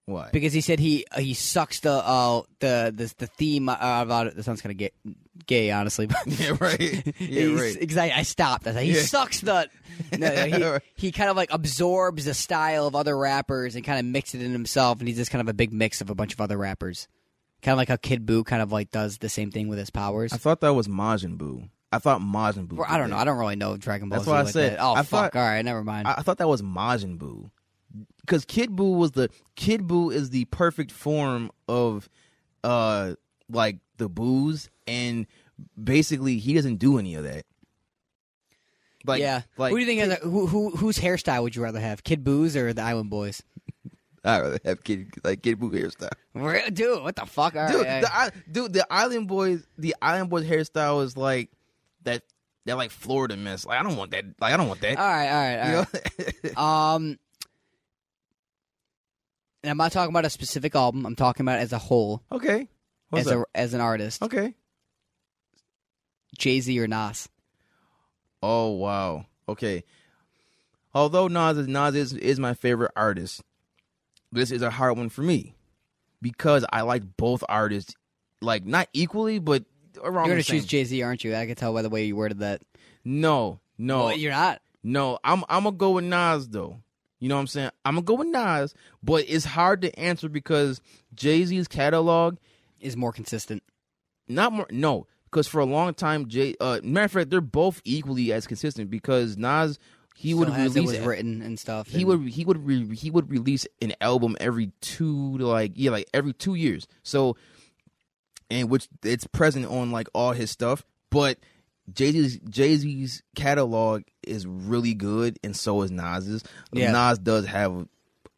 S3: Why?
S2: because he said he he sucks the uh the the, the theme uh, about it. That sounds kind of gay, gay honestly. (laughs) but-
S3: (laughs) yeah, right. Yeah,
S2: He's-
S3: right.
S2: Exactly. I stopped. I was like, he
S3: Yeah.
S2: sucks the. No,
S3: (laughs)
S2: no, he, he kind of like absorbs the style of other rappers and kind of mixes it in himself, and he's just kind of a big mix of a bunch of other rappers. Kind of like how Kid Boo kind of like does the same thing with his powers.
S3: I thought that was Majin Buu. I thought Majin Buu.
S2: Bro, I
S3: did
S2: don't know.
S3: that.
S2: I don't really know Dragon Ball.
S3: That's
S2: Z
S3: what I
S2: like
S3: said.
S2: that. Oh
S3: I
S2: fuck!
S3: thought-
S2: All right, never mind.
S3: I, I thought that was Majin Buu, because Kid Buu was the Kid Buu is the perfect form of, uh, like the booze, and basically he doesn't do any of that. Like,
S2: yeah.
S3: like
S2: who do you think? Has a, who, who whose hairstyle would you rather have, Kid Boo's or the Island Boys?
S3: I rather have Kid like Kid Buu hairstyle.
S2: Re- Dude, what the fuck? All right,
S3: dude,
S2: all right.
S3: the, I, dude, the Island Boys, the Island Boys hairstyle is like that. That like Florida mess. Like I don't want that. Like I don't want that.
S2: all right, all right, all
S3: you
S2: right.
S3: know?
S2: Um, and I'm not talking about a specific album. I'm talking about as a whole,
S3: (laughs) okay. What's
S2: as
S3: up?
S2: a as an artist,
S3: okay.
S2: Jay Z or Nas.
S3: Oh wow. Okay. Although Nas is Nas is, is my favorite artist, this is a hard one for me because I like both artists, like not equally, but around.
S2: You're gonna
S3: the same.
S2: choose Jay Z, aren't you? I can tell by the way you worded that.
S3: No, no,
S2: Well, you're not.
S3: no. I'm I'm gonna go with Nas though. You know what I'm saying? I'm gonna go with Nas, but it's hard to answer because Jay Z's catalog
S2: Is more consistent.
S3: not more no because for a long time Jay uh matter of fact they're both equally as consistent because Nas he
S2: Still
S3: would
S2: has
S3: release
S2: it was written and stuff.
S3: he
S2: and-
S3: would he would re, he would release an album every two to like yeah like every two years so and which it's present on like all his stuff but Jay Z's Jay Z's catalog is really good and so is Nas's
S2: Yeah.
S3: Nas does have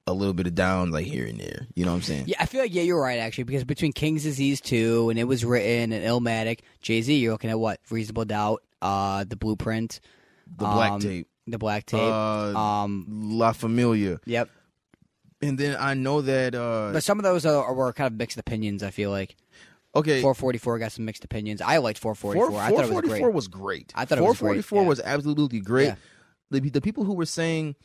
S3: a little bit of downs like here and there you know what I'm saying
S2: Yeah, I feel like yeah, you're right actually because between King's Disease two and it was written and Illmatic, Jay Z, you're looking at what Reasonable Doubt, uh, the Blueprint,
S3: the Black
S2: um,
S3: Tape
S2: the Black Tape,
S3: Uh,
S2: um,
S3: La Familia
S2: yep.
S3: and then I know that uh
S2: But some of those are, were kind of mixed opinions. I feel like
S3: okay
S2: 444 got some mixed opinions. I liked 444.
S3: Four-
S2: I thought it was
S3: 444
S2: great.
S3: was great.
S2: I thought it was great,
S3: 444
S2: yeah.
S3: was absolutely great.
S2: Yeah.
S3: The, the people who were saying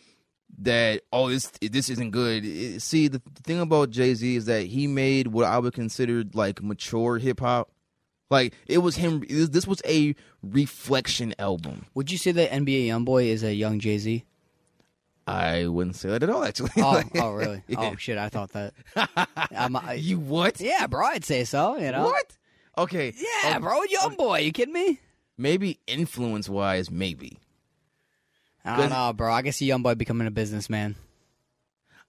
S3: that oh this this isn't good. it- see the, the thing about Jay Z is that he made what I would consider like mature hip hop. Like it was him. This this was a reflection album.
S2: Would you say that NBA YoungBoy is a young Jay
S3: (laughs)
S2: Z?
S3: I wouldn't say that at all. Actually,
S2: Oh,
S3: (laughs) Like,
S2: oh, really? Oh shit, I thought
S3: (laughs)
S2: that. I'm, I-
S3: you what?
S2: yeah, bro, I'd say so. You know
S3: What? Okay.
S2: Yeah,
S3: um,
S2: bro, YoungBoy. You kidding me?
S3: Maybe influence wise, maybe.
S2: I don't know, bro. I can see YoungBoy becoming a businessman.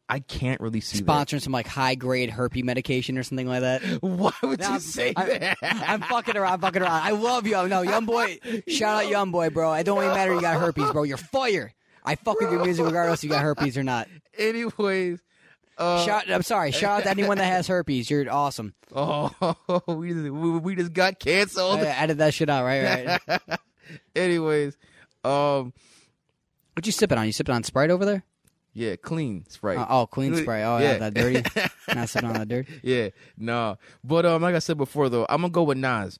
S3: I can't really see that.
S2: sponsoring some like high grade herpes medication or something like that.
S3: (laughs) Why would
S2: Nah,
S3: you say
S2: I-
S3: that?
S2: I'm fucking around, I'm fucking around. I love you. No, young boy, shout out young boy, bro. It don't even matter you got herpes, bro. You're fire. I fuck with your music regardless you got herpes or not.
S3: Anyways, uh,
S2: Shout, I'm sorry. Shout out to anyone that has herpes. You're awesome.
S3: (laughs) oh, we just, we, we just got
S2: I
S3: canceled.
S2: added that shit out, right?
S3: (laughs)
S2: Right.
S3: Anyways, um,
S2: What you sipping on? You sipping on Sprite over there?
S3: yeah, clean Sprite.
S2: Uh, oh, clean Sprite. Oh, yeah,
S3: Yeah.
S2: that
S3: (laughs)
S2: dirty. Not sipping on that dirty.
S3: yeah, no. But um, like I said before, though, I'm gonna go with Nas.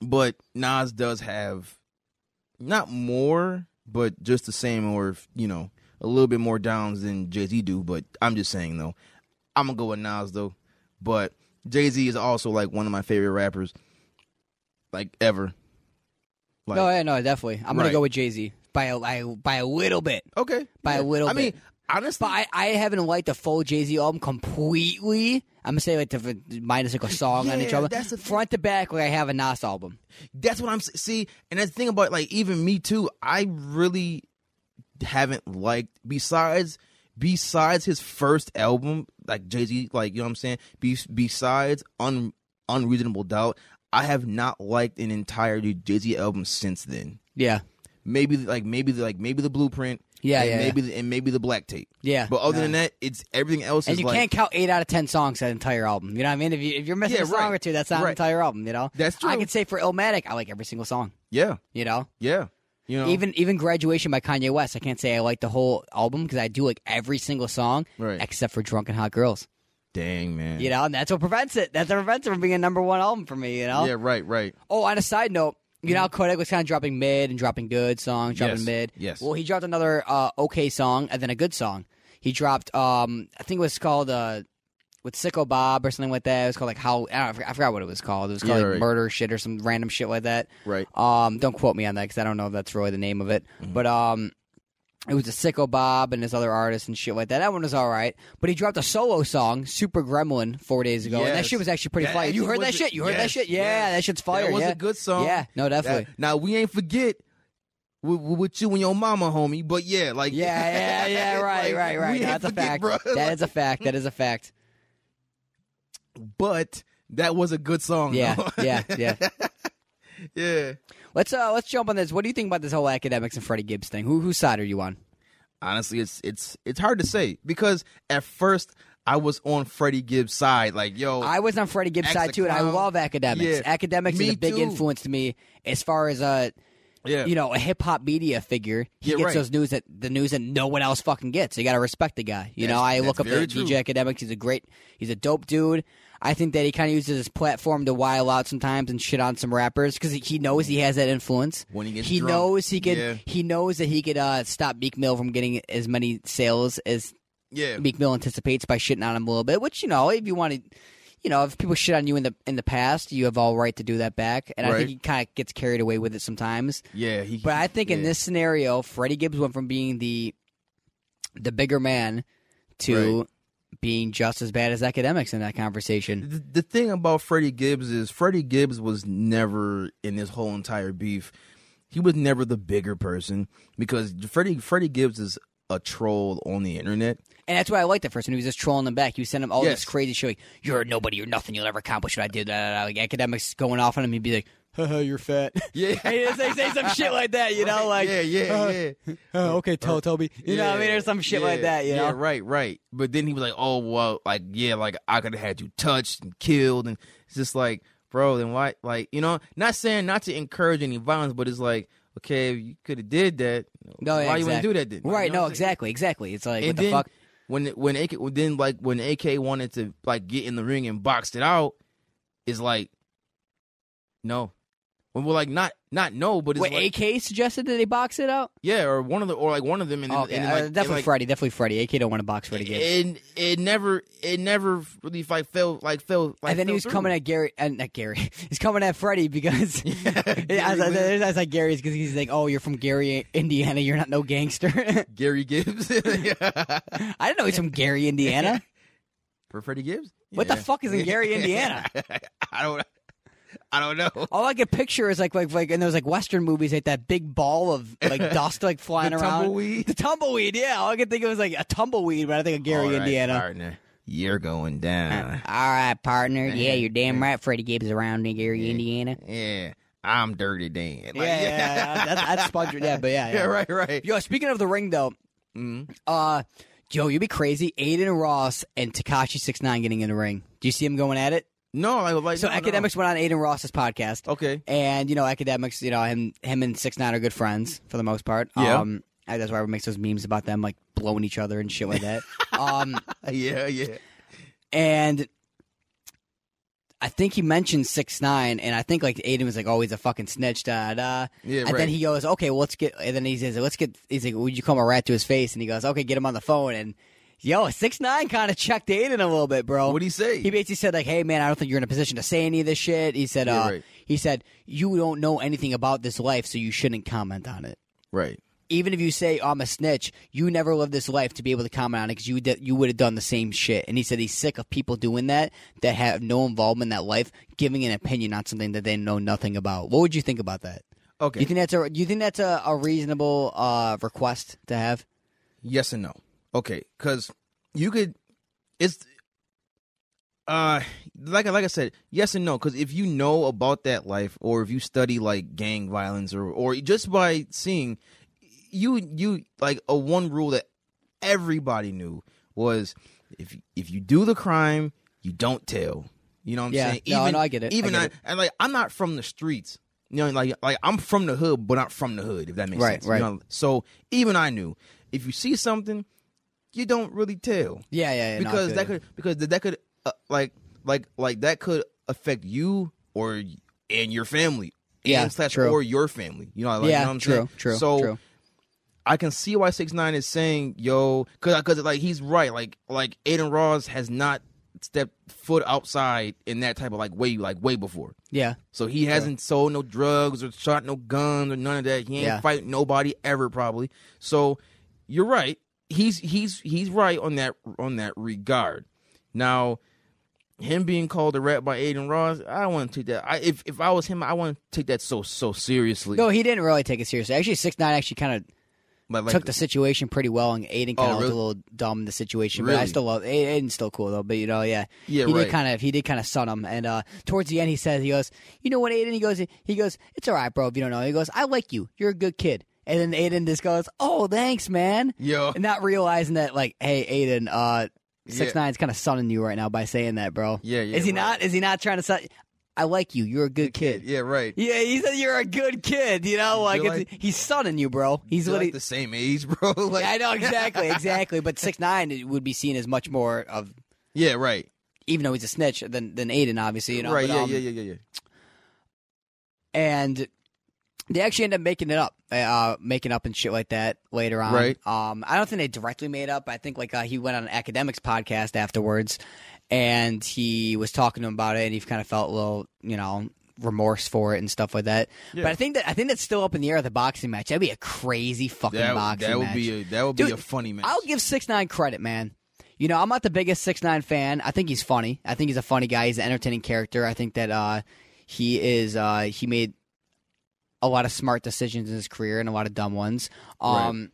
S3: But Nas does have not more, but just the same, or you know, a little bit more downs than Jay Z do. But I'm just saying though, I'm gonna go with Nas though. But Jay Z is also like one of my favorite rappers, like ever. Like,
S2: no, yeah, no, definitely. I'm gonna
S3: Right.
S2: go with Jay Z by a, I, by a little bit.
S3: okay,
S2: By a little
S3: I mean,
S2: bit.
S3: honestly,
S2: But I, I haven't liked the full Jay Z album completely. I'm gonna say like the minus like a song on each
S3: Yeah,
S2: album,
S3: that's the thing.
S2: front to back. Like I have a Nas album.
S3: That's what I'm s- see, and that's the thing about like even me too. I really haven't liked besides besides his first album, like Jay Z, like you know what I'm saying. Be, besides un, unreasonable doubt, I have not liked an entire Jay Z album since then.
S2: Yeah,
S3: Maybe like maybe like maybe the blueprint.
S2: Yeah,
S3: and
S2: yeah,
S3: Maybe the, and maybe the black tape.
S2: (laughs) yeah.
S3: But other
S2: Nah.
S3: than that, it's everything else.
S2: and
S3: is
S2: you
S3: like,
S2: can't count eight out of ten songs that entire album. You know what I mean? If you if you're missing
S3: Yeah,
S2: a song
S3: right.
S2: or two, that's not
S3: Right.
S2: an entire album. You know,
S3: That's
S2: I
S3: true.
S2: can say for Illmatic, I like every single song.
S3: Yeah,
S2: You know,
S3: yeah. You know,
S2: even even Graduation by Kanye West, I can't say I like the whole album because I do like every single song
S3: Right.
S2: except for Drunken Hot Girls.
S3: dang man.
S2: You know, and that's what prevents it. That's what prevents it from being a number one album for me. You know,
S3: yeah, right, right.
S2: Oh, on a side note, you know, how Kodak was kind of dropping mid and dropping good songs, dropping
S3: Mm-hmm. Yes,
S2: mid.
S3: yes.
S2: Well, he dropped another uh, okay song and then a good song. He dropped, um, I think it was called uh, with Sicko Bob or something like that. It was called like how I, don't, I forgot- I forgot what it was called. It was called
S3: Yeah,
S2: like
S3: right.
S2: murder shit or some random shit like that.
S3: Right.
S2: Um, don't quote me on that because I don't know if that's really the name of it.
S3: Mm-hmm.
S2: But um, it was a Sicko Bob and his other artists and shit like that. That one was all right. But he dropped a solo song, Super Gremlin, four days ago, and that
S3: Yes.
S2: shit was actually pretty
S3: That
S2: fire. You
S3: actually
S2: heard
S3: was
S2: that
S3: a-
S2: shit? You heard that
S3: yes,
S2: shit? Yeah,
S3: yes.
S2: that shit's fire.
S3: That was
S2: yeah.
S3: a good song.
S2: Yeah, no, definitely.
S3: That- now we ain't forget with, with you and your mama, homie. But yeah, like (laughs)
S2: yeah, yeah, yeah. Right,
S3: like,
S2: right, right.
S3: we ain't
S2: That's a
S3: forget,
S2: fact.
S3: bro.
S2: That is a fact. That is a
S3: (laughs)
S2: fact.
S3: But that was a good song.
S2: Yeah,
S3: though.
S2: yeah, yeah.
S3: (laughs) yeah.
S2: Let's uh, let's jump on this. What do you think about this whole academics and Freddie Gibbs thing? Who whose side are you on?
S3: Honestly, it's it's it's hard to say because at first I was on Freddie Gibbs' side, like yo,
S2: I was on Freddie Gibbs'
S3: Axe
S2: side
S3: the
S2: too, and I
S3: Clown.
S2: love academics.
S3: Yeah.
S2: Academics
S3: Me
S2: is a big
S3: too.
S2: influence to me as far as uh,
S3: yeah,
S2: you know, a hip hop media figure. He
S3: Yeah,
S2: gets
S3: right.
S2: those news that the news that no one else fucking gets. You got to respect the guy. You know,
S3: That's-
S2: I look
S3: that's
S2: up
S3: very
S2: to
S3: true.
S2: DJ Academics. He's a great, he's a dope dude. I think that he kind of uses his platform to while out sometimes and shit on some rappers because he knows he has that influence.
S3: When he gets
S2: he
S3: drunk.
S2: knows he could,
S3: Yeah.
S2: he knows that he could uh, stop Meek Mill from getting as many sales as
S3: yeah,
S2: Meek Mill anticipates by shitting on him a little bit. Which you know, if you want to. you know, if people shit on you in the in the past, you have all right to do that back. And I
S3: Right.
S2: think he kind of gets carried away with it sometimes.
S3: Yeah, he,
S2: But I think in
S3: yeah.
S2: this scenario, Freddie Gibbs went from being the the bigger man to being just as bad as academics in that conversation.
S3: the, the thing about Freddie Gibbs is Freddie Gibbs was never in this whole entire beef. He was never the bigger person because Freddie Freddie Gibbs is a troll on the internet.
S2: And that's why I liked that first one. He was just trolling them back. You send him all
S3: Yes.
S2: this crazy shit like, You're nobody, you're nothing, you'll never accomplish what I did. Da, da, da. Like academics going off on him, he'd be like, Haha, you're fat.
S3: Yeah, (laughs)
S2: And he'd say, say some shit like that, you know, like
S3: yeah, yeah, yeah.
S2: "Oh, okay, tell Toby. You know what I mean?
S3: Yeah,
S2: Or some shit
S3: yeah,
S2: like that, you
S3: yeah,
S2: know?
S3: right, right. But then he was like, "Oh well, like yeah, like I could have had you touched and killed," and it's just like, bro, then why? Like you know, not saying not to encourage any violence, but it's like, okay, you could have did that.
S2: No,
S3: why
S2: yeah,
S3: you wouldn't
S2: exactly.
S3: do that then?
S2: Right,
S3: You know
S2: no,
S3: what I'm saying?
S2: exactly, exactly. It's like,
S3: and
S2: what the
S3: then
S2: fuck?
S3: when when AK then like when AK wanted to like get in the ring and boxed it out, is like, no. Well, like not not no, but it's
S2: Wait,
S3: like,
S2: AK suggested that they box it out?
S3: yeah, or one of the or like one of them, and, then-
S2: Oh, okay,
S3: and then,
S2: uh,
S3: like, and,
S2: definitely
S3: like,
S2: Freddy, definitely Freddy. AK don't want to box Freddy Gibbs.
S3: it it never it never really like fell like fell like
S2: and then he was
S3: (laughs)
S2: coming at Gary, and not Gary. (laughs) He's coming at Freddie because (laughs)
S3: Gary
S2: I was like,
S3: Wynn.
S2: I was like Gary's because he's like, oh, you're from Gary, Indiana. You're not no gangster. (laughs)
S3: Gary Gibbs
S2: I didn't know he's from Gary, Indiana.
S3: (laughs) for Freddie Gibbs.
S2: What the fuck is in Gary, Indiana?
S3: (laughs) I don't I don't know.
S2: All I could picture is like like like in those like Western movies, like that big ball of
S3: (laughs)
S2: like dust like flying
S3: The
S2: around.
S3: tumbleweed.
S2: The tumbleweed. Yeah, all I could think of was like a tumbleweed, but I think of Gary,
S3: All right,
S2: Indiana.
S3: partner, you're going down.
S2: All right, partner. Yeah, you're damn right. Freddie Gibbs is around in Gary, Indiana.
S3: Yeah, I'm dirty Dan. (laughs) Like,
S2: Yeah, yeah, yeah. That's, that's sponge. Yeah, but yeah, yeah.
S3: (laughs) yeah, right, right.
S2: Yo, speaking of the ring though,
S3: Mhm.
S2: uh, Joe, you'd be crazy. Aiden Ross and Takashi Six Nine getting in the ring. Do you see him going at it?
S3: No, like, like
S2: So
S3: no, no.
S2: academics went on Aiden Ross's podcast, (laughs)
S3: Okay,
S2: and you know academics, you know him, him and Six Nine are good friends for the most part.
S3: Yeah.
S2: Um, I- that's why everyone makes those memes about them like blowing each other and shit like that. um,
S3: yeah, yeah.
S2: and I think he mentioned Six Nine, and I think like Aiden was like, "Oh, he's a fucking snitch." Da da.
S3: Yeah,
S2: and
S3: right.
S2: then he goes, "Okay, well, let's get." And then he says, "Let's get." He's like, "Would you call him a rat to his face?" And he goes, "Okay, get him on the phone." And yo, Six Nine kind of checked Aiden a little bit, bro.
S3: What'd he say?
S2: Oh, He basically said like, "Hey, man, I don't think you're in a position to say any of this shit." He said,
S3: Yeah,
S2: uh,
S3: right.
S2: "He said you don't know anything about this life, so you shouldn't comment on it."
S3: Right.
S2: even if you say I'm a snitch, you never lived this life to be able to comment on it because you d- you would have done the same shit. And he said he's sick of people doing that that have no involvement in that life, giving an opinion on something that they know nothing about. What would you think about that?
S3: Okay.
S2: You think that's a you think that's a, a reasonable uh, request to have?
S3: yes and no. Okay, because you could. It's uh like I- like I said, yes and no. Because if you know about that life, or if you study like gang violence, or or just by seeing, you you like a one rule that everybody knew was if if you do the crime, you don't tell. You know what I'm
S2: Yeah.
S3: saying?
S2: No, no, I get it. I
S3: Even
S2: get
S3: I,
S2: it.
S3: and like I'm not from the streets. You know, like like I'm from the hood, but not from the hood. If that makes
S2: Right,
S3: sense, You
S2: right.
S3: know, So even I knew if you see something, you don't really tell
S2: Yeah, yeah, yeah no, I
S3: because
S2: feel
S3: that
S2: you.
S3: could because th- that could uh, like like like that could affect you or y- and your family
S2: Yeah,
S3: and slash
S2: true.
S3: or your family. You know, like, you
S2: yeah,
S3: know what I'm
S2: true,
S3: saying?
S2: true,
S3: So
S2: true.
S3: I can see why six nine is saying yo because because like he's right. Like like Aiden Ross has not stepped foot outside in that type of like way like way before.
S2: yeah,
S3: So he hasn't sold no drugs or shot no guns or none of that. He ain't
S2: Yeah.
S3: fight nobody ever probably. So you're right. He's he's he's right on that on that regard. Now, him being called a rat by Aiden Ross, I want to take that. I, if if I was him, I want to take that so so seriously.
S2: no, he didn't really take it seriously. Actually, six nine actually kind of
S3: but like,
S2: took the situation pretty well, and Aiden kind of
S3: Oh,
S2: looked
S3: really?
S2: a little dumb in the situation. But I
S3: Really?
S2: still love Aiden's still cool though. But you know, yeah,
S3: Yeah,
S2: he
S3: right.
S2: did kind of he did kind of sun him. And uh, towards the end, he says he goes, you know what, Aiden? He goes, he goes, it's all right, bro. If you don't know, he goes, I like you. You're a good kid. And then Aiden just goes, oh, thanks,
S3: (laughs)
S2: man.
S3: yo,
S2: (laughs) And not realizing that, like, hey, Aiden, uh, six
S3: Yeah.
S2: nine's kind of sunning you right now by saying that, bro.
S3: Yeah, yeah,
S2: Is he
S3: right.
S2: not? Is he not trying to sun? I like you. You're a good kid.
S3: yeah, right.
S2: Yeah, he said you're a good kid. You know, like,
S3: You're
S2: it's, he's sunning you, bro. He's
S3: They're,
S2: what he,
S3: like the same age, (laughs) bro. like,
S2: I know exactly,
S3: (laughs)
S2: exactly. But six nine would be seen as much more of,
S3: yeah, right,
S2: even though he's a snitch, um, than than Aiden, obviously. You know,
S3: right,
S2: But,
S3: yeah,
S2: um,
S3: yeah, yeah, yeah, yeah.
S2: And They actually end up making it up, uh, making up and shit like that later on.
S3: Right.
S2: Um, I don't think they directly made up. I think like uh, he went on an academics podcast afterwards, and he was talking to him about it, and he kind of felt a little, you know, remorse for it and stuff like that. But I think that I think that's still up in the air at the boxing match. That'd be a crazy fucking
S3: That,
S2: boxing
S3: that would
S2: match.
S3: be a that would be
S2: Dude,
S3: a funny match.
S2: I'll give six nine credit, man. You know, I'm not the biggest six nine fan. I think he's funny. I think he's a funny guy. He's an entertaining character. I think that uh, he is. Uh, he made a lot of smart decisions in his career and a lot of dumb ones. Um,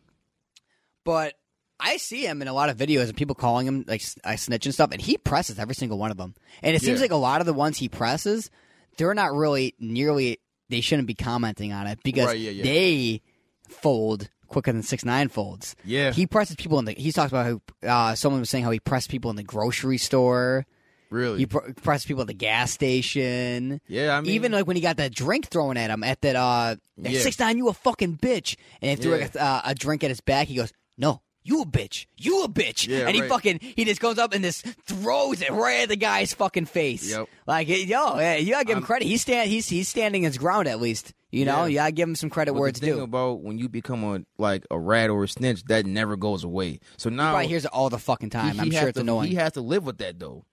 S2: But I see him in a lot of videos and people calling him like s- a snitch and stuff, and he presses every single one of them. And it seems
S3: Yeah.
S2: like a lot of the ones he presses, they're not really nearly. They shouldn't be commenting on it because
S3: Right, yeah, yeah.
S2: they fold quicker than six nine folds.
S3: Yeah.
S2: he presses people in the. He talks about how uh, someone was saying how he pressed people in the grocery store.
S3: really?
S2: He pr- pressed people at the gas station.
S3: yeah, I mean,
S2: Even like when he got that drink thrown at him at that uh that
S3: Yeah.
S2: six nine, you a fucking bitch, and they threw
S3: Yeah.
S2: like, a, uh, a drink at his back. He goes, "No, you a bitch, you a bitch,"
S3: Yeah,
S2: and he
S3: right.
S2: fucking he just goes up and just throws it right at the guy's fucking face.
S3: Yep.
S2: Like yo, yeah, you gotta give him credit. He's stand he's he's standing his ground at least. You know,
S3: Yeah.
S2: you gotta give him some credit
S3: But
S2: where
S3: the
S2: it's
S3: thing
S2: due.
S3: about when you become a like a rat or a snitch, that never goes away. So now
S2: Probably hears it all the fucking time.
S3: Oh. he-
S2: I'm
S3: he
S2: sure
S3: have
S2: it's
S3: to-
S2: annoying.
S3: He has to live with that though.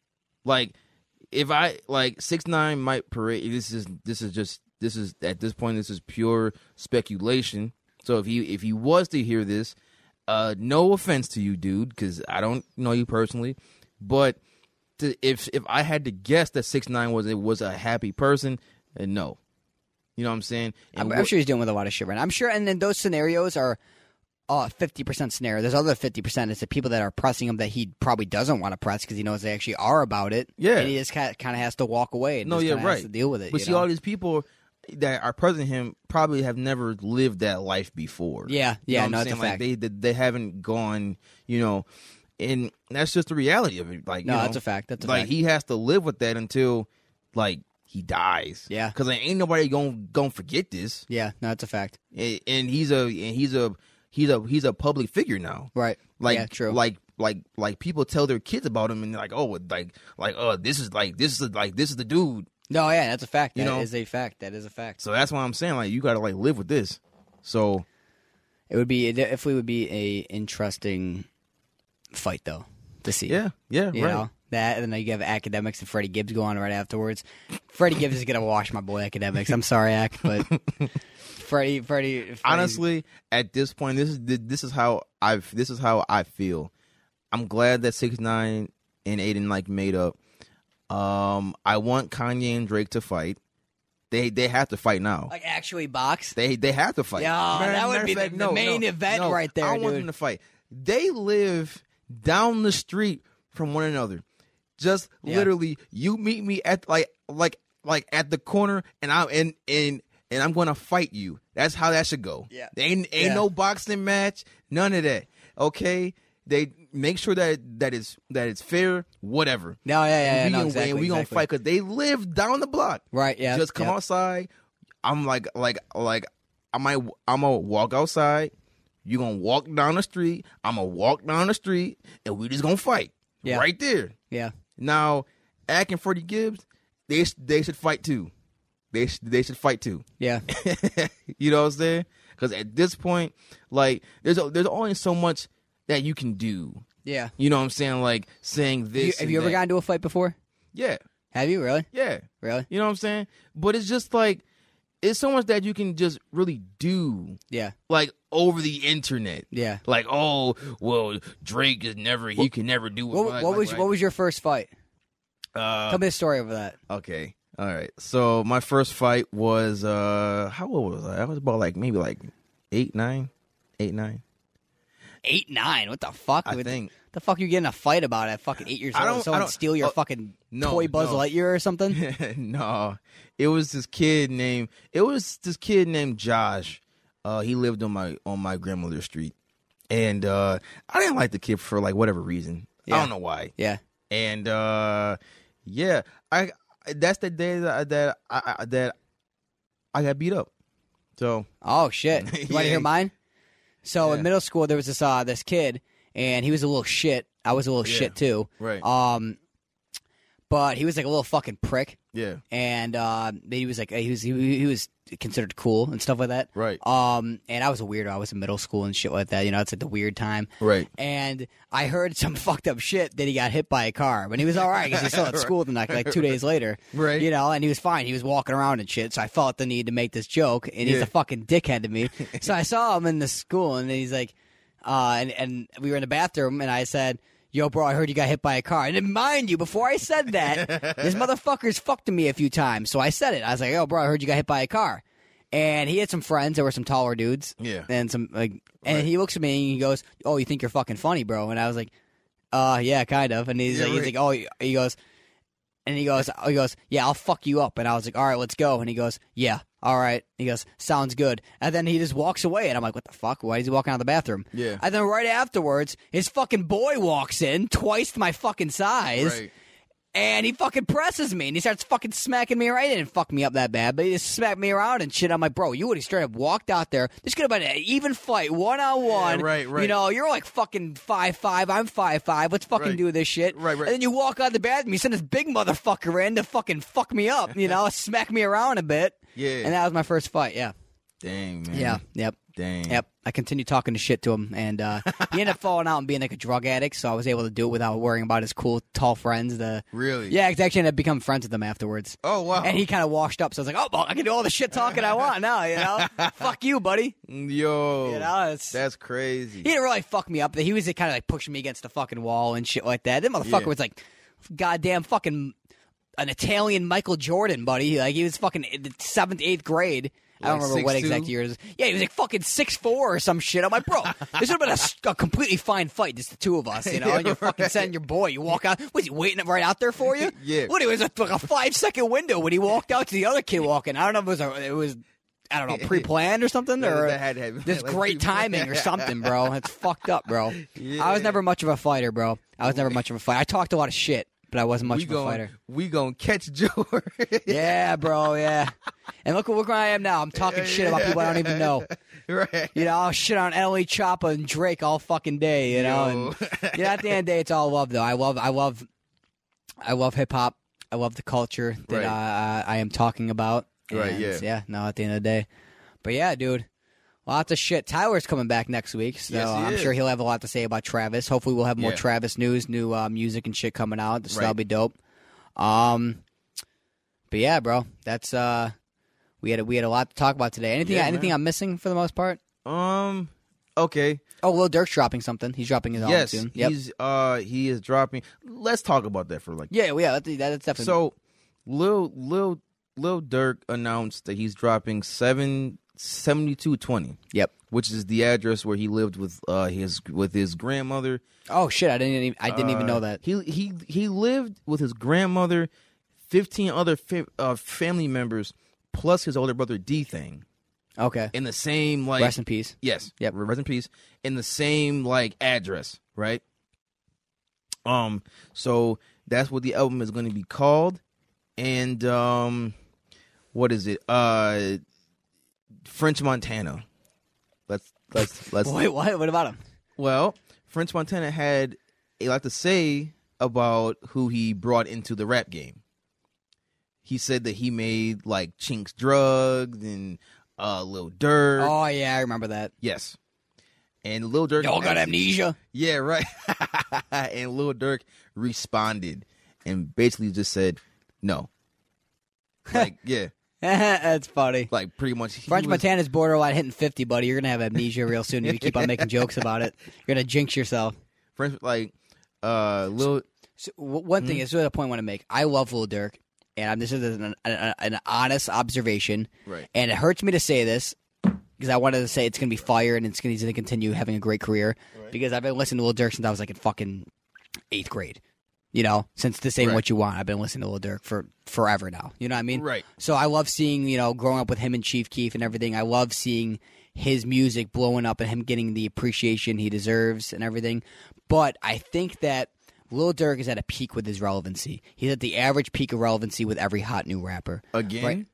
S3: Like if I like six nine might parade. This is this is just this is at this point this is pure speculation. So if he if he was to hear this, uh, no offense to you, dude, because I don't know you personally, but to, if if I had to guess that six nine was it was a happy person, uh, no, you know what I'm saying. And
S2: I'm,
S3: what-
S2: I'm sure he's dealing with a lot of shit right now. I'm sure, and then those scenarios are uh, 50% scenario. There's other 50% is the people that are pressing him that he probably doesn't want to press because he knows they actually are about it.
S3: Yeah.
S2: And he just kind of has to walk away and
S3: No,
S2: just
S3: yeah,
S2: kinda
S3: right.
S2: has to deal with it.
S3: But
S2: you
S3: see,
S2: know?
S3: all these people that are present him probably have never lived that life before.
S2: Yeah,
S3: You know
S2: yeah,
S3: what I'm
S2: no, it's a
S3: saying? like
S2: fact.
S3: they, they they haven't gone, you know, and that's just the reality of it. Like,
S2: no,
S3: you know,
S2: that's a fact. That's a
S3: Like
S2: fact.
S3: he has to live with that until, like, he dies.
S2: Yeah.
S3: because like, ain't nobody gonna gonna forget this.
S2: yeah, no, that's a fact.
S3: And, and he's a and he's a he's a he's a public figure now.
S2: Right.
S3: Like,
S2: yeah, true.
S3: Like, like, like people tell their kids about him, and they're like, oh, like, like, oh, this is like this is like this is the dude.
S2: no, yeah, that's a fact. That
S3: You
S2: is
S3: know-
S2: a fact. That is a fact.
S3: So that's why I'm saying like you gotta like live with this. So
S2: It would be, it definitely would be a interesting fight, though, to see.
S3: yeah, yeah,
S2: You
S3: right.
S2: know that, and then you have academics and Freddie Gibbs go on right afterwards. Freddie Gibbs is gonna wash my boy academics. I'm sorry, Ack, (laughs) but Freddie, Freddie, Freddie's-
S3: Honestly, at this point, this is this is how I this is how I feel. I'm glad that six nine and Aiden like made up. Um, I want Kanye and Drake to fight. They they have to fight now.
S2: like actually box.
S3: They they have to fight.
S2: Yo, that
S3: of
S2: would be the-
S3: fact,
S2: the main event right there,
S3: I want
S2: dude.
S3: them to fight. They live down the street from one another. Just
S2: Yeah.
S3: literally, you meet me at like like like at the corner, and I'm and and and I'm gonna fight you. That's how that should go.
S2: Yeah.
S3: ain't ain't
S2: Yeah.
S3: no boxing match, none of that. Okay, they make sure that that is that it's fair. Whatever.
S2: No, yeah, yeah, yeah
S3: we
S2: no,
S3: gonna,
S2: exactly.
S3: and we
S2: exactly.
S3: gonna fight because they live down the block
S2: Right? Yeah.
S3: just come
S2: yeah.
S3: outside. I'm like, like, like, I might, I'm gonna walk outside. You gonna walk down the street. I'm gonna walk down the street, and we just gonna fight
S2: Yeah.
S3: right there.
S2: Yeah.
S3: Now, Ack and Freddie Gibbs, they s- they should fight too. They sh- they should fight too.
S2: Yeah.
S3: you know what I'm saying? Because at this point, like, there's a, there's only so much that you can do.
S2: (laughs) Yeah.
S3: You know what I'm saying? Like saying
S2: You-
S3: this.
S2: have
S3: and
S2: you ever
S3: that.
S2: gotten into a fight before?
S3: Yeah,
S2: Have you really?
S3: yeah.
S2: Really?
S3: You know what I'm saying? But it's just like it's so much that you can just really do
S2: Yeah.
S3: like over the internet.
S2: Yeah.
S3: Like, oh, well, Drake is never he can never do
S2: What,
S3: like-
S2: what
S3: like-
S2: was
S3: like-
S2: what was your first fight?
S3: uh,
S2: Tell me the story over that.
S3: Okay. All right. So my first fight was uh how old was I? I was about like maybe like eight, nine, eight, nine.
S2: Eight nine. What the fuck?
S3: I
S2: What
S3: think.
S2: The fuck you getting a fight about at fucking eight years
S3: I
S2: old?
S3: don't- I
S2: Someone
S3: don't-
S2: steal your
S3: oh,
S2: fucking
S3: no,
S2: toy Buzz
S3: no.
S2: Lightyear or something? (laughs)
S3: (laughs) no, it was this kid named it was this kid named Josh. Uh, he lived on my on my grandmother's street, and uh, I didn't like the kid for like whatever reason. I
S2: Yeah.
S3: don't know why.
S2: yeah.
S3: And uh, yeah, I that's the day that I- that I, I- that I got beat up. So
S2: Oh
S3: (laughs)
S2: shit! You want to
S3: Yeah.
S2: hear mine? So in
S3: Yeah.
S2: middle school, there was this uh this kid, and he was a little shit. I was a little
S3: Yeah.
S2: shit too.
S3: Right.
S2: Um, but he was like a little fucking prick.
S3: Yeah.
S2: and uh, he was like he was he, he was considered cool and stuff like that.
S3: Right.
S2: Um, and I was a weirdo. I was in middle school and shit like that. You know, it's at the weird time.
S3: Right.
S2: And I heard (laughs) some fucked up shit that he got hit by a car, but he was all right because he's still
S3: (laughs)
S2: at school the next like two days later.
S3: Right.
S2: You know, and he was fine. He was walking around and shit. So I felt the need to make this joke, and he's
S3: Yeah.
S2: a fucking dickhead to
S3: (laughs)
S2: me. so I saw him in the school, and he's like, uh, and and we were in the bathroom, and I said. Yo, bro, I heard you got hit by a car. And then, mind you, before I said
S3: (laughs)
S2: that, this motherfucker's fucked me a few times. So I said it. I was like, yo, bro, I heard you got hit by a car. And he had some friends that were some taller dudes.
S3: Yeah.
S2: And some like and he looks at me and he goes, Oh, you think you're fucking funny, bro? And I was like, Uh yeah, kind of. And he's
S3: Yeah,
S2: like he's
S3: right.
S2: like, Oh he goes and he goes he goes, Yeah, I'll fuck you up and I was like, All right, let's go and he goes, Yeah, all right. He goes, Sounds good. And then he just walks away and I'm like, What the fuck? Why is he walking out of the bathroom?
S3: Yeah.
S2: And then right afterwards, his fucking boy walks in, twice my fucking size
S3: Right.
S2: and he fucking presses me and he starts fucking smacking me around. He didn't fuck me up that bad, but he just smacked me around and shit. I'm like, bro, you would have straight up walked out there. This could have been an even fight, one on one.
S3: Yeah, right, right.
S2: You know, you're like fucking five five. I'm five five. Let's fucking
S3: Right.
S2: do this shit.
S3: Right, right.
S2: And then you walk out the bathroom. You send this big motherfucker in to fucking fuck me up.
S3: (laughs)
S2: You know, smack me around a bit.
S3: Yeah.
S2: And that was my first fight. Yeah.
S3: Dang, man.
S2: Yeah. Yep.
S3: Dang.
S2: Yep, I continued talking to shit to him, and uh, he
S3: (laughs)
S2: ended up falling out and being like a drug addict. So I was able to do it without worrying about his cool, tall friends. The
S3: Really?
S2: yeah, 'cause I actually ended up becoming friends with them afterwards.
S3: Oh, wow.
S2: And he kind of washed up, so I was like, oh, well, I can do all the shit talking I want now. You
S3: (laughs)
S2: know, fuck you, buddy.
S3: Yo.
S2: You know, it's-
S3: that's crazy.
S2: He didn't really fuck me up. but He was kind of like pushing me against the fucking wall and shit like that. That motherfucker
S3: Yeah.
S2: was like, goddamn fucking an Italian Michael Jordan, buddy. Like he was fucking in the seventh, eighth grade. I don't
S3: Like
S2: remember what
S3: 6'2"?
S2: exact year it is. Yeah, he was like fucking six four or some shit. I'm like, bro, this would have been a s- a, completely fine fight, just the two of us, you know.
S3: (laughs) Yeah,
S2: and you're fucking
S3: right.
S2: sending your boy. You walk out. Was he waiting right out there for you?
S3: (laughs) Yeah.
S2: What it was a, like a five second window when he walked out to the other kid walking. I don't know if it was a, it was I don't
S3: (laughs)
S2: know pre planned or something
S3: Yeah,
S2: or
S3: that had to have-
S2: this
S3: like,
S2: great
S3: people-
S2: timing or something, bro.
S3: (laughs)
S2: It's fucked up, bro. I was
S3: Yeah.
S2: never much of a fighter, bro. I was never much of a fighter. I talked a lot of shit, but I wasn't much
S3: we
S2: of a
S3: going (laughs)
S2: fighter.
S3: we gonna catch Joe.
S2: Yeah, bro. Yeah. And look, look where I am now. I'm talking shit about people I don't even know.
S3: (laughs) right.
S2: You know, I'll shit on Ellie Choppa and Drake all fucking day. You know,
S3: Yo.
S2: and you know, at the end of the day, it's all love though. I love, I love, I love hip hop. I love the culture that
S3: Right.
S2: uh, I am talking about.
S3: Right,
S2: And,
S3: yeah.
S2: Yeah. No. At the end of the day, but yeah, dude. Lots of shit. Tyler's coming back next week, so
S3: Yes, he
S2: I'm
S3: is.
S2: sure he'll have a lot to say about Travis. Hopefully, we'll have more
S3: Yeah.
S2: Travis news, new uh, music and shit coming out. So
S3: Right.
S2: that'll be dope. Um, but yeah, bro, that's uh, we had a, we had a lot to talk about today. Anything
S3: Yeah,
S2: anything
S3: man.
S2: I'm missing for the most part?
S3: Um. Okay.
S2: Oh, Lil Durk's dropping something. He's dropping his album
S3: yes.
S2: soon. Yep.
S3: He's uh he is dropping. Let's talk about that for like.
S2: Yeah, well, yeah, that's, that's definitely.
S3: So, Lil Lil Lil Durk announced that he's dropping seven seventy two twenty,
S2: yep.
S3: which is the address where he lived with uh his with his grandmother.
S2: Oh shit, I didn't even I didn't even know
S3: Uh,
S2: that.
S3: He he he lived with his grandmother, fifteen other fa- uh, family members, plus his older brother D thing
S2: Okay.
S3: in the same like
S2: Rest in peace. (laughs)
S3: yes yeah
S2: Yep.
S3: rest in peace in the same like address right. Um. So that's what the album is going to be called, and um, what is it? Uh, French Montana. Let's let's let's
S2: Wait, what? What about him?
S3: well, French Montana had a lot to say about who he brought into the rap game. He said that he made like Chinks drugs and uh, Lil Durk.
S2: Oh yeah, I remember that.
S3: Yes, and Lil Durk.
S2: Y'all got amnesia. (laughs)
S3: Yeah, right. (laughs) and Lil Durk responded and basically just said no.
S2: (laughs)
S3: Like yeah,
S2: that's funny.
S3: like pretty much. he
S2: French
S3: was-
S2: Montana's borderline hitting fifty, buddy. You're gonna have amnesia real soon if you keep on making jokes about it. You're gonna jinx yourself.
S3: French like uh Lil.
S2: So, w- one
S3: Mm-hmm.
S2: thing is the point I want to make. I love Lil Durk, and I'm, this is an, an, an honest observation.
S3: Right.
S2: And it hurts me to say this because I wanted to say it's going to be fire and it's going to continue having a great career because I've been listening to Lil Durk since I was like in fucking eighth grade. You know, since this ain't
S3: Right.
S2: what you want, I've been listening to Lil Durk for forever now. You know what I mean?
S3: Right.
S2: So I love seeing, you know, growing up with him and Chief Keef and everything. I love seeing his music blowing up and him getting the appreciation he deserves and everything. But I think that Lil Durk is at a peak with his relevancy. He's at the average peak of relevancy with every hot new rapper.
S3: Again?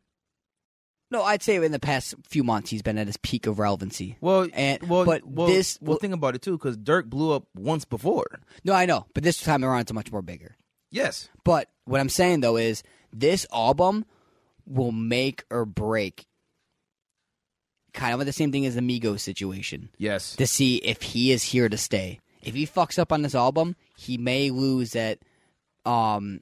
S2: No, I'd say in the past few months he's been at his peak of relevancy.
S3: Well,
S2: And-
S3: well,
S2: but
S3: well,
S2: this-
S3: well, think about it too, because Dirk blew up once before.
S2: No, I know, but this time around it's much more bigger.
S3: Yes.
S2: But what I'm saying though is this album will make or break. Kind of the same thing as the Migos situation
S3: Yes.
S2: to see if he is here to stay. If he fucks up on this album, he may lose that. Um,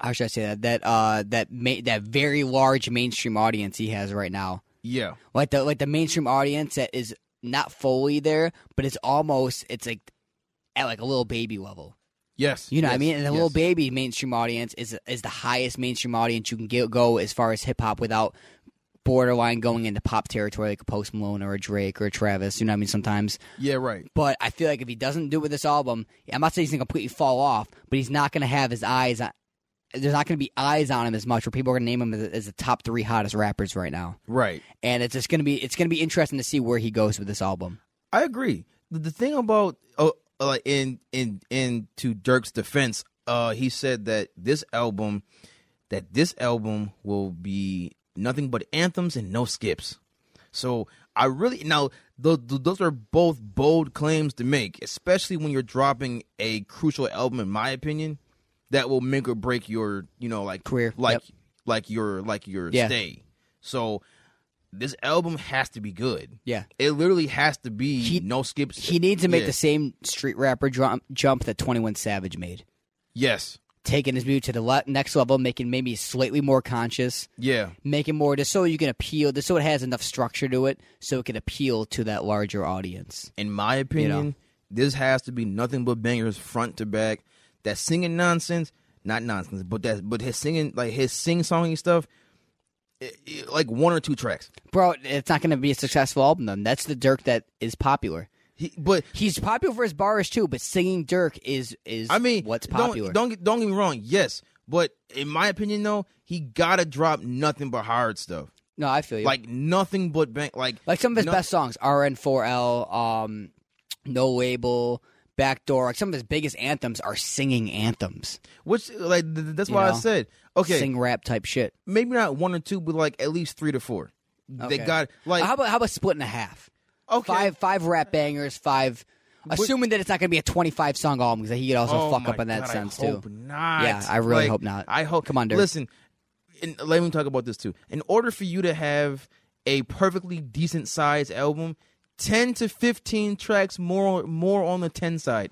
S2: how should I say that? That uh, that ma- that very large mainstream audience he has right now,
S3: yeah.
S2: like the like the mainstream audience that is not fully there, but it's almost it's like at like a little baby level.
S3: Yes.
S2: You know what I
S3: Yes.
S2: mean? And the
S3: Yes.
S2: little baby mainstream audience is is the highest mainstream audience you can get, go as far as hip hop without borderline going into pop territory like a Post Malone or a Drake or a Travis. You know what I mean? Sometimes,
S3: Yeah. Right.
S2: but I feel like if he doesn't do it with this album, I'm not saying he's gonna completely fall off, but he's not gonna have his eyes. on There's not gonna be eyes on him as much, where people are gonna name him as, as the top three hottest rappers right now.
S3: Right.
S2: And it's just gonna be it's gonna be interesting to see where he goes with this album.
S3: I agree. The, the thing about uh, uh, in in in to Dirk's defense, uh, he said that this album, that this album will be nothing but anthems and no skips. So I really now those those are both bold claims to make, especially when you're dropping a crucial album, in my opinion, that will make or break your you know like
S2: Career.
S3: like
S2: Yep.
S3: like your like your
S2: Yeah.
S3: stay. So this album has to be good.
S2: Yeah.
S3: It literally has to be
S2: He-
S3: no skips.
S2: He needs to make
S3: Yeah.
S2: the same street rapper jump, jump that Twenty One Savage made.
S3: Yes.
S2: taking his music to the le- next level, making maybe slightly more conscious,
S3: Yeah.
S2: making more just so you can appeal, just so it has enough structure to it, so it can appeal to that larger audience.
S3: In my opinion, this has to be nothing but bangers front to back. That singing nonsense, not nonsense, but that but his singing like his sing songy stuff, i i like one or two tracks.
S2: Bro, it's not going to be a successful album. Then that's the Dirk that is popular.
S3: He, but
S2: He's popular for his bars too, but singing Dirk is is
S3: I mean,
S2: what's
S3: don't-
S2: popular.
S3: Don't get don't get me wrong. Yes, but in my opinion though, he gotta drop nothing but hard stuff.
S2: no, I feel you.
S3: Like nothing but bang. Like
S2: Like some of his
S3: no-
S2: best songs, RN4L, um, No Label, Backdoor. Like some of his biggest anthems are singing anthems,
S3: which like th- th- that's why I
S2: know,
S3: said okay.
S2: sing rap type shit.
S3: maybe not one or two, but like at least three to four.
S2: Okay.
S3: They got like
S2: how about how about split in a half?
S3: okay,
S2: five five rap bangers, five. Assuming that it's not going to be a twenty five song album because he could also
S3: Oh
S2: fuck
S3: my
S2: up in that
S3: God,
S2: sense
S3: I hope
S2: too.
S3: Not.
S2: Yeah, I really
S3: Like,
S2: hope not.
S3: I hope.
S2: Come on, Dirk.
S3: Listen, and let me talk about this too. In order for you to have a perfectly decent sized album, ten to fifteen tracks more more on the ten side,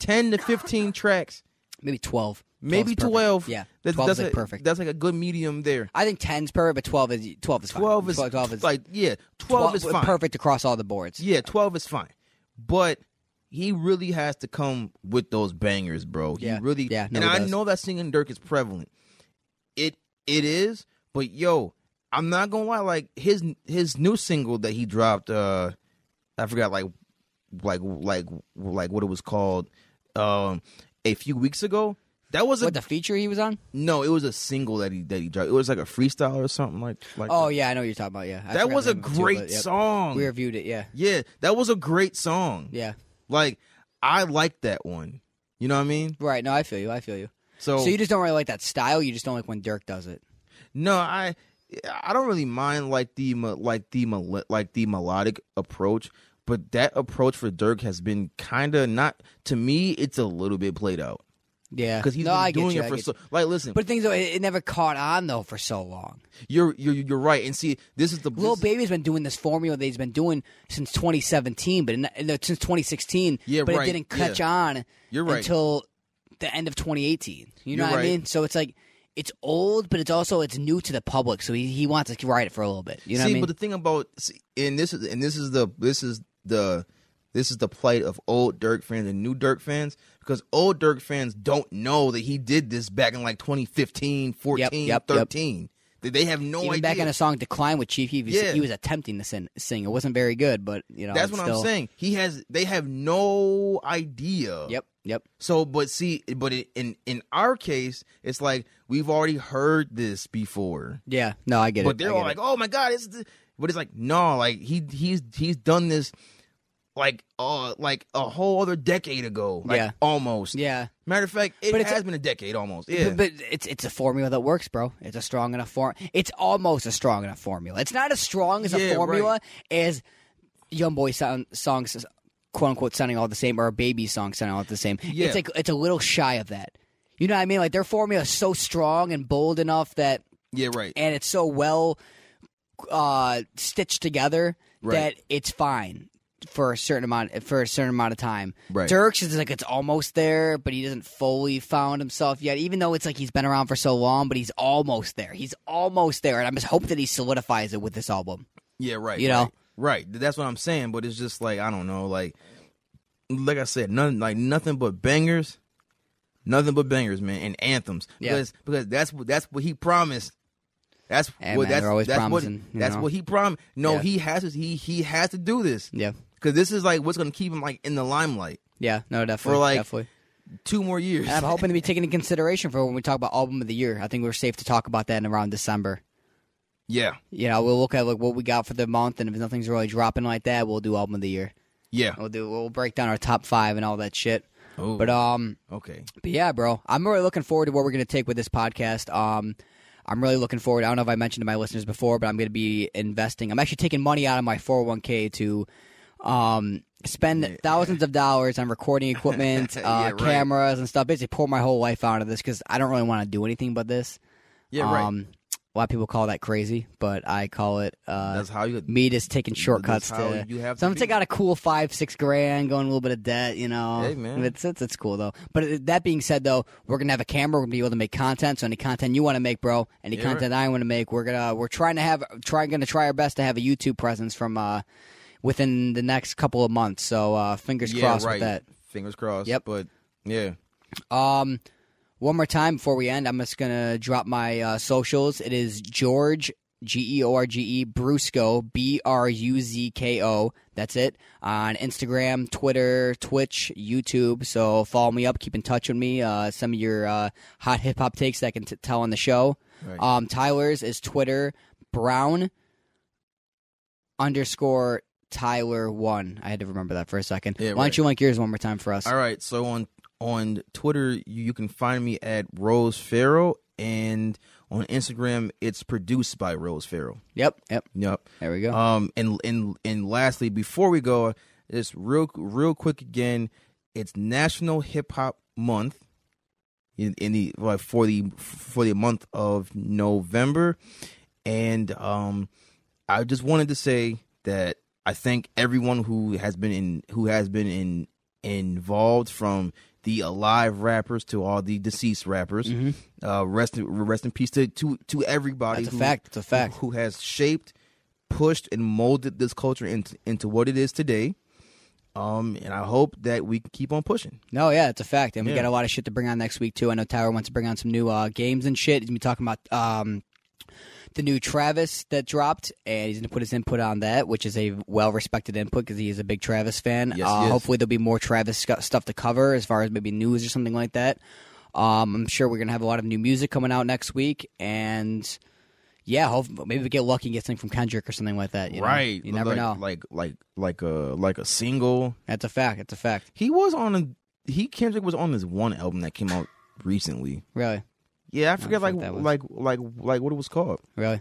S3: ten
S2: (laughs)
S3: to fitteen tracks,
S2: Maybe twelve, 12's
S3: maybe
S2: perfect.
S3: twelve.
S2: Yeah,
S3: that's,
S2: twelve
S3: that's
S2: is like
S3: a-
S2: perfect.
S3: That's like a good medium there.
S2: I think 10's perfect, but twelve is twelve is fine.
S3: Twelve is
S2: 12 is
S3: like yeah, twelve, is fine.
S2: perfect across all the boards.
S3: Yeah, 12 is fine. But he really has to come with those bangers, bro. He
S2: Yeah.
S3: really
S2: Yeah, no,
S3: and
S2: he
S3: I
S2: does.
S3: know that singing Dirk is prevalent. It it is, but yo, I'm not going to lie like his his new single that he dropped uh I forgot like like like like what it was called um a few weeks ago. That was a
S2: What the feature he was on?
S3: no, it was a single that he that he dropped. It was like a freestyle or something like like
S2: Oh yeah, I know what you're talking about. Yeah, I
S3: that
S2: forgot
S3: was
S2: the
S3: a
S2: name of it, too,
S3: great
S2: but, yep.
S3: song.
S2: We reviewed it. Yeah,
S3: Yeah, that was a great song.
S2: yeah.
S3: Like I like that one. You know what I mean?
S2: Right. No, I feel you. I feel you.
S3: So,
S2: So you just don't really like that style. You just don't like when Dirk does it.
S3: no, I I don't really mind like the me- like the mel- like the melodic approach, but that approach for Dirk has been kind of not to me. It's a little bit played out
S2: Yeah.
S3: because he's
S2: no,
S3: been
S2: I get
S3: doing
S2: you, I
S3: it for
S2: get
S3: so.
S2: you.
S3: Like, listen,
S2: But things though, it, it never caught on though for so long.
S3: you're you're you're right. And see, this is the
S2: Lil
S3: this-
S2: Baby's been doing this formula that he's been doing since 2017, but in, uh, since 2016,
S3: Yeah,
S2: but
S3: right,
S2: it didn't catch
S3: yeah.
S2: on
S3: You're right.
S2: until the end of 2018. You know
S3: You're
S2: what I
S3: right.
S2: mean? So it's like it's old, but it's also it's new to the public, so he, he wants to ride it for a little bit. You know what
S3: see,
S2: I mean?
S3: but the thing about see, and this is and this is the this is the this is the plight of old Dirk fans and new Dirk fans because old Dirk fans don't know that he did this back in like 2015, 14,
S2: yep, yep.
S3: 13. That they have no
S2: Even
S3: idea.
S2: back in the song "Decline" with Chief, he was,
S3: Yeah.
S2: he was attempting to sin, sing. It wasn't very good, but you know
S3: That's
S2: it's
S3: what
S2: um, still-
S3: I'm saying. He has they have no idea.
S2: Yep, yep.
S3: So, but see, but it, in in our case, it's like we've already heard this before.
S2: Yeah, no, I get it.
S3: but
S2: I
S3: they're all
S2: get
S3: like,
S2: it.
S3: "Oh my god!" It's the... But it's like, no, like he he's he's done this like uh like a whole other decade ago, like
S2: Yeah.
S3: almost.
S2: yeah.
S3: Matter of fact, it
S2: But it's
S3: has been a decade almost. Yeah,
S2: But, but it's it's a formula that works, bro. It's a strong enough form. It's almost a strong enough formula. It's not as strong as
S3: Yeah,
S2: a
S3: right.
S2: formula as young boy sound, songs, quote unquote, sounding all the same, or a baby song sounding all the same.
S3: Yeah.
S2: It's like it's a little shy of that. You know what I mean? Like their formula is so strong and bold enough that,
S3: Yeah, right.
S2: and it's so well uh, stitched together
S3: Right.
S2: that it's fine for a certain amount for a certain amount of time.
S3: Right.
S2: Dirks is like it's almost there, but he doesn't fully found himself yet. Even though it's like he's been around for so long, but he's almost there. He's almost there, and I'm just hoping that he solidifies it with this album.
S3: Yeah, right.
S2: You know?
S3: right, right. That's what I'm saying. But it's just like I don't know, like, like I said, none, like nothing but bangers, nothing but bangers, man, and anthems.
S2: Yeah.
S3: Because because that's what that's what he promised. That's
S2: Hey,
S3: what
S2: man,
S3: that's
S2: they're always
S3: that's
S2: promising,
S3: what
S2: you
S3: that's
S2: know?
S3: what he promised. No,
S2: Yeah.
S3: he has to he he has to do this
S2: Yeah,
S3: because this is like what's gonna keep him like in the limelight
S2: yeah, no, definitely,
S3: like-
S2: definitely.
S3: two more years.
S2: And I'm hoping to be taken into consideration for when we talk about album of the year. I think we're safe to talk about that in around December.
S3: yeah,
S2: You know, we'll look at like what we got for the month, and if nothing's really dropping like that, we'll do album of the year.
S3: yeah.
S2: We'll do we'll break down our top five and all that shit.
S3: Oh,
S2: But um,
S3: okay.
S2: but yeah, bro, I'm really looking forward to what we're gonna take with this podcast. Um, I'm really looking forward. I don't know if I mentioned to my listeners before, but I'm gonna be investing. I'm actually taking money out of my 401k to um spend thousands of dollars on
S3: (laughs)
S2: recording equipment, uh,
S3: Yeah, right.
S2: cameras, and stuff. Basically, pour my whole life out of this because I don't really want to do anything but this.
S3: Yeah, right.
S2: Um, a lot of people call that crazy, but I call it uh,
S3: that's how you.
S2: me just taking shortcuts
S3: how
S2: to.
S3: you have to
S2: so I'm gonna
S3: be.
S2: take out a cool five, six grand, going a little bit of debt, you know.
S3: Hey, man.
S2: it's, it's it's cool though. But uh, that being said, though, we're gonna have a camera. We're gonna be able to make content. So any content you want to make, bro, any
S3: Yeah,
S2: content I want to make, we're gonna we're trying to have trying gonna try our best to have a YouTube presence from uh within the next couple of months. So uh fingers
S3: Yeah,
S2: crossed with
S3: right.
S2: that.
S3: Fingers crossed.
S2: Yep.
S3: But yeah,
S2: Um, one more time before we end, I'm just gonna drop my uh, socials. It is George G E O R G E Brusco B R U Z K O. That's it on Instagram, Twitter, Twitch, YouTube. So follow me up, keep in touch with me. Uh, some of your uh, hot hip hop takes that I can t- tell on the show.
S3: Right.
S2: Um, Tyler's is Twitter Brown underscore Tyler one. I had to remember that for a second.
S3: Yeah,
S2: Why
S3: right.
S2: don't you link yours one more time for us?
S3: All right. So on on Twitter, you, you can find me at Rose Farrell, and on Instagram, it's produced by Rose Farrell.
S2: Yep, yep.
S3: Yep.
S2: There we go.
S3: Um. And and and lastly, before we go, just real real quick again, it's National Hip Hop Month. In, in the like for the for the month of November, and um, I just wanted to say that I thank everyone who has been in who has been in involved from the alive rappers to all the deceased rappers. Uh, rest in- rest in peace to to, to everybody.
S2: Mm-hmm. That's a fact. That's a fact.
S3: Who has shaped, pushed, and molded this culture into into what it is today. Um, and I hope that we can keep on pushing.
S2: No, yeah, it's a fact, and we
S3: Yeah.
S2: got a lot of shit to bring on next week too. I know Tyler wants to bring on some new uh, games and shit. He's gonna be talking about um, the new Travis that dropped, and he's gonna put his input on that, which is a well-respected input because he is a big Travis fan.
S3: Yes,
S2: uh,
S3: he is.
S2: Hopefully, there'll be more Travis sc- stuff to cover as far as maybe news or something like that. Um, I'm sure we're gonna have a lot of new music coming out next week, and yeah, hope- maybe we get lucky and get something from Kendrick or something like that. you know? you never
S3: like,
S2: know.
S3: Like like like a like a single.
S2: That's a fact. That's a fact.
S3: He was on a he Kendrick was on this one album that came out recently.
S2: Really,
S3: Yeah, I forget like
S2: think that was-
S3: like like like what it was called.
S2: really.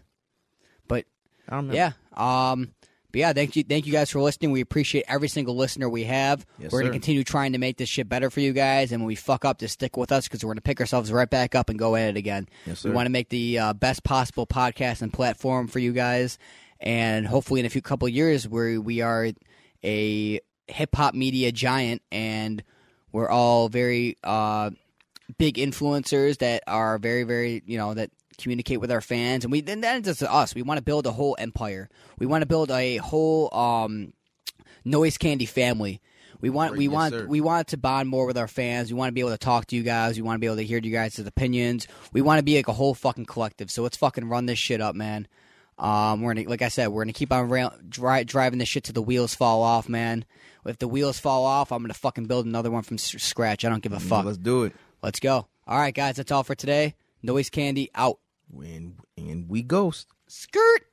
S2: But
S3: I don't know.
S2: Yeah. Um. But yeah, thank you, thank you guys for listening. We appreciate every single listener we have.
S3: Yes,
S2: we're
S3: sir.
S2: gonna continue trying to make this shit better for you guys, and when we fuck up, just stick with us because we're gonna pick ourselves right back up and go at it again.
S3: Yes,
S2: we
S3: sir.
S2: want to make the uh, best possible podcast and platform for you guys, and hopefully in a few couple years, where we are a hip hop media giant, and we're all very uh, big influencers that are very, very, you know, that communicate with our fans. And we, then that's just us. We want to build a whole empire. We want to build a whole, um, noise candy family. We want, we
S3: Yes,
S2: want,
S3: sir.
S2: we want to bond more with our fans. We want to be able to talk to you guys. We want to be able to hear you guys' opinions. We want to be like a whole fucking collective. So let's fucking run this shit up, man. Um, we're gonna, like I said, we're gonna keep on rail, dri- driving this shit till the wheels fall off, man. If the wheels fall off, I'm gonna fucking build another one from s- scratch. I don't give a fuck.
S3: Mm, Let's do it.
S2: Let's go. All right, guys, that's all for today. Noise Candy out.
S3: When and we ghost.
S2: Skirt.